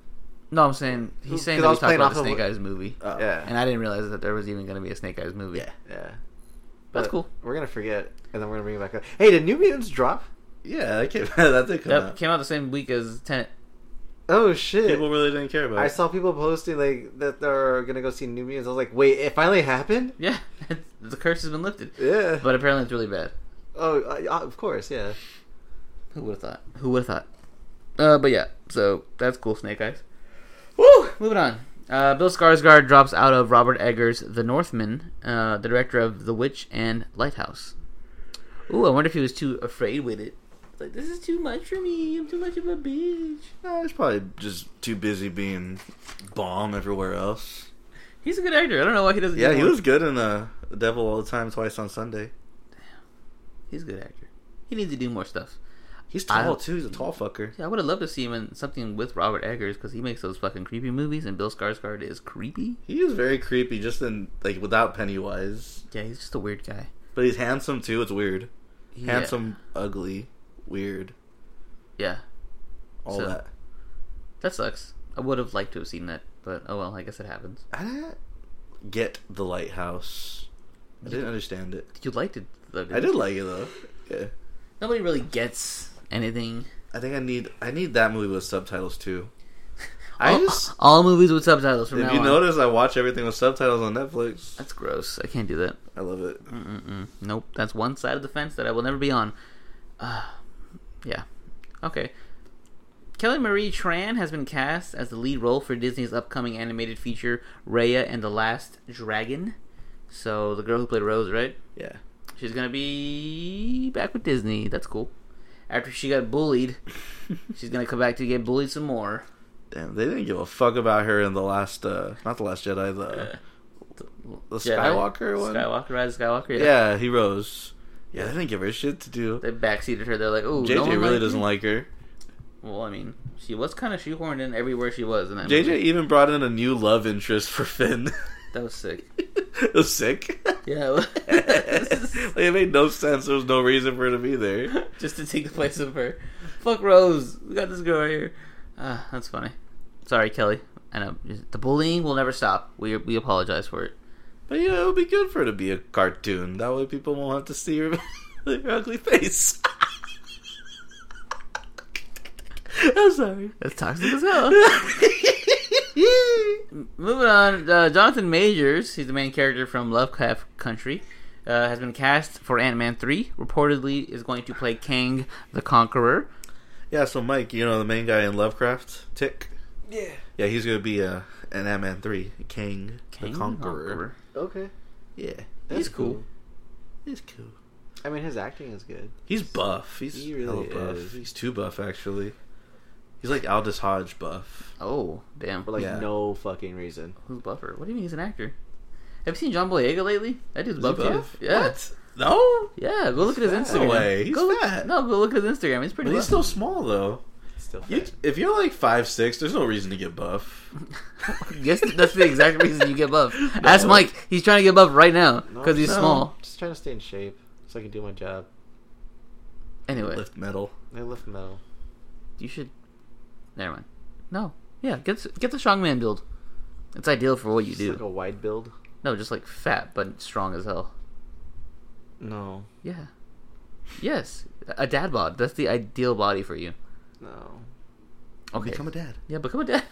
No, I'm saying he's saying 'Cause that I we talked was playing about the off of Snake what- Eyes movie, Uh, yeah. and I didn't realize that there was even going to be a Snake Eyes movie. Yeah. yeah. that's cool. We're gonna forget, and then we're gonna bring it back up. Hey, did New Mutants drop? Yeah, that, came, [laughs] that did come Yep, out. came out the same week as Tenet. Oh shit! People really didn't care about it. I saw people posting like that they're gonna go see New Mutants. I was like, wait, it finally happened? [laughs] Yeah, [laughs] the curse has been lifted, Yeah. but apparently it's really bad. oh, uh, of course, yeah. Who would have thought? Who would have thought? Uh, but yeah, so that's cool, Snake Eyes. Woo! Moving on. Uh, Bill Skarsgård drops out of Robert Eggers' The Northman, uh, the director of The Witch and Lighthouse. Ooh, I wonder if he was too afraid with it. Like, this is too much for me. I'm too much of a bitch. No, he's probably just too busy being bomb everywhere else. He's a good actor. I don't know why he doesn't. Yeah, get he more- was good in uh, The Devil All the Time twice on Sunday. He's a good actor. He needs to do more stuff. He's tall I- too. He's a tall fucker. Yeah, I would have loved to see him in something with Robert Eggers because he makes those fucking creepy movies, and Bill Skarsgård is creepy. He is very creepy, just in like without Pennywise. Yeah, he's just a weird guy. uh, But he's handsome too. It's weird. Yeah. Handsome, ugly, weird, Yeah, all So- that. That sucks. I would have liked to have seen that, but oh well. I guess it happens. I didn't get the lighthouse. I didn't understand it. You liked it. Though, I did like it though. Yeah. Nobody really gets anything. I think I need I need that movie with subtitles too. I all, just all movies with subtitles from if now you on. notice I watch everything with subtitles on Netflix. That's gross. I can't do that. I love it. Mm-mm. Nope. That's one side of the fence that I will never be on. [sighs] Uh, yeah. Okay. Kelly Marie Tran has been cast as the lead role for Disney's upcoming animated feature Raya and the Last Dragon. So the girl who played Rose, right? Yeah. She's gonna be back with Disney. That's cool. After she got [laughs] bullied, she's gonna come back to get bullied some more. Damn, they didn't give a fuck about her in the last uh not the last Jedi, the the Jedi? Skywalker one. Skywalker, Rise of Skywalker. Yeah. Yeah, he rose. Yeah, they didn't give her shit to do. They backseated her. They're like, "Oh, JJ really doesn't like her. Well, I mean, she was kind of shoehorned in everywhere she was in that JJ movie. even brought in a new love interest for Finn. [laughs] That was sick. it was sick. Yeah. like, it was- [laughs] [laughs] it made no sense. There was no reason for her to be there. Just to take the place of her. Fuck Rose. We got this girl right here. Uh, that's funny. Sorry, Kelly. I know the bullying will never stop. We we apologize for it. But you know, it would be good for her to be a cartoon. That way, people won't have to see her, [laughs] her ugly face. [laughs] I'm sorry. [laughs] That's toxic as [laughs] hell. Moving on, uh, Jonathan Majors, he's the main character from Lovecraft Country, uh, has been cast for Ant Man 3. Reportedly, is going to play Kang the Conqueror. yeah. So, Mike, you know the main guy in Lovecraft, Tick. Yeah, he's gonna be uh, an Ant-Man three, King, Kang the Conqueror. Okay. Yeah, He's cool. He's cool. I mean, his acting is good. He's buff. He's He hella really buff. is. He's too buff actually. He's like Aldous Hodge buff. Oh, damn. For like Yeah. no fucking reason. Who's Buffer? What do you mean he's an actor? Have you seen John Boyega lately? That dude's Is he buff, too. buff? Yeah. What? No. Yeah, go look at his fat. Instagram. No way. He's go, fat. No, go look at his Instagram. He's pretty But he's buff. still small though. Still. Fat. You, if you're like five six, there's no reason to get buff. [laughs] [laughs] yes, that's the exact reason you get buff. [laughs] Ask Mike. He's trying to get buff right now No, because he's no. small. Just trying to stay in shape so I can do my job. Anyway, Lift metal. I lift metal. you should. Never mind. No. Yeah, get get the strongman build. It's ideal for what you Just like a do. wide build. No, just like fat but strong as hell. No, Yeah. Yes, a dad bod. That's the ideal body for you. no, Oh, Okay. Become a dad. yeah, become a dad.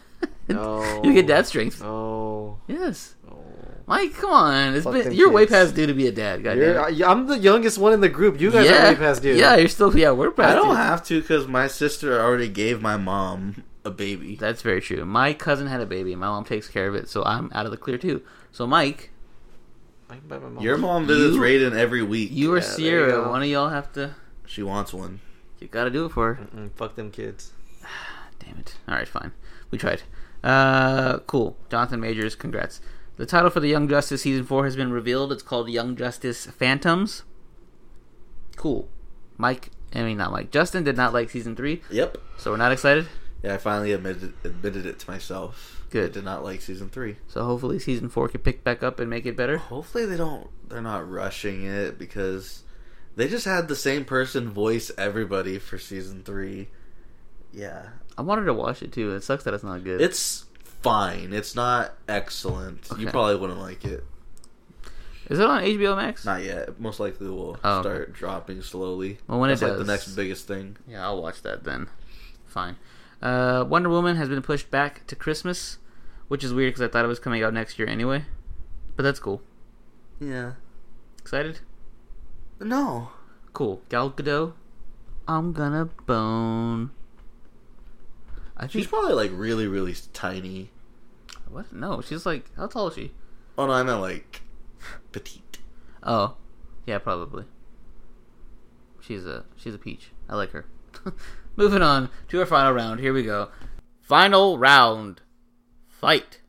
[laughs] No. you get dad strength. no. Yes. no. Mike, come on. It's Fuck been them you're way kids. past due to be a dad. God You're, damn it. I, I'm the youngest one in the group. You guys are way past due. Yeah, you're still yeah, we're past I don't due. have to because my sister already gave my mom a baby. That's very true. My cousin had a baby. My mom takes care of it, so I'm out of the clear too. So Mike, I can buy my mom. Your mom visits You- Raiden every week. you or Yeah, there you Sierra, go. one of y'all have to. she wants one. You gotta do it for her. Mm, fuck them kids. Damn it. All right, fine. We tried. Uh, cool. Jonathan Majors, congrats. The title for the Young Justice season four has been revealed. It's called Young Justice Phantoms. Cool. Mike, I mean not Mike. Justin did not like season three, Yep. so we're not excited. Yeah, I finally admitted admitted it to myself. Good. I did not like season three. So hopefully season four can pick back up and make it better. Hopefully they don't. They're not rushing it because they just had the same person voice everybody for season three. Yeah, I wanted to watch it too. It sucks that it's not good. it's fine. It's not excellent. You Okay. probably wouldn't like it. Is it on HBO Max? Not yet. Most likely will Oh, okay. start dropping slowly. Well, when it That's like the does. next biggest thing. Yeah, I'll watch that then. Fine. Uh, Wonder Woman has been pushed back to Christmas, which is weird because I thought it was coming out next year anyway. But that's cool. Yeah. Excited? No. Cool. Gal Gadot, I'm gonna bone. I She's think probably like really, really tiny. what? No, she's like how tall is she? Oh no, I meant like petite. Oh, yeah, probably. She's a she's a peach. I like her. [laughs] Moving on to our final round. Here we go. Final round. Fight.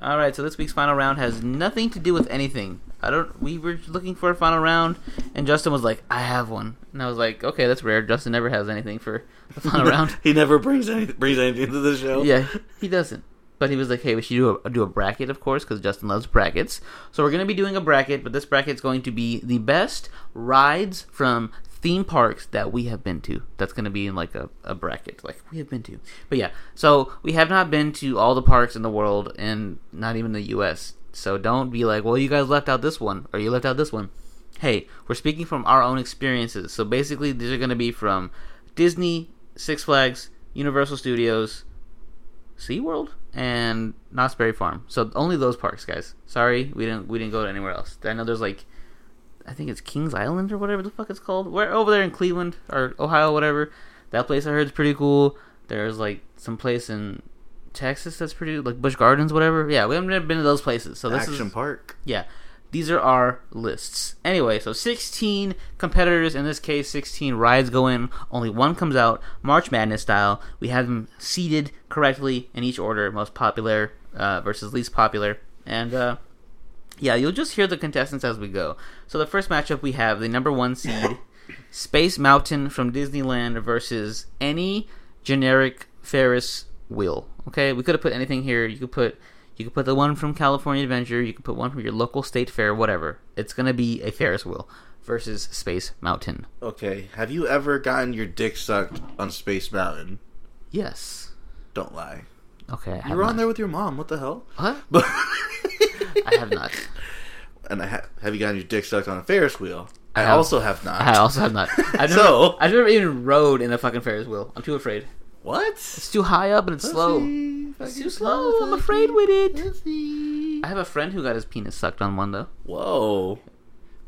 All right. So this week's final round has nothing to do with anything. I don't. We were looking for a final round, and Justin was like, "I have one," and I was like, "Okay, that's rare. Justin never has anything for the [laughs] [laughs] final round." he never brings any, brings anything to the show. Yeah, he doesn't. But he was like, "Hey, we should do a do a bracket, of course, because Justin loves brackets." So we're gonna be doing a bracket, but this bracket's going to be the best rides from theme parks that we have been to. That's going to be in like a, a bracket, like we have been to. But yeah, so we have not been to all the parks in the world and not even the U.S. So don't be like, well, you guys left out this one or you left out this one. Hey, we're speaking from our own experiences. So basically, these are going to be from Disney, Six Flags, Universal Studios, SeaWorld, and Knott's Berry Farm. So only those parks, guys. Sorry, we didn't we didn't go to anywhere else. I know there's like I think it's Kings Island or whatever the fuck it's called. Where over there in Cleveland or Ohio, whatever. That place I heard is pretty cool. There's like some place in Texas that's pretty like Busch Gardens, whatever. Yeah, we haven't been to those places. So this Action is Park. yeah. These are our lists. Anyway, so 16 competitors, in this case, 16 rides go in. Only one comes out, March Madness style. We have them seated correctly in each order most popular uh, versus least popular. And uh, yeah, you'll just hear the contestants as we go. So the first matchup we have the number one seed, Space Mountain from Disneyland versus any generic Ferris wheel. Okay, we could have put anything here. You could put you could put the one from California Adventure. You could put one from your local state fair. Whatever. It's gonna be a Ferris wheel versus Space Mountain. Okay, have you ever gotten your dick sucked on Space Mountain? Yes. Don't lie. Okay. I You have were on not. there with your mom. What the [laughs] hell? What? But I [laughs] have not. and I ha- have you gotten your dick sucked on a Ferris wheel? I, have. also have not. I also have [laughs] not. I've never, So- I've never even rode in a fucking Ferris wheel. I'm too afraid. what? It's too high up and it's slow. It's too slow. I'm afraid with it. it. I have a friend who got his penis sucked on one though. Whoa.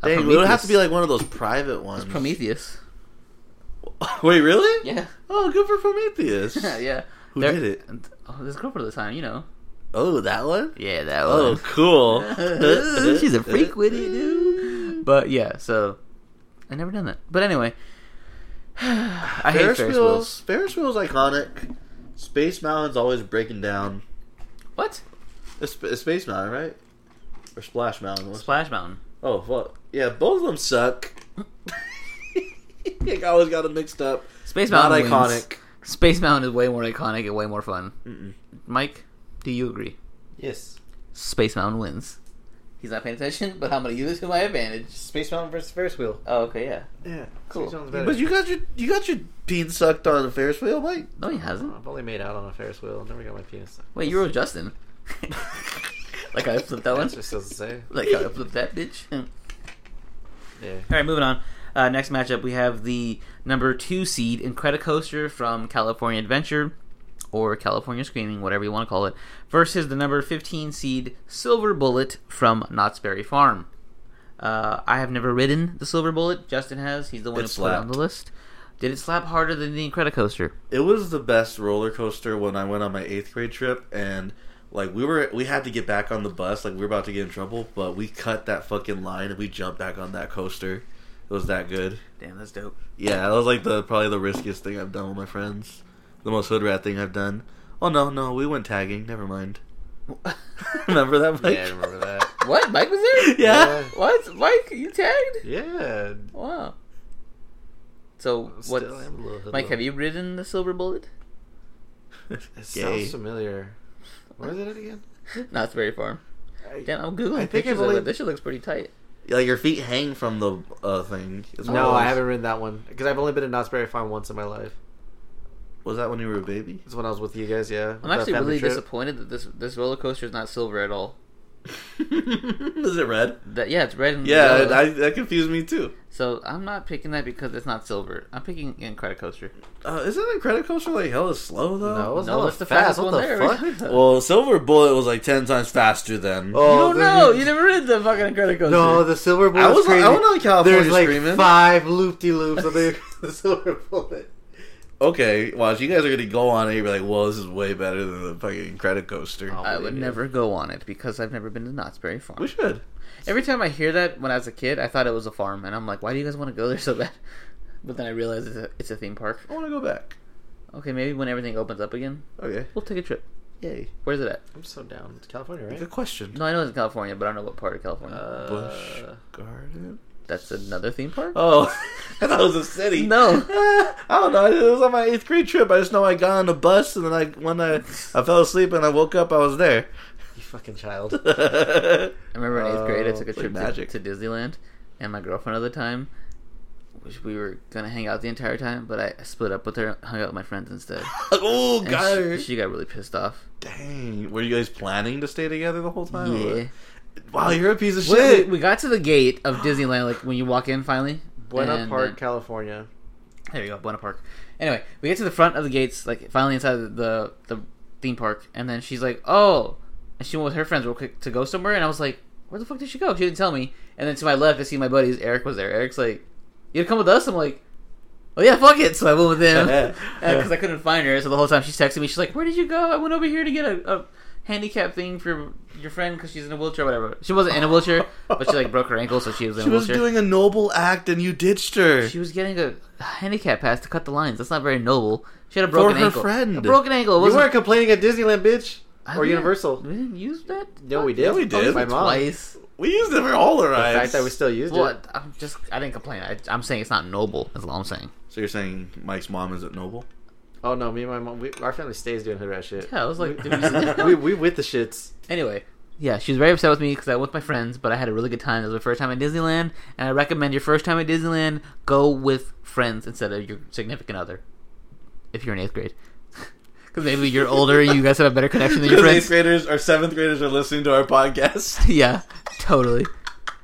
A Dang, it would have Prometheus. to be like one of those private ones. Prometheus. [laughs] Wait, really? Yeah. Oh, good for Prometheus. [laughs] yeah. Who did it? Oh, this girl for the time, you know. Oh, that one? Yeah, that Oh, cool. [laughs] She's a freak with it, dude. But yeah, so I never done that. But anyway, [sighs] I hate Ferris, Ferris wheels. wheels. Ferris wheels iconic. Space Mountain's always breaking down. What? It's, it's Space Mountain, right? Or Splash Mountain? what's- Splash Mountain. [laughs] Oh fuck! Yeah, both of them suck. [laughs] I always got them mixed up. Space Not Mountain. wins. iconic. Space Mountain is way more iconic and way more fun. Mike, do you agree? Yes. Space Mountain wins. He's not paying attention, but I'm gonna use it to my advantage. Space Mountain versus Ferris wheel. Oh, okay, yeah. Yeah. Cool. Space Mountain's better. But you got your you got your peen sucked on a Ferris wheel, Mike. No, he hasn't. I've only made out on a Ferris wheel. I've never got my penis. sucked. Wait, you were with Justin. [laughs] like I flipped that one. That's just supposed to say. Like I flipped that bitch. [laughs] All Yeah. right, moving on. Uh, next matchup, we have the number two seed Incredicoaster from California Adventure, or California Screaming, whatever you want to call it, versus the number fifteen seed Silver Bullet from Knott's Berry Farm. Uh, I have never ridden the Silver Bullet. Justin has. He's the one It who put it on slapped. the list. Did it slap harder than the Incredicoaster? It was the best roller coaster when I went on my eighth grade trip, and like we were we had to get back on the bus, like we were about to get in trouble, but we cut that fucking line and we jumped back on that coaster. It was that good. Damn, that's dope. Yeah, that was like the probably the riskiest thing I've done with my friends. The most hood rat thing I've done. Oh no, no, we went tagging. Never mind. [laughs] remember that, Mike? Yeah, I [laughs] remember that. What? Mike was there? Yeah. What? Mike, you tagged? Yeah. Wow. So what? Still am a little hoodlum. Mike, have you ridden the Silver Bullet? It Gay. sounds familiar. Where is it at again? Not very far. I- Damn, I'm googling I think pictures I've of only- it. This shit looks pretty tight. Yeah, like your feet hang from the uh, thing. It's one No, of I those- haven't ridden that one because I've only been to Knott's Berry Farm once in my life. Was that when you were a [laughs] baby? [laughs] It's when I was with you guys. Yeah, I'm with that actually family really trip. disappointed that this this roller coaster is not silver at all. Is it red? That yeah, it's red and Yeah, yellow. I, that confused me too. so I'm not picking that because it's not silver. I'm picking Incredicoaster. coaster. Uh, isn't that credit coaster like hella slow No, though? it was No, hella that's the fastest fast. What one the there. [laughs] fuck? Well, Silver Bullet was like ten times faster then. you Oh, don't know. the- You never rid the fucking Incredicoaster. No, the silver bullet. I was crazy. I went on California There's like screaming. five loop de loops of the, [laughs] the silver bullet. Okay, watch. You guys are gonna go on it. You're like, well, this is way better than the fucking credit coaster. Oh. I would never go on it because I've never been to Knott's Berry Farm. We should. Every time I hear that when I was a kid, I thought it was a farm, and I'm like, why do you guys want to go there so bad? [laughs] But then I realized it's a, it's a theme park. I want to go back. Okay, maybe when everything opens up again, Okay. we'll take a trip. Yay. Where's it at? I'm so down. It's California, right? Good question. No, I know it's in California, but I don't know what part of California. Uh, Bush Garden. That's another theme park. Oh, [laughs] I thought it was a city. No. Eh, [laughs] I don't know. It was on my eighth grade trip. I just know I got on a bus and then I when I I fell asleep and I woke up, I was [laughs] there. [laughs] You fucking child. [laughs] I remember in eighth grade, I took a Oh, it's like trip to, magic. to Disneyland, and my girlfriend at the time which we were gonna hang out the entire time, but I split up with her, hung out with my friends [laughs] instead. oh, And got she, her. she got really pissed off. Dang. Were you guys planning to stay together the whole time? or Yeah. what? Wow, you're a piece of Well, [laughs] shit. We, we got to the gate of Disneyland, like when you walk in finally. Buena and Park, then- California. There you go, Buena Park. Anyway, we get to the front of the gates, like finally inside the the, the theme park, and then she's like, "Oh," and she went with her friends real quick to go somewhere, and I was like, "Where the fuck did she go?" She didn't tell me. And then to my left, I see my buddies. Eric was there. Eric's like, "You'd come with us?" I'm like, "Oh yeah, fuck it." [laughs] So I went with [laughs] him because I couldn't find her. So the whole time she's texting me, she's like, "Where did you go? I went over here to get a." a handicap thing for your friend because she's in a wheelchair whatever she wasn't in a wheelchair but she like broke her ankle so she was in She a was wheelchair doing a noble act and you ditched her. she was getting a handicap pass to cut the lines. That's not very noble. She had a broken her ankle. friend. A broken ankle. It You wasn't, weren't complaining at Disneyland, bitch, I or didn't- Universal. We didn't use that. No, we did. Yeah, we did. My mom. Twice. we used it for all her The eyes. fact that we still used Well, it. I- I'm just. I didn't complain. I, I'm saying it's not noble. That's all I'm saying. so you're saying Mike's mom isn't [laughs] noble? Oh no, me and my mom. We, our family stays doing hood rat shit. Yeah, I was [laughs] like, did we, we- we we with the shits. anyway. Yeah, she was very upset with me because I went with my friends, but I had a really good time. It was my first time at Disneyland, and I recommend your first time at Disneyland go with friends instead of your significant other, if you're in eighth grade, [laughs] because maybe you're older, you guys have a better connection than your Because friends. eighth graders or seventh graders are listening to our podcast. [laughs] yeah, totally.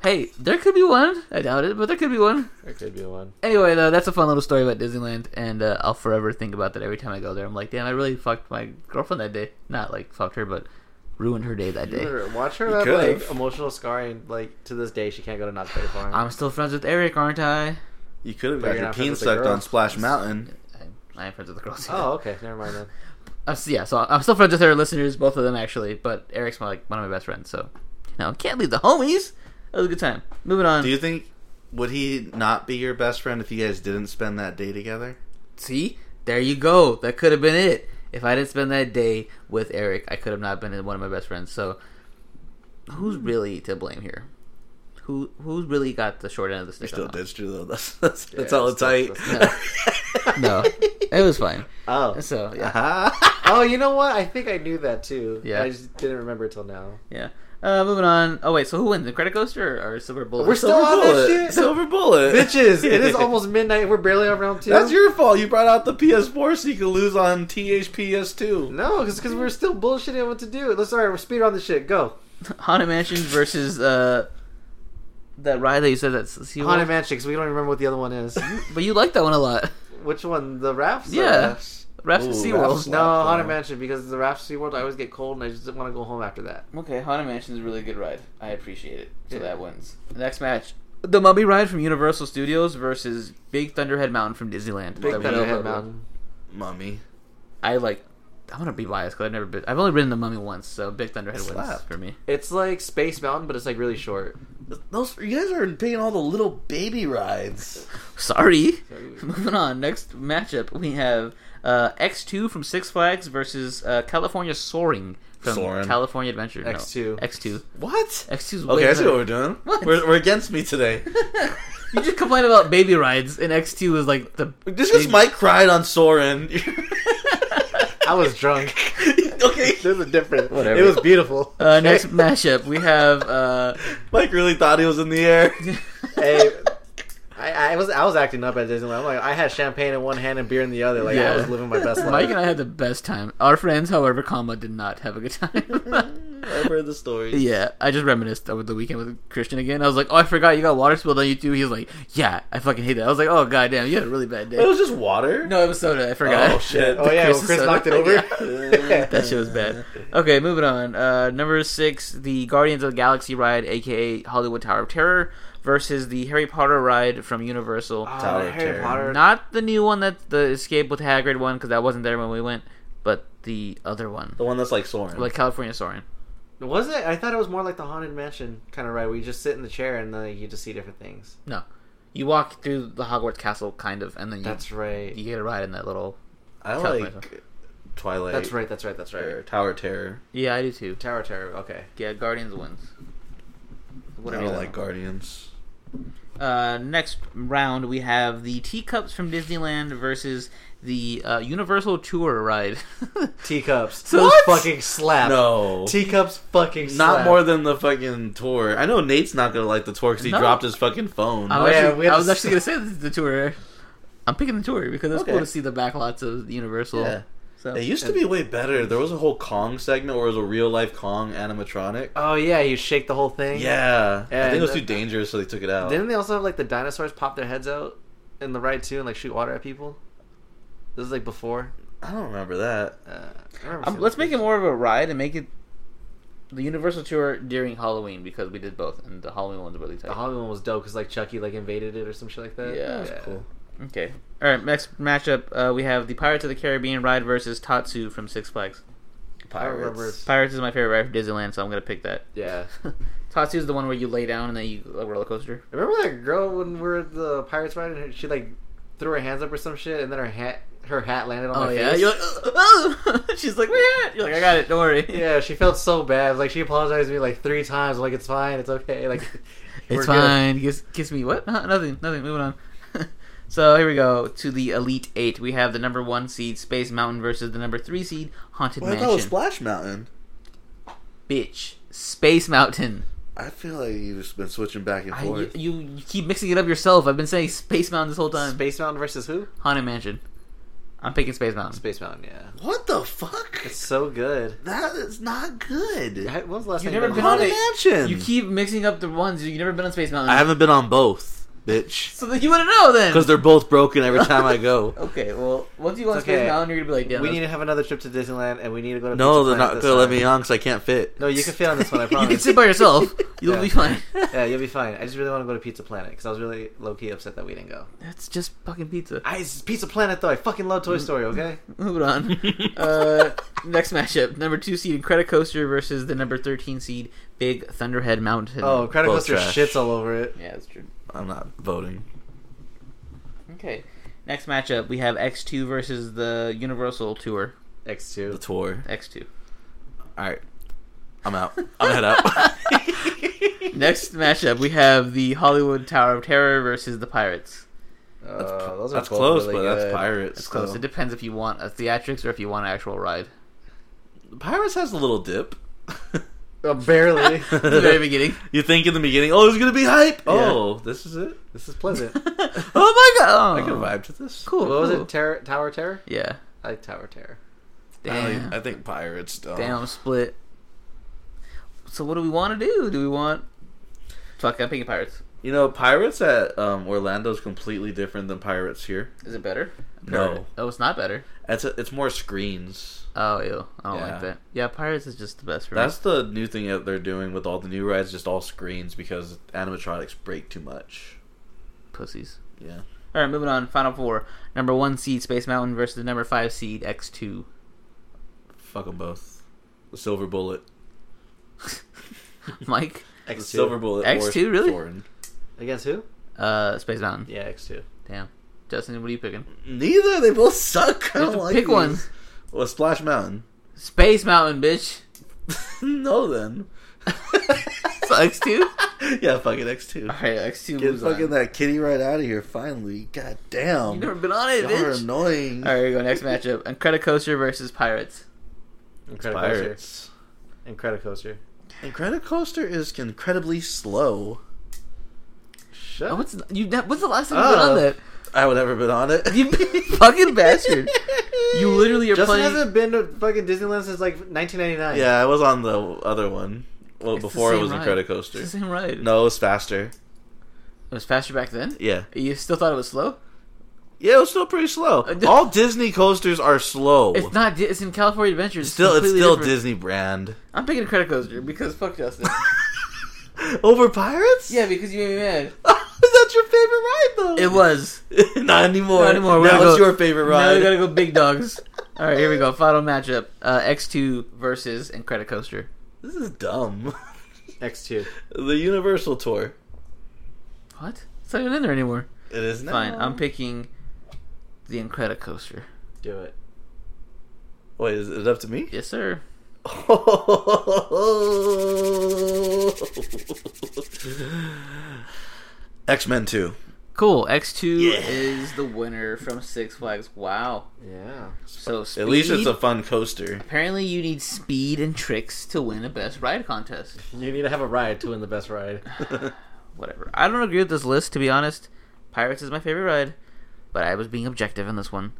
Hey, there could be one. I doubt it, but there could be one. There could be one. Anyway, though, that's a fun little story about Disneyland, and uh, I'll forever think about that every time I go there. I'm like, damn, I really fucked my girlfriend that day. Not like fucked her, but ruined her day that day. Remember, Watch her You have could've. like emotional scarring. Like to this day, she can't go to Knott's Berry [laughs] Farm. I'm still friends with Eric, aren't I? You could have But got you're your not peen friends with the sucked girl. on Splash Mountain. I, I am friends with the girls. oh, okay. Never mind then. Uh, so yeah, so I'm still friends with her listeners, both of them actually. But Eric's my, like one of my best friends, so you know, can't leave the homies. That was a good time. Moving on. Do you think would he not be your best friend if you guys didn't spend that day together? See, there you go. That could have been it. If I didn't spend that day with Eric, I could have not been one of my best friends. So, who's really to blame here? Who who's really got the short end of the stick? You still on that? ditched her though. [laughs] That's that's, that's Yeah, all it's that's- tight. [laughs] No, it was fine. Oh, So yeah, oh, you know what? I think I knew that too. Yeah. I just didn't remember [laughs] till now. yeah. Uh, moving on. Oh wait, so who wins? The credit coaster or, or silver bullet? We're still [laughs] Silver on bullet. that Silver bullet. shit. Bitches, it [laughs] is almost midnight. We're barely on round two. That's your fault. You brought out the PS4 so you could lose on THPS2. no, because we're still bullshitting what to do. Let's sorry, we're speed on this shit. Go. [laughs] Haunted Mansion versus uh, that ride that you said that's see, Haunted Mansion, 'cause we don't remember what the other [laughs] one is. [laughs] But you like that one a lot. Which one? The rafts? or- Yeah. Raps Ooh, at Raps. SeaWorld. No, Slap Haunted on. Mansion because the rafts SeaWorld I always get cold and I just didn't want to go home after that. Okay, Haunted Mansion is a really good ride. I appreciate it. So Yeah. that wins. The next match. The Mummy Ride from Universal Studios versus Big Thunderhead Mountain from Disneyland. Big That we Thunderhead know about. Mountain. Mummy. I like. I'm gonna be biased because I've never been. I've only ridden the Mummy once, so Big Thunderhead wins Slap. for me. It's like Space Mountain, but it's like really short. Those you guys are paying all the little baby rides. Sorry. [laughs] Sorry. Moving on. Next matchup we have uh, X2 from Six Flags versus uh, California Soaring from Soaring. California Adventure. No, X2. X2. What? X2's way Okay, I see better. [laughs] what we're doing. What? We're, we're against me [laughs] today. [laughs] you just complained about baby rides, and X2 was like the. Just because Mike cried on Soren. [laughs] I was [laughs] drunk. okay. There's a difference. Whatever. It was beautiful. [laughs] Uh, next mashup, we have uh, Mike really thought he was in the air. hey, I, I was I was acting up at Disneyland. I'm like I had champagne in one hand and beer in the other. Like Yeah. I was living my best [laughs] life. Mike and I had the best time. Our friends, however, comma did not have a good time. [laughs] [laughs] I've heard the story. yeah, I just reminisced over the weekend with Christian again. I was like, "Oh, I forgot you got water spilled on you too." He was like, "Yeah, I fucking hate that." I was like, "Oh goddamn, you had a really bad It [laughs] day." was just water. No, it was soda. I forgot. [laughs] Oh shit. oh yeah, Chris well, Chris is- knocked it [laughs] over. that shit was bad. Okay, moving on. Uh, number six, the Guardians of the Galaxy ride, aka Hollywood Tower of Terror, versus the Harry Potter ride from Universal. [laughs] Oh, Tower of Harry Terror. Potter. Not the new one that the Escape with Hagrid one, because that wasn't there when we went, but the other one, The one that's like Soren. like California Soarin'. Was it? I thought it was more like the haunted mansion kind of ride. where you just sit in the chair and then you just see different things. No, you walk through the Hogwarts castle kind of, and then you, That's right. you get a ride in that little. I Twilight. like Twilight. That's right. That's right. That's Or right. Tower Terror. Yeah, I do too. Tower of Terror. Okay. Yeah, Guardians wins. I Whatever don't that like one. Guardians. Uh, next round we have the teacups from Disneyland versus the uh, Universal Tour ride. [laughs] Teacups. So Those What? fucking slap. No. Teacups fucking slap. Not more than the fucking tour. I know Nate's not gonna like the tour because he No. dropped his fucking phone. I'm Oh, yeah, actually- we had I to was actually going to say this is the tour. I'm picking the tour because it's cool Okay. to see the backlots of Universal. Yeah. So It used to be way better. There was a whole Kong segment where it was a real life Kong animatronic. Oh, yeah, you shake the whole thing. Yeah, I think it was And- too dangerous, so they took it out. Didn't they also have, like, the dinosaurs pop their heads out in the ride, too, and, like, shoot water at people? This is, like, before. I don't remember that. Uh, I remember Um, seeing let's this. make it more of a ride and make it the Universal Tour during Halloween because we did both, and the Halloween one's really tight. The Halloween one was dope because, like, Chucky, like, invaded it or some shit like that. Yeah. That's cool. okay. All right. Next matchup, uh, we have the Pirates of the Caribbean ride versus Tatsu from Six Flags. I remember. Pirates is my favorite ride from Disneyland, so I'm gonna pick [laughs] that. Yeah. Tatsu is the one where you lay down and then you a roller coaster. Remember that girl when we were at the Pirates ride and her- she, like, threw her hands up or some shit and then her hat her hat landed on Oh my yeah, face? you're like, "Ugh, ugh." [laughs] she's like, yeah. You're like, I got it. Don't worry. Yeah, she felt so bad. Like she apologized to me like three times. Like it's fine, it's okay. [laughs] Like we're It's good. fine. Kiss, kiss me. What? Huh, nothing. Nothing. Moving on. [laughs] so here we go to the elite eight. We have the number one seed Space Mountain versus the number three seed Haunted Well, I thought it was Mansion. Splash Mountain. Bitch, Space Mountain. I feel like you've been switching back and I, forth. you, you you keep mixing it up yourself. I've been saying Space Mountain this whole time. Space Mountain versus who? Haunted Mansion. I'm picking Space Mountain. Space Mountain. Yeah, what the fuck? it's so good. that is not good. What was the last You've time never went been on on Haunted it. Mansion. You keep mixing up the ones. You've never been on Space Mountain. I haven't been on both, bitch. So then you wouldn't know then. Because they're both broken every time [laughs] I go. Okay, well, once you go on It's okay. Space Mountain, you're gonna be like, yeah, We that's- need to have another trip to Disneyland, and we need to go to. No, Pizza they're not Planet this gonna let me time. on because I can't fit. No, you can fit on this one. [laughs] I you can promise. sit by yourself. [laughs] You'll Yeah. be fine. yeah, you'll be fine. I just really want to go to Pizza Planet because I was really low key upset that we didn't go. [laughs] That's just fucking pizza. I, it's Pizza Planet though. I fucking love Toy Story. Okay. Moving [laughs] on. uh, next matchup: number two seed Credit Coaster versus the number thirteen seed Big Thunderhead Mountain. Oh, Credit Both Coaster trash. shits all over it. yeah, that's true. I'm not voting. Okay. Next matchup: we have X two versus the Universal Tour. X The two. tour. X [laughs] two. All right, I'm out. [laughs] I'm [laughs] head up. Next matchup: we have the Hollywood Tower of Terror versus the Pirates. That's, Uh, those are that's both close, really but good. that's pirates. It's close. so. It depends if you want a theatrics or if you want an actual [laughs] ride. Pirates has a little dip. [laughs] Uh, barely. [laughs] At the very beginning. [laughs] you think in the beginning, oh, it's gonna be hype. Oh, this is it. this is pleasant. oh my god! I can Uh, vibe to this. Cool. What was cool. it? Terror, Tower Terror? Yeah. I like Tower Terror. I like- Damn. I think pirates. Don't. Damn split. So what do we want to do? Do we want? Fuck, I'm picking pirates. You know, pirates at um, Orlando is completely different than pirates here. Is it better? No. Oh, it's not better. It's a, it's more screens. Oh, ew. I don't Yeah. like that. Yeah, pirates is just the best for me. That's the new thing that they're doing with all the new rides, just all screens because animatronics break too much. Pussies. Yeah. All right, moving on. Final four. Number one seed Space Mountain versus the number five seed X two. [laughs] Fuck them both. The silver bullet. Mike, The silver bullet. X or two, really? Thorn. Against who? uh, Space Mountain. Yeah, X two. Damn. Justin, what are you picking? Neither. They both suck. I You have don't to like pick these. one. Well, Splash Mountain. [laughs] Space Mountain, bitch. no, then. So X two. [laughs] yeah, fucking X two. All right, X two Get moves fucking on. that kitty right out of here. Finally, god damn. You've never been on it, Y'all are bitch. annoying. All right, here we go. Next matchup: And Credit Coaster versus Pirates. Incredicoaster. Pirates. Incredicoaster. And Credit Coaster is incredibly slow. Shut Oh, up. what's you? What's the last time you have Oh. done that? I would never been on it. [laughs] You fucking [laughs] bastard! You literally are Justin playing. hasn't been to fucking Disneyland since like 1999. Yeah, I was on the other one. Well, It's the before it same was ride. Incredicoaster. It's the same ride. No, it was faster. it was faster back then. Yeah. You still thought it was slow? Yeah, it was still [laughs] pretty slow. d- All Disney coasters are slow. It's not. Di- It's in California Adventures. It's still, it's completely still different. Disney brand. [laughs] I'm picking a credit coaster because fuck [laughs] Justin. Over Pirates? [laughs] yeah, because you made me mad. That's your favorite ride, though. It was. [laughs] not anymore. Not anymore. We're Now gonna it's go- your favorite Now ride. we gotta go big dogs. All right, here [laughs] we go. Final matchup: uh, X2 versus and credit coaster. This is dumb. [laughs] X2. the Universal tour. What? It's not even in there anymore. It is now. Fine, I'm picking the Incredicoaster. Do it. Wait, is it up to me? [laughs] Yes, sir. X Men Two. Cool. X two Yeah. is the winner from Six Flags. Wow. Yeah. So speed, At least it's a fun coaster. [laughs] apparently you need speed and tricks to win a best ride contest. You need to have a ride to win the best ride. Whatever. I don't agree with this list to be honest. Pirates is my favorite ride, but I was being objective in this one,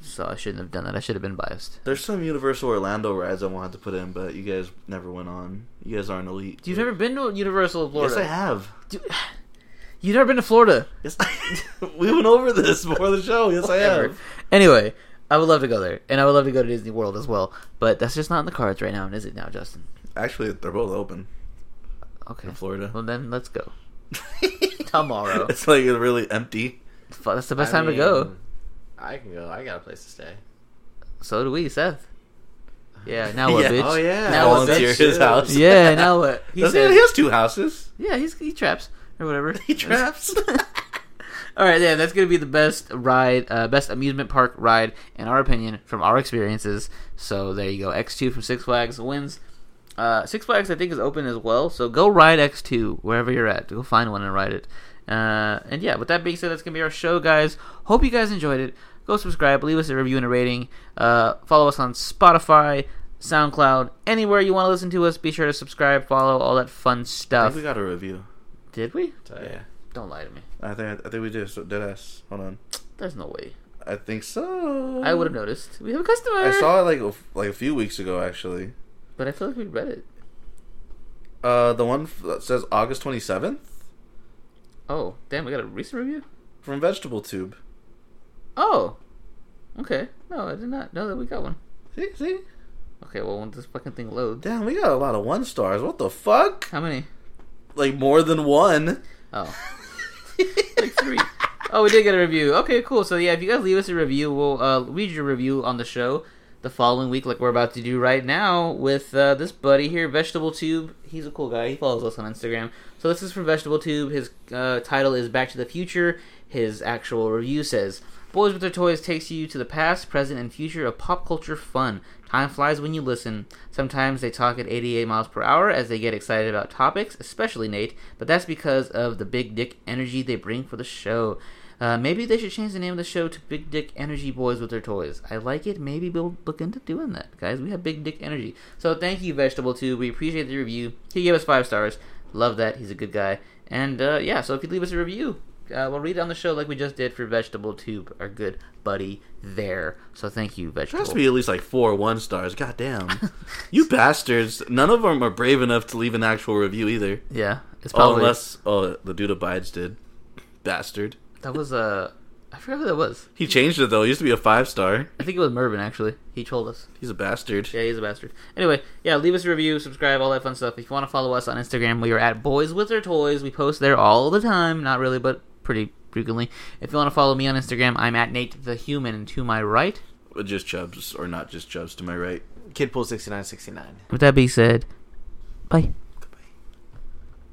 so I shouldn't have done that. I should have been biased. There's some Universal Orlando rides I wanted to put in, but you guys never went on. You guys aren't elite. You've never been to Universal Florida. Yes, I have. Dude, [sighs] you've never been to Florida. Yes, [laughs] we went over this before the show. Yes, I Ever. have. Anyway, I would love to go there, and I would love to go to Disney World as well. But that's just not in the cards right now, is it? Now, Justin. Actually, they're both open Okay. in Florida. [laughs] Well, then let's go. Tomorrow. It's like really empty. Fu- That's the best I time to go. mean, I can go. I got a place to stay. So do we, Seth. Yeah. [laughs] Now what, Yeah. bitch? Oh, yeah. Now what, Volunteer bitch? that's his true. house. Yeah. Now [laughs] what? He [laughs] Doesn't said. he has two houses. Yeah. He's he traps or whatever. [laughs] He traps. [laughs] All right, yeah, that's gonna be the best ride, uh, best amusement park ride in our opinion from our experiences. So there you go. X two from Six Flags wins. Uh, Six Flags I think is open as well, so go ride X two wherever you're at. Go find one and ride it. Uh, and yeah, with that being said, that's gonna be our show, guys. Hope you guys enjoyed it. Go subscribe, leave us a review and a rating. Uh, follow us on Spotify, SoundCloud, anywhere you want to listen to us. Be sure to subscribe, follow, all that fun I stuff. think we got a review. Did we? So, Yeah, Don't lie to me. I think I think we did. So did us. Hold on. There's no way. I think so. I would have noticed. We have a customer. I saw it like a, like a few weeks ago actually. but I feel like we read it. Uh, the one f- that says August 27th Oh, damn! We got a recent review. from Vegetable Tube. Oh, okay. No, I did not know that we got one. See, see, Okay, well, when this fucking thing loads, damn, we got a lot of one stars. What the fuck? how many? Like more than one. Oh, [laughs] like three. Oh, we did get a review. Okay, cool. So yeah, if you guys leave us a review, we'll uh, read your review on the show the following week, like we're about to do right now with uh, this buddy here, Vegetable Tube. He's a cool guy. He follows us on Instagram. So this is from Vegetable Tube. His uh, title is Back to the Future. His actual review says. Boys with Their Toys takes you to the past, present, and future of pop culture fun. Time flies when you listen. Sometimes they talk at 88 miles per hour as they get excited about topics, especially Nate, but that's because of the big dick energy they bring for the show. Uh, maybe they should change the name of the show to Big Dick Energy Boys with Their Toys. I like it. Maybe we'll look into doing that, guys. We have Big Dick Energy. So thank you, Vegetable Tube. We appreciate the review. He gave us five stars. Love that. He's a good guy. And uh, yeah, so if you leave us a review, uh, we'll read it on the show like we just did for Vegetable Tube, our good buddy there. So thank you, There Vegetable. has to be at least like four one stars. God damn, you bastards! None of them are brave enough to leave an actual review either. yeah, it's Oh, probably unless oh, the dude abides did, bastard. that was Uh, I forgot who that was. He changed it though. He used to be a five star. I think it was Mervin actually. He told us. He's a bastard. Yeah, he's a bastard. Anyway, yeah, leave us a review, subscribe, all that fun stuff. If you want to follow us on Instagram, we are at Boys With Their Toys. We post there all the time. Not really, but pretty frequently. If you want to follow me on Instagram, I'm at Nate the Human, and to my right. With Just chubs or not just chubs to my right. Kidpool6969. With that being said, bye.